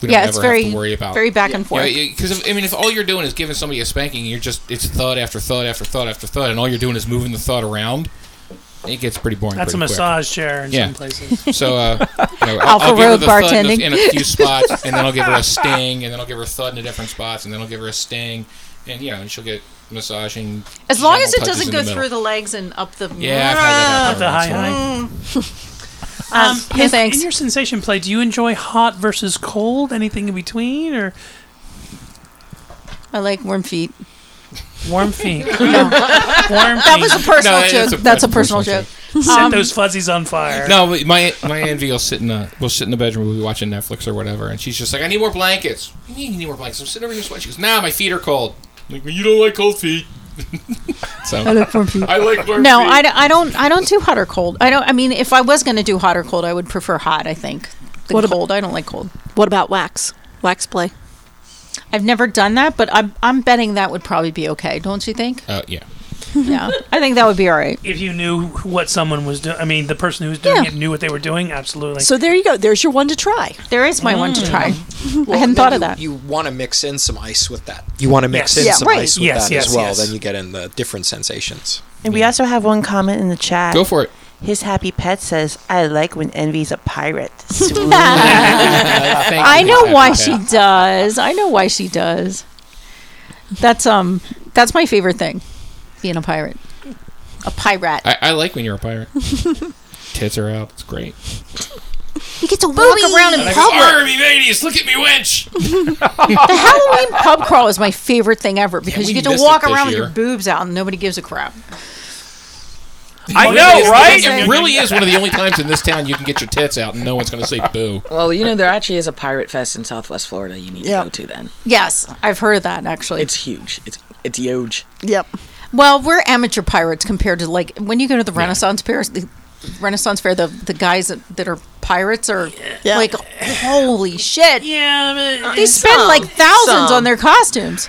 Speaker 2: we don't
Speaker 3: Yeah,
Speaker 2: ever
Speaker 3: it's very-
Speaker 2: have to worry about
Speaker 3: very back and forth.
Speaker 2: Because I mean, if all you're doing is giving somebody a spanking, you're just it's thud after thud after thud after thud, and all you're doing is moving the thud around. It gets pretty boring.
Speaker 6: That's a
Speaker 2: pretty quick.
Speaker 6: massage chair in
Speaker 2: Yeah.
Speaker 6: some places.
Speaker 2: So uh, you know, I'll,
Speaker 6: Alpha
Speaker 2: I'll give her
Speaker 6: Road
Speaker 2: the thud in a-
Speaker 6: bartending.
Speaker 2: in a, few spots, and then I'll give her a sting, and then I'll give her a thud in different spots, and then I'll give her a sting, and you know, and she'll get massaging.
Speaker 3: As long as
Speaker 2: gentle
Speaker 3: it
Speaker 2: touches
Speaker 3: doesn't
Speaker 2: in
Speaker 3: go
Speaker 2: middle.
Speaker 3: through the legs and up the
Speaker 2: Yeah, I've had that happen
Speaker 3: Um,
Speaker 6: Um,
Speaker 3: no
Speaker 6: in-
Speaker 3: thanks.
Speaker 6: in your sensation play, do you enjoy hot versus cold? Anything in between, or
Speaker 3: I like warm feet.
Speaker 6: warm feet?
Speaker 3: No. that was a personal joke. That's, a personal, joke.
Speaker 6: Set
Speaker 3: Um,
Speaker 6: those fuzzies on fire.
Speaker 2: No, but my my envy will sit in the will sit in the bedroom. We'll be watching Netflix or whatever, and she's just like, "I need more blankets." What do you mean you need more blankets? I'm sitting over here sweating. She goes, "Nah, my feet are cold." I'm like, "Well, you don't like cold feet. so
Speaker 3: I like warm feet.
Speaker 2: I like warm
Speaker 3: no,
Speaker 2: feet.
Speaker 3: I, d- I don't. I don't do hot or cold. I don't. I mean, if I was going to do hot or cold, I would prefer hot. I think. Than
Speaker 7: What ab-
Speaker 3: cold? I don't like cold.
Speaker 7: What about wax? Wax play.
Speaker 3: I've never done that, but I'm I'm betting that would probably be okay. Don't you think?
Speaker 2: Uh, yeah.
Speaker 3: yeah, I think that would be all right.
Speaker 6: If you knew what someone was doing, I mean, the person who was doing
Speaker 3: Yeah.
Speaker 6: it knew what they were doing. Absolutely.
Speaker 7: So there you go. There's your one to try.
Speaker 3: There is
Speaker 6: my one to try.
Speaker 13: Well,
Speaker 7: I hadn't
Speaker 13: then
Speaker 7: thought of
Speaker 13: you-
Speaker 7: that.
Speaker 13: You want to mix in some ice with that. You want to mix
Speaker 8: Yes.
Speaker 13: in
Speaker 8: Yeah,
Speaker 13: some
Speaker 8: right.
Speaker 13: ice with
Speaker 8: Yes,
Speaker 13: that
Speaker 8: yes,
Speaker 13: as well.
Speaker 8: yes.
Speaker 13: Then you get in the different sensations.
Speaker 8: And we also have one comment in the chat.
Speaker 13: Go for it.
Speaker 8: His happy pet says, "I like when Envy's a pirate." Sweet.
Speaker 3: I know why she does. I know why she does. That's um. That's my favorite thing, being a pirate. A pirate.
Speaker 2: I, I like when you're a pirate. Tits are out. It's great.
Speaker 3: You get to walk around in
Speaker 2: And I go,
Speaker 3: public.
Speaker 2: "Army ladies, look at me wench.
Speaker 3: the Halloween pub crawl is my favorite thing ever because
Speaker 2: we
Speaker 3: you get to
Speaker 2: missed
Speaker 3: walk
Speaker 2: it this
Speaker 3: around with
Speaker 2: year.
Speaker 3: your boobs out and nobody gives a crap.
Speaker 9: I
Speaker 2: It really
Speaker 9: know,
Speaker 2: is-
Speaker 9: right?
Speaker 2: It really is one of the only times in this town you can get your tits out and no one's going to say boo.
Speaker 9: Well, you know, there actually is a pirate fest in Southwest Florida you need to go to then.
Speaker 3: Yes, I've heard of that actually.
Speaker 9: It's huge. It's it's huge.
Speaker 3: Yep. Well, we're amateur pirates compared to like when you go to the Renaissance Fair, the Renaissance Fair, the the guys that, that are pirates are like, holy shit!
Speaker 6: Yeah,
Speaker 3: they spend like thousands on their costumes.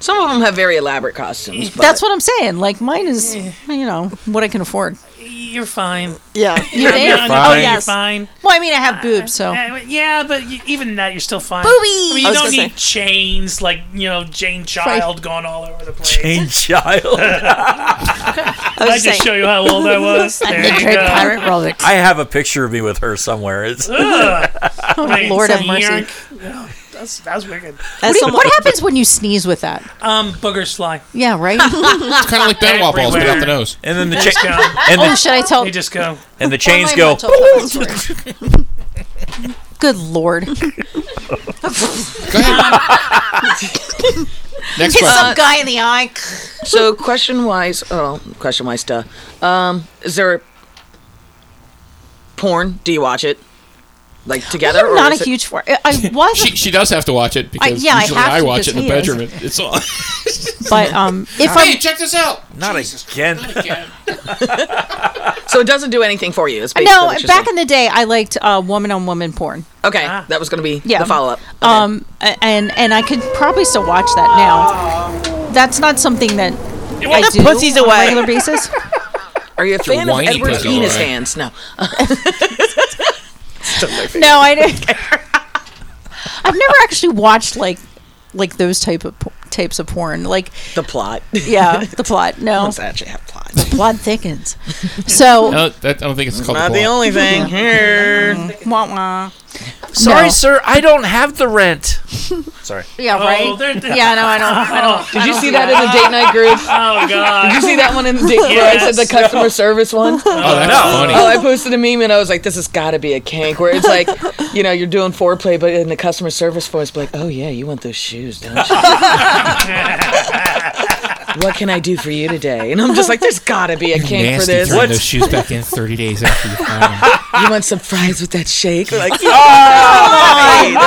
Speaker 9: Some of them have very elaborate costumes. But
Speaker 3: That's what I'm saying. Like mine is, you know, what I can afford.
Speaker 6: You're fine.
Speaker 3: Yeah, you
Speaker 6: You're
Speaker 3: think?
Speaker 6: fine.
Speaker 3: Oh
Speaker 6: You're
Speaker 3: yes.
Speaker 6: fine.
Speaker 3: Well, I mean, I have boobs, so
Speaker 6: Uh, yeah, but y- even that, you're still fine.
Speaker 3: Boobies!
Speaker 6: I mean,
Speaker 3: I
Speaker 6: you
Speaker 3: was
Speaker 6: don't
Speaker 3: gonna
Speaker 6: need chains like you know Jane Child going all over the place.
Speaker 4: Jane Child.
Speaker 6: Did I just show you how old I was? There you go.
Speaker 4: I have a picture of me with her somewhere. It's
Speaker 6: Ugh. Wait,
Speaker 3: Oh, Lord
Speaker 6: it's
Speaker 3: have
Speaker 6: like,
Speaker 3: mercy.
Speaker 6: "Yark." Yeah, That's that's wicked.
Speaker 3: What, do you- what happens when you sneeze with that?
Speaker 6: Um, boogers fly.
Speaker 3: Yeah, right.
Speaker 2: It's kind of like Benoit balls without the nose.
Speaker 4: And then the
Speaker 6: They just
Speaker 4: cha-
Speaker 6: go.
Speaker 4: and
Speaker 3: oh,
Speaker 4: the-
Speaker 3: should I tell?
Speaker 6: They just go.
Speaker 7: Oh,
Speaker 4: and the chains
Speaker 3: I
Speaker 4: go.
Speaker 3: might tell that story. Good lord.
Speaker 9: Next
Speaker 3: Hit
Speaker 9: question.
Speaker 3: some guy in the eye.
Speaker 9: so question wise, oh, question wise, duh. Um, is there porn? Do you watch it? Like together?
Speaker 3: I'm
Speaker 9: or
Speaker 3: not
Speaker 9: is
Speaker 3: a
Speaker 9: it-
Speaker 3: huge for. I was,
Speaker 2: She, she does have to watch it because
Speaker 3: yeah, I
Speaker 2: usually
Speaker 3: have
Speaker 2: I,
Speaker 3: to
Speaker 2: watch it in the
Speaker 3: because he
Speaker 2: bedroom. It- It's all.
Speaker 3: but um, if
Speaker 2: hey,
Speaker 3: I'm
Speaker 2: check this out.
Speaker 4: Not again.
Speaker 9: So it doesn't do anything for you. Is basically
Speaker 3: no,
Speaker 9: what you're
Speaker 3: back
Speaker 9: saying.
Speaker 3: in the day, I liked uh, woman on woman porn.
Speaker 9: Okay,
Speaker 8: Ah.
Speaker 9: that was going to be
Speaker 3: Yeah,
Speaker 9: the follow up.
Speaker 3: Um, a- and and I could probably still watch that now. That's not something that
Speaker 8: You want
Speaker 9: I
Speaker 8: the pussies away.
Speaker 9: On a regular basis. Are you a fan of
Speaker 8: whiny
Speaker 9: Edward
Speaker 8: pussy,
Speaker 9: Penis
Speaker 8: alright.
Speaker 9: Hands? No.
Speaker 3: No, I didn't. I've never actually watched like like those type of po- types of porn. Like
Speaker 9: the plot.
Speaker 3: Yeah, the plot. No,
Speaker 9: Let's actually have plot.
Speaker 3: the plot thickens. So
Speaker 2: No, that, I don't think it's called
Speaker 9: Not the
Speaker 2: plot.
Speaker 9: only thing here.
Speaker 3: Wah, wah.
Speaker 17: Sorry,
Speaker 3: Mm-hmm. No.
Speaker 17: sir, I don't have the rent.
Speaker 4: Sorry.
Speaker 3: Yeah,
Speaker 17: Oh,
Speaker 3: right.
Speaker 17: there- there-
Speaker 3: Yeah, no, I don't. I don't
Speaker 9: Did
Speaker 3: I
Speaker 9: you
Speaker 3: don't
Speaker 9: see
Speaker 3: do
Speaker 9: that in the date night group?
Speaker 17: Oh God!
Speaker 9: Did you see that one in the date where I said the
Speaker 17: Yes.
Speaker 9: customer service one?
Speaker 17: Oh, that's No. funny.
Speaker 9: Oh, I posted a meme and I was like, "This has got to be a kink." Where it's like, you know, you're doing foreplay, but in the customer service voice, be like, "Oh yeah, you want those shoes, don't you? what can I do for you today?" And I'm just like, "There's got to be a kink for
Speaker 2: Nasty
Speaker 9: this."
Speaker 2: throwing those shoes back in 30 days after you found them.
Speaker 9: You want some fries with that shake? Like,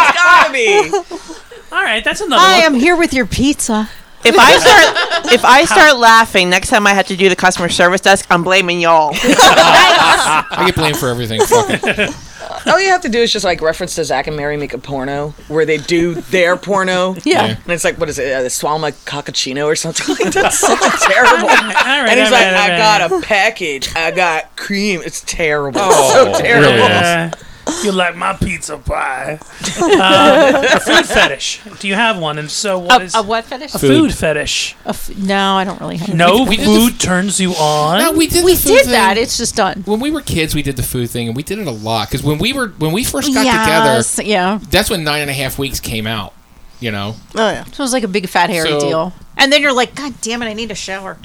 Speaker 6: All right, that's another
Speaker 3: I
Speaker 6: one.
Speaker 3: am here with your pizza.
Speaker 8: If I start if I start laughing next time I have to do the customer service desk, I'm blaming y'all.
Speaker 2: I get blamed for everything. Fuck it.
Speaker 9: All you have to do is just like reference to Zach and Mary make a porno where they do their porno.
Speaker 3: Yeah.
Speaker 9: And it's like, what is it? Uh, the Swalma Coccacino or something like that. It's so terrible. and he's
Speaker 6: all
Speaker 9: like,
Speaker 6: right,
Speaker 9: I
Speaker 6: all
Speaker 9: got a package. I got cream. It's terrible.
Speaker 6: Oh,
Speaker 9: so terrible.
Speaker 6: really is. You like my pizza pie? um, a food fetish. Do you have one? And so, what
Speaker 3: A-
Speaker 6: is
Speaker 3: a what fetish?
Speaker 6: A
Speaker 3: Food.
Speaker 6: food fetish.
Speaker 3: A f- no, I don't really have.
Speaker 6: No
Speaker 3: anything.
Speaker 6: food turns you on.
Speaker 2: No, we did.
Speaker 3: We
Speaker 2: the food
Speaker 3: did
Speaker 2: thing.
Speaker 3: that. It's just done.
Speaker 2: When we were kids, we did the food thing, and we did it a lot. Because when we were when we first got
Speaker 3: Yes,
Speaker 2: together,
Speaker 3: yeah.
Speaker 2: that's when nine and a half weeks came out. You know,
Speaker 3: Oh yeah. So it was like a big fat hairy
Speaker 2: So-
Speaker 3: deal. And then you're like, God damn it, I need a shower.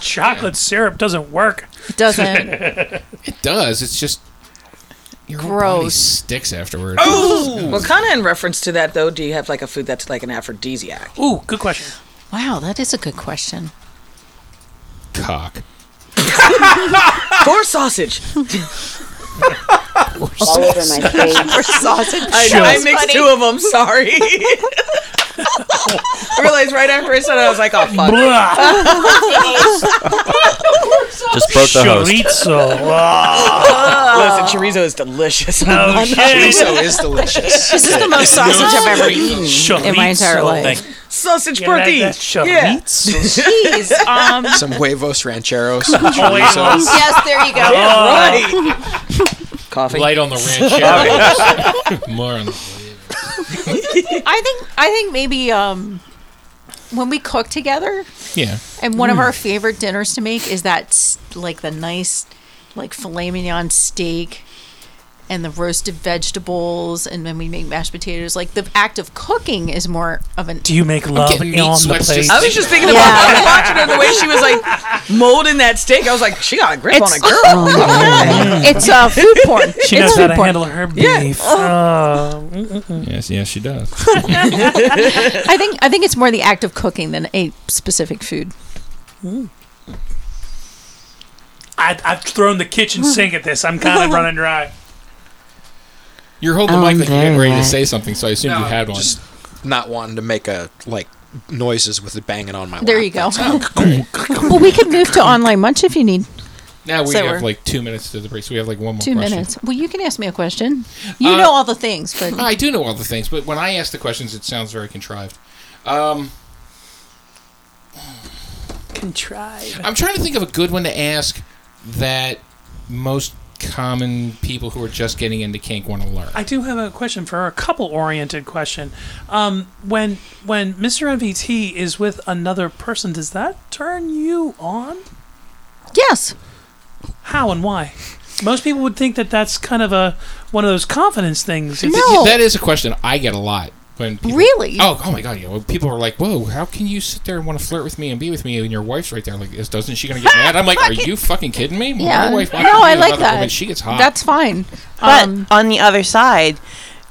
Speaker 6: Chocolate syrup doesn't work.
Speaker 3: It doesn't.
Speaker 2: it does. It's just your whole body
Speaker 9: Gross.
Speaker 2: sticks afterwards.
Speaker 9: Oh! Well, kind of in reference to that, though, do you have like a food that's like an aphrodisiac?
Speaker 6: Ooh, good question.
Speaker 3: Wow, that is a good question.
Speaker 2: Cock.
Speaker 9: Or sausage.
Speaker 6: All over my face.
Speaker 9: Or
Speaker 6: sausage.
Speaker 9: I,
Speaker 6: Sure.
Speaker 9: I mixed
Speaker 6: Funny.
Speaker 9: two of them. Sorry. I realized right after I said it, I was like, oh, fuck.
Speaker 4: Just both the host.
Speaker 6: Chorizo. Ah.
Speaker 9: Listen, chorizo is delicious.
Speaker 6: Oh, shit. Chorizo
Speaker 9: is
Speaker 6: delicious.
Speaker 9: This is the most sausage I've ever eaten
Speaker 6: in my entire life.
Speaker 9: Sausage
Speaker 6: You like
Speaker 9: protein.
Speaker 6: that
Speaker 9: yeah.
Speaker 3: Jeez. Um,
Speaker 13: Some huevos rancheros. some
Speaker 9: Huevos.
Speaker 13: chorizo.
Speaker 3: yes, there you go.
Speaker 6: Oh. Uh,
Speaker 9: Yeah,
Speaker 2: Coffee. Light on the
Speaker 3: Coffee.
Speaker 2: ranch. More on the
Speaker 3: I think I think maybe um, when we cook together,
Speaker 2: yeah.
Speaker 3: and one of
Speaker 2: Mm.
Speaker 3: our favorite dinners to make is that s- like the nice like filet mignon steak and the roasted vegetables, and then we make mashed potatoes. Like the act of cooking is more of an.
Speaker 6: Do you make love on the plate?
Speaker 9: I was just thinking about I was watching her the way she was like molding that steak. I was like, she got a grip on a girl.
Speaker 6: Mm.
Speaker 3: it's uh, food porn.
Speaker 6: She
Speaker 3: it's
Speaker 6: knows how
Speaker 3: food
Speaker 6: to
Speaker 3: porn.
Speaker 6: handle her beef. Oh, mm-mm.
Speaker 2: Yes, yes, she does.
Speaker 3: I think I think it's more the act of cooking than a specific food.
Speaker 6: I, I've thrown the kitchen sink at this. I'm kind of running dry.
Speaker 2: You're holding
Speaker 13: Oh,
Speaker 2: the
Speaker 13: I'm
Speaker 2: mic like you're getting
Speaker 13: very
Speaker 2: ready
Speaker 13: right.
Speaker 2: to say something, so I assumed you
Speaker 13: No,
Speaker 2: had one.
Speaker 13: Just not wanting to make a like noises with it banging on my.
Speaker 3: There
Speaker 13: lap.
Speaker 3: you go. well, we could move to online munch if you need
Speaker 2: Now we
Speaker 3: So
Speaker 2: have
Speaker 3: we're-
Speaker 2: like two minutes to the break, so we have like one more
Speaker 3: two
Speaker 2: question.
Speaker 3: minutes. Well, you can ask me a question. You
Speaker 2: Uh,
Speaker 3: know all the things, but
Speaker 2: I do know all the things, but when I ask the questions, it sounds very contrived. Um,
Speaker 6: Contrive.
Speaker 2: I'm trying to think of a good one to ask that most common people who are just getting into kink want to learn.
Speaker 6: I do have a question for her, a couple-oriented question. Um, when when Mr. MVT is with another person, does that turn you on?
Speaker 3: Yes.
Speaker 6: How and why? Most people would think that that's kind of a one of those confidence things.
Speaker 2: Th- That is a question I get a lot when people,
Speaker 3: Really?
Speaker 2: Oh, oh my god! You know, people are like, "Whoa, how can you sit there and want to flirt with me and be with me?" And your wife's right there, like, is, "Doesn't she gonna get mad?" I'm like, "Are you fucking kidding me?"
Speaker 3: Yeah.
Speaker 2: My wife
Speaker 3: No,
Speaker 2: wants to be
Speaker 3: I
Speaker 2: with
Speaker 3: like
Speaker 2: another
Speaker 3: that.
Speaker 2: woman. She gets hot.
Speaker 3: That's fine.
Speaker 8: But
Speaker 3: Um,
Speaker 8: on the other side,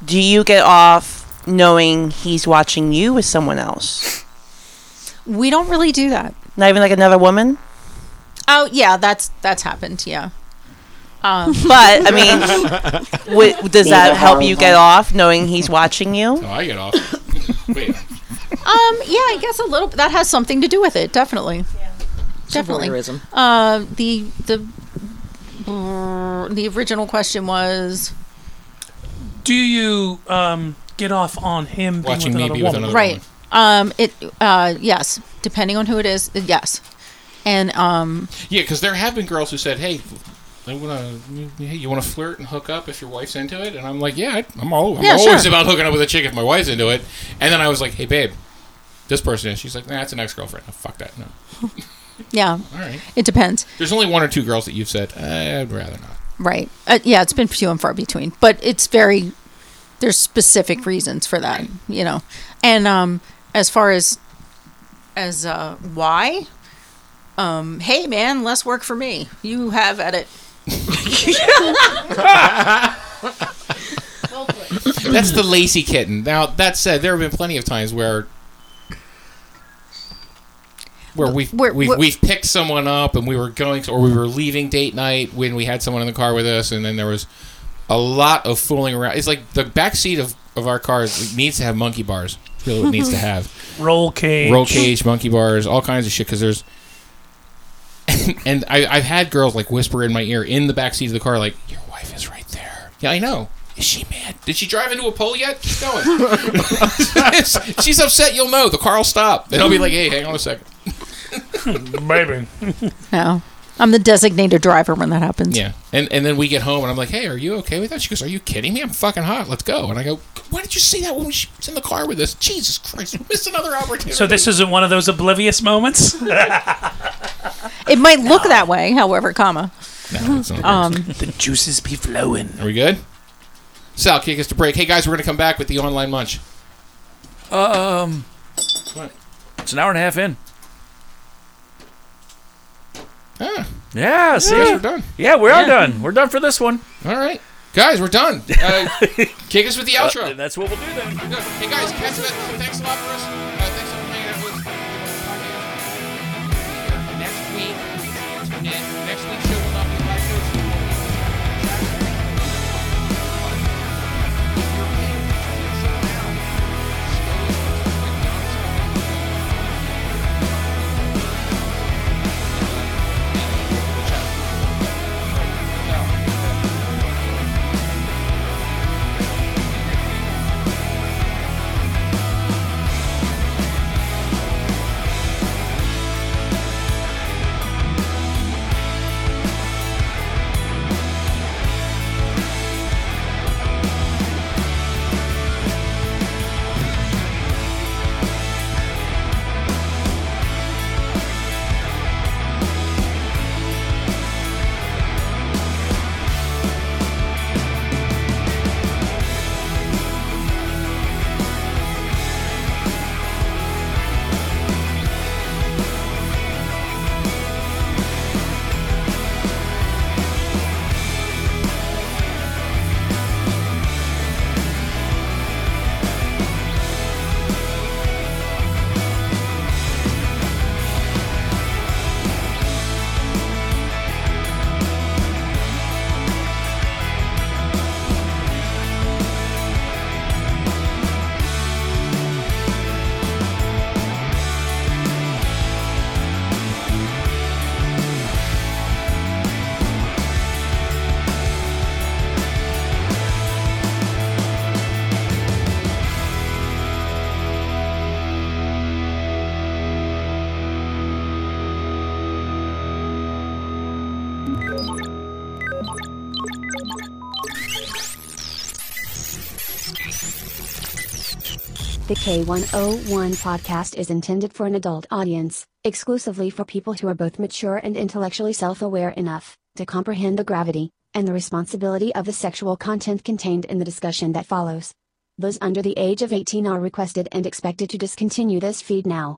Speaker 8: do you get off knowing he's watching you with someone else?
Speaker 3: we don't really do that.
Speaker 8: Not even like another woman?
Speaker 3: Oh yeah, that's that's happened. Yeah. Um,
Speaker 8: But I mean, w- does that help you get off knowing he's watching you?
Speaker 2: Oh, I get off.
Speaker 3: Um, yeah, I guess a little. That has something to do with it, definitely. Definitely.
Speaker 9: voyeurism.
Speaker 3: Uh, the the the original question was
Speaker 6: Do you um, get off on him being
Speaker 2: Watching me
Speaker 6: with another
Speaker 2: be with
Speaker 6: woman?
Speaker 2: another
Speaker 3: right. Um, it uh, yes, depending on who it is, yes. And um,
Speaker 2: Yeah, because there have been girls who said, "Hey, they want to, hey, you want to flirt and hook up if your wife's into it?" And I'm like, "Yeah, I- I'm, all, I'm
Speaker 3: Yeah,
Speaker 2: always
Speaker 3: sure.
Speaker 2: about hooking up with a chick if my wife's into it." And then I was like, "Hey, babe, this person is." She's like, "Nah, that's an ex-girlfriend. Oh, fuck that. No,
Speaker 3: yeah, it depends.
Speaker 2: there's only one or two girls that you've said I'd rather not."
Speaker 3: Right. Uh, yeah, it's been few and far between, but it's very there's specific reasons for that, you know. And um as far as as uh why um hey man, less work for me. You have at it.
Speaker 2: that's the lazy kitten. Now that said, there have been plenty of times where where we've
Speaker 3: Where-
Speaker 2: we've,
Speaker 3: where-
Speaker 2: we've picked someone up and we were going to, or we were leaving date night when we had someone in the car with us, and then there was a lot of fooling around. It's like the back seat of of our car needs to have monkey bars. It's Really, what it needs to have
Speaker 6: Roll cage.
Speaker 2: roll cage, monkey bars, all kinds of shit. Because there's and I, I've had girls like whisper in my ear in the back seat of the car, like your wife is right there. Yeah, I know. Is she mad? Did she drive into a pole yet? Keep going. She's upset. You'll know. The car will stop. And I'll be like, hey, hang on a second.
Speaker 6: Baby.
Speaker 3: No. I'm the designated driver when that happens.
Speaker 2: Yeah. And and then we get home and I'm like, hey, are you okay with that? She goes, are you kidding me? I'm fucking hot. Let's go. And I go, why did you say that when she was in the car with us? Jesus Christ, we missed another opportunity.
Speaker 6: So this isn't one of those oblivious moments.
Speaker 3: It might look that way, however, comma. um
Speaker 6: the juices be flowing.
Speaker 2: Are we good? Sal, kick us to break. Hey guys, we're gonna come back with the online munch.
Speaker 17: Um, it's an hour and a half in. Yeah, see,
Speaker 2: Guys, we're done.
Speaker 17: Yeah, we are
Speaker 2: Yeah.
Speaker 17: done. We're done for this one.
Speaker 2: All right, guys, we're done. Uh, kick us with the outro.
Speaker 17: Uh, that's what we'll do then.
Speaker 2: Hey guys, catch us. Thanks a lot for us. Uh, thanks for hanging out with us. Next week, and next week's show will not be live.
Speaker 1: The K101 podcast is intended for an adult audience, exclusively for people who are both mature and intellectually self aware enough to comprehend the gravity and the responsibility of the sexual content contained in the discussion that follows. Those under the age of 18 are requested and expected to discontinue this feed now.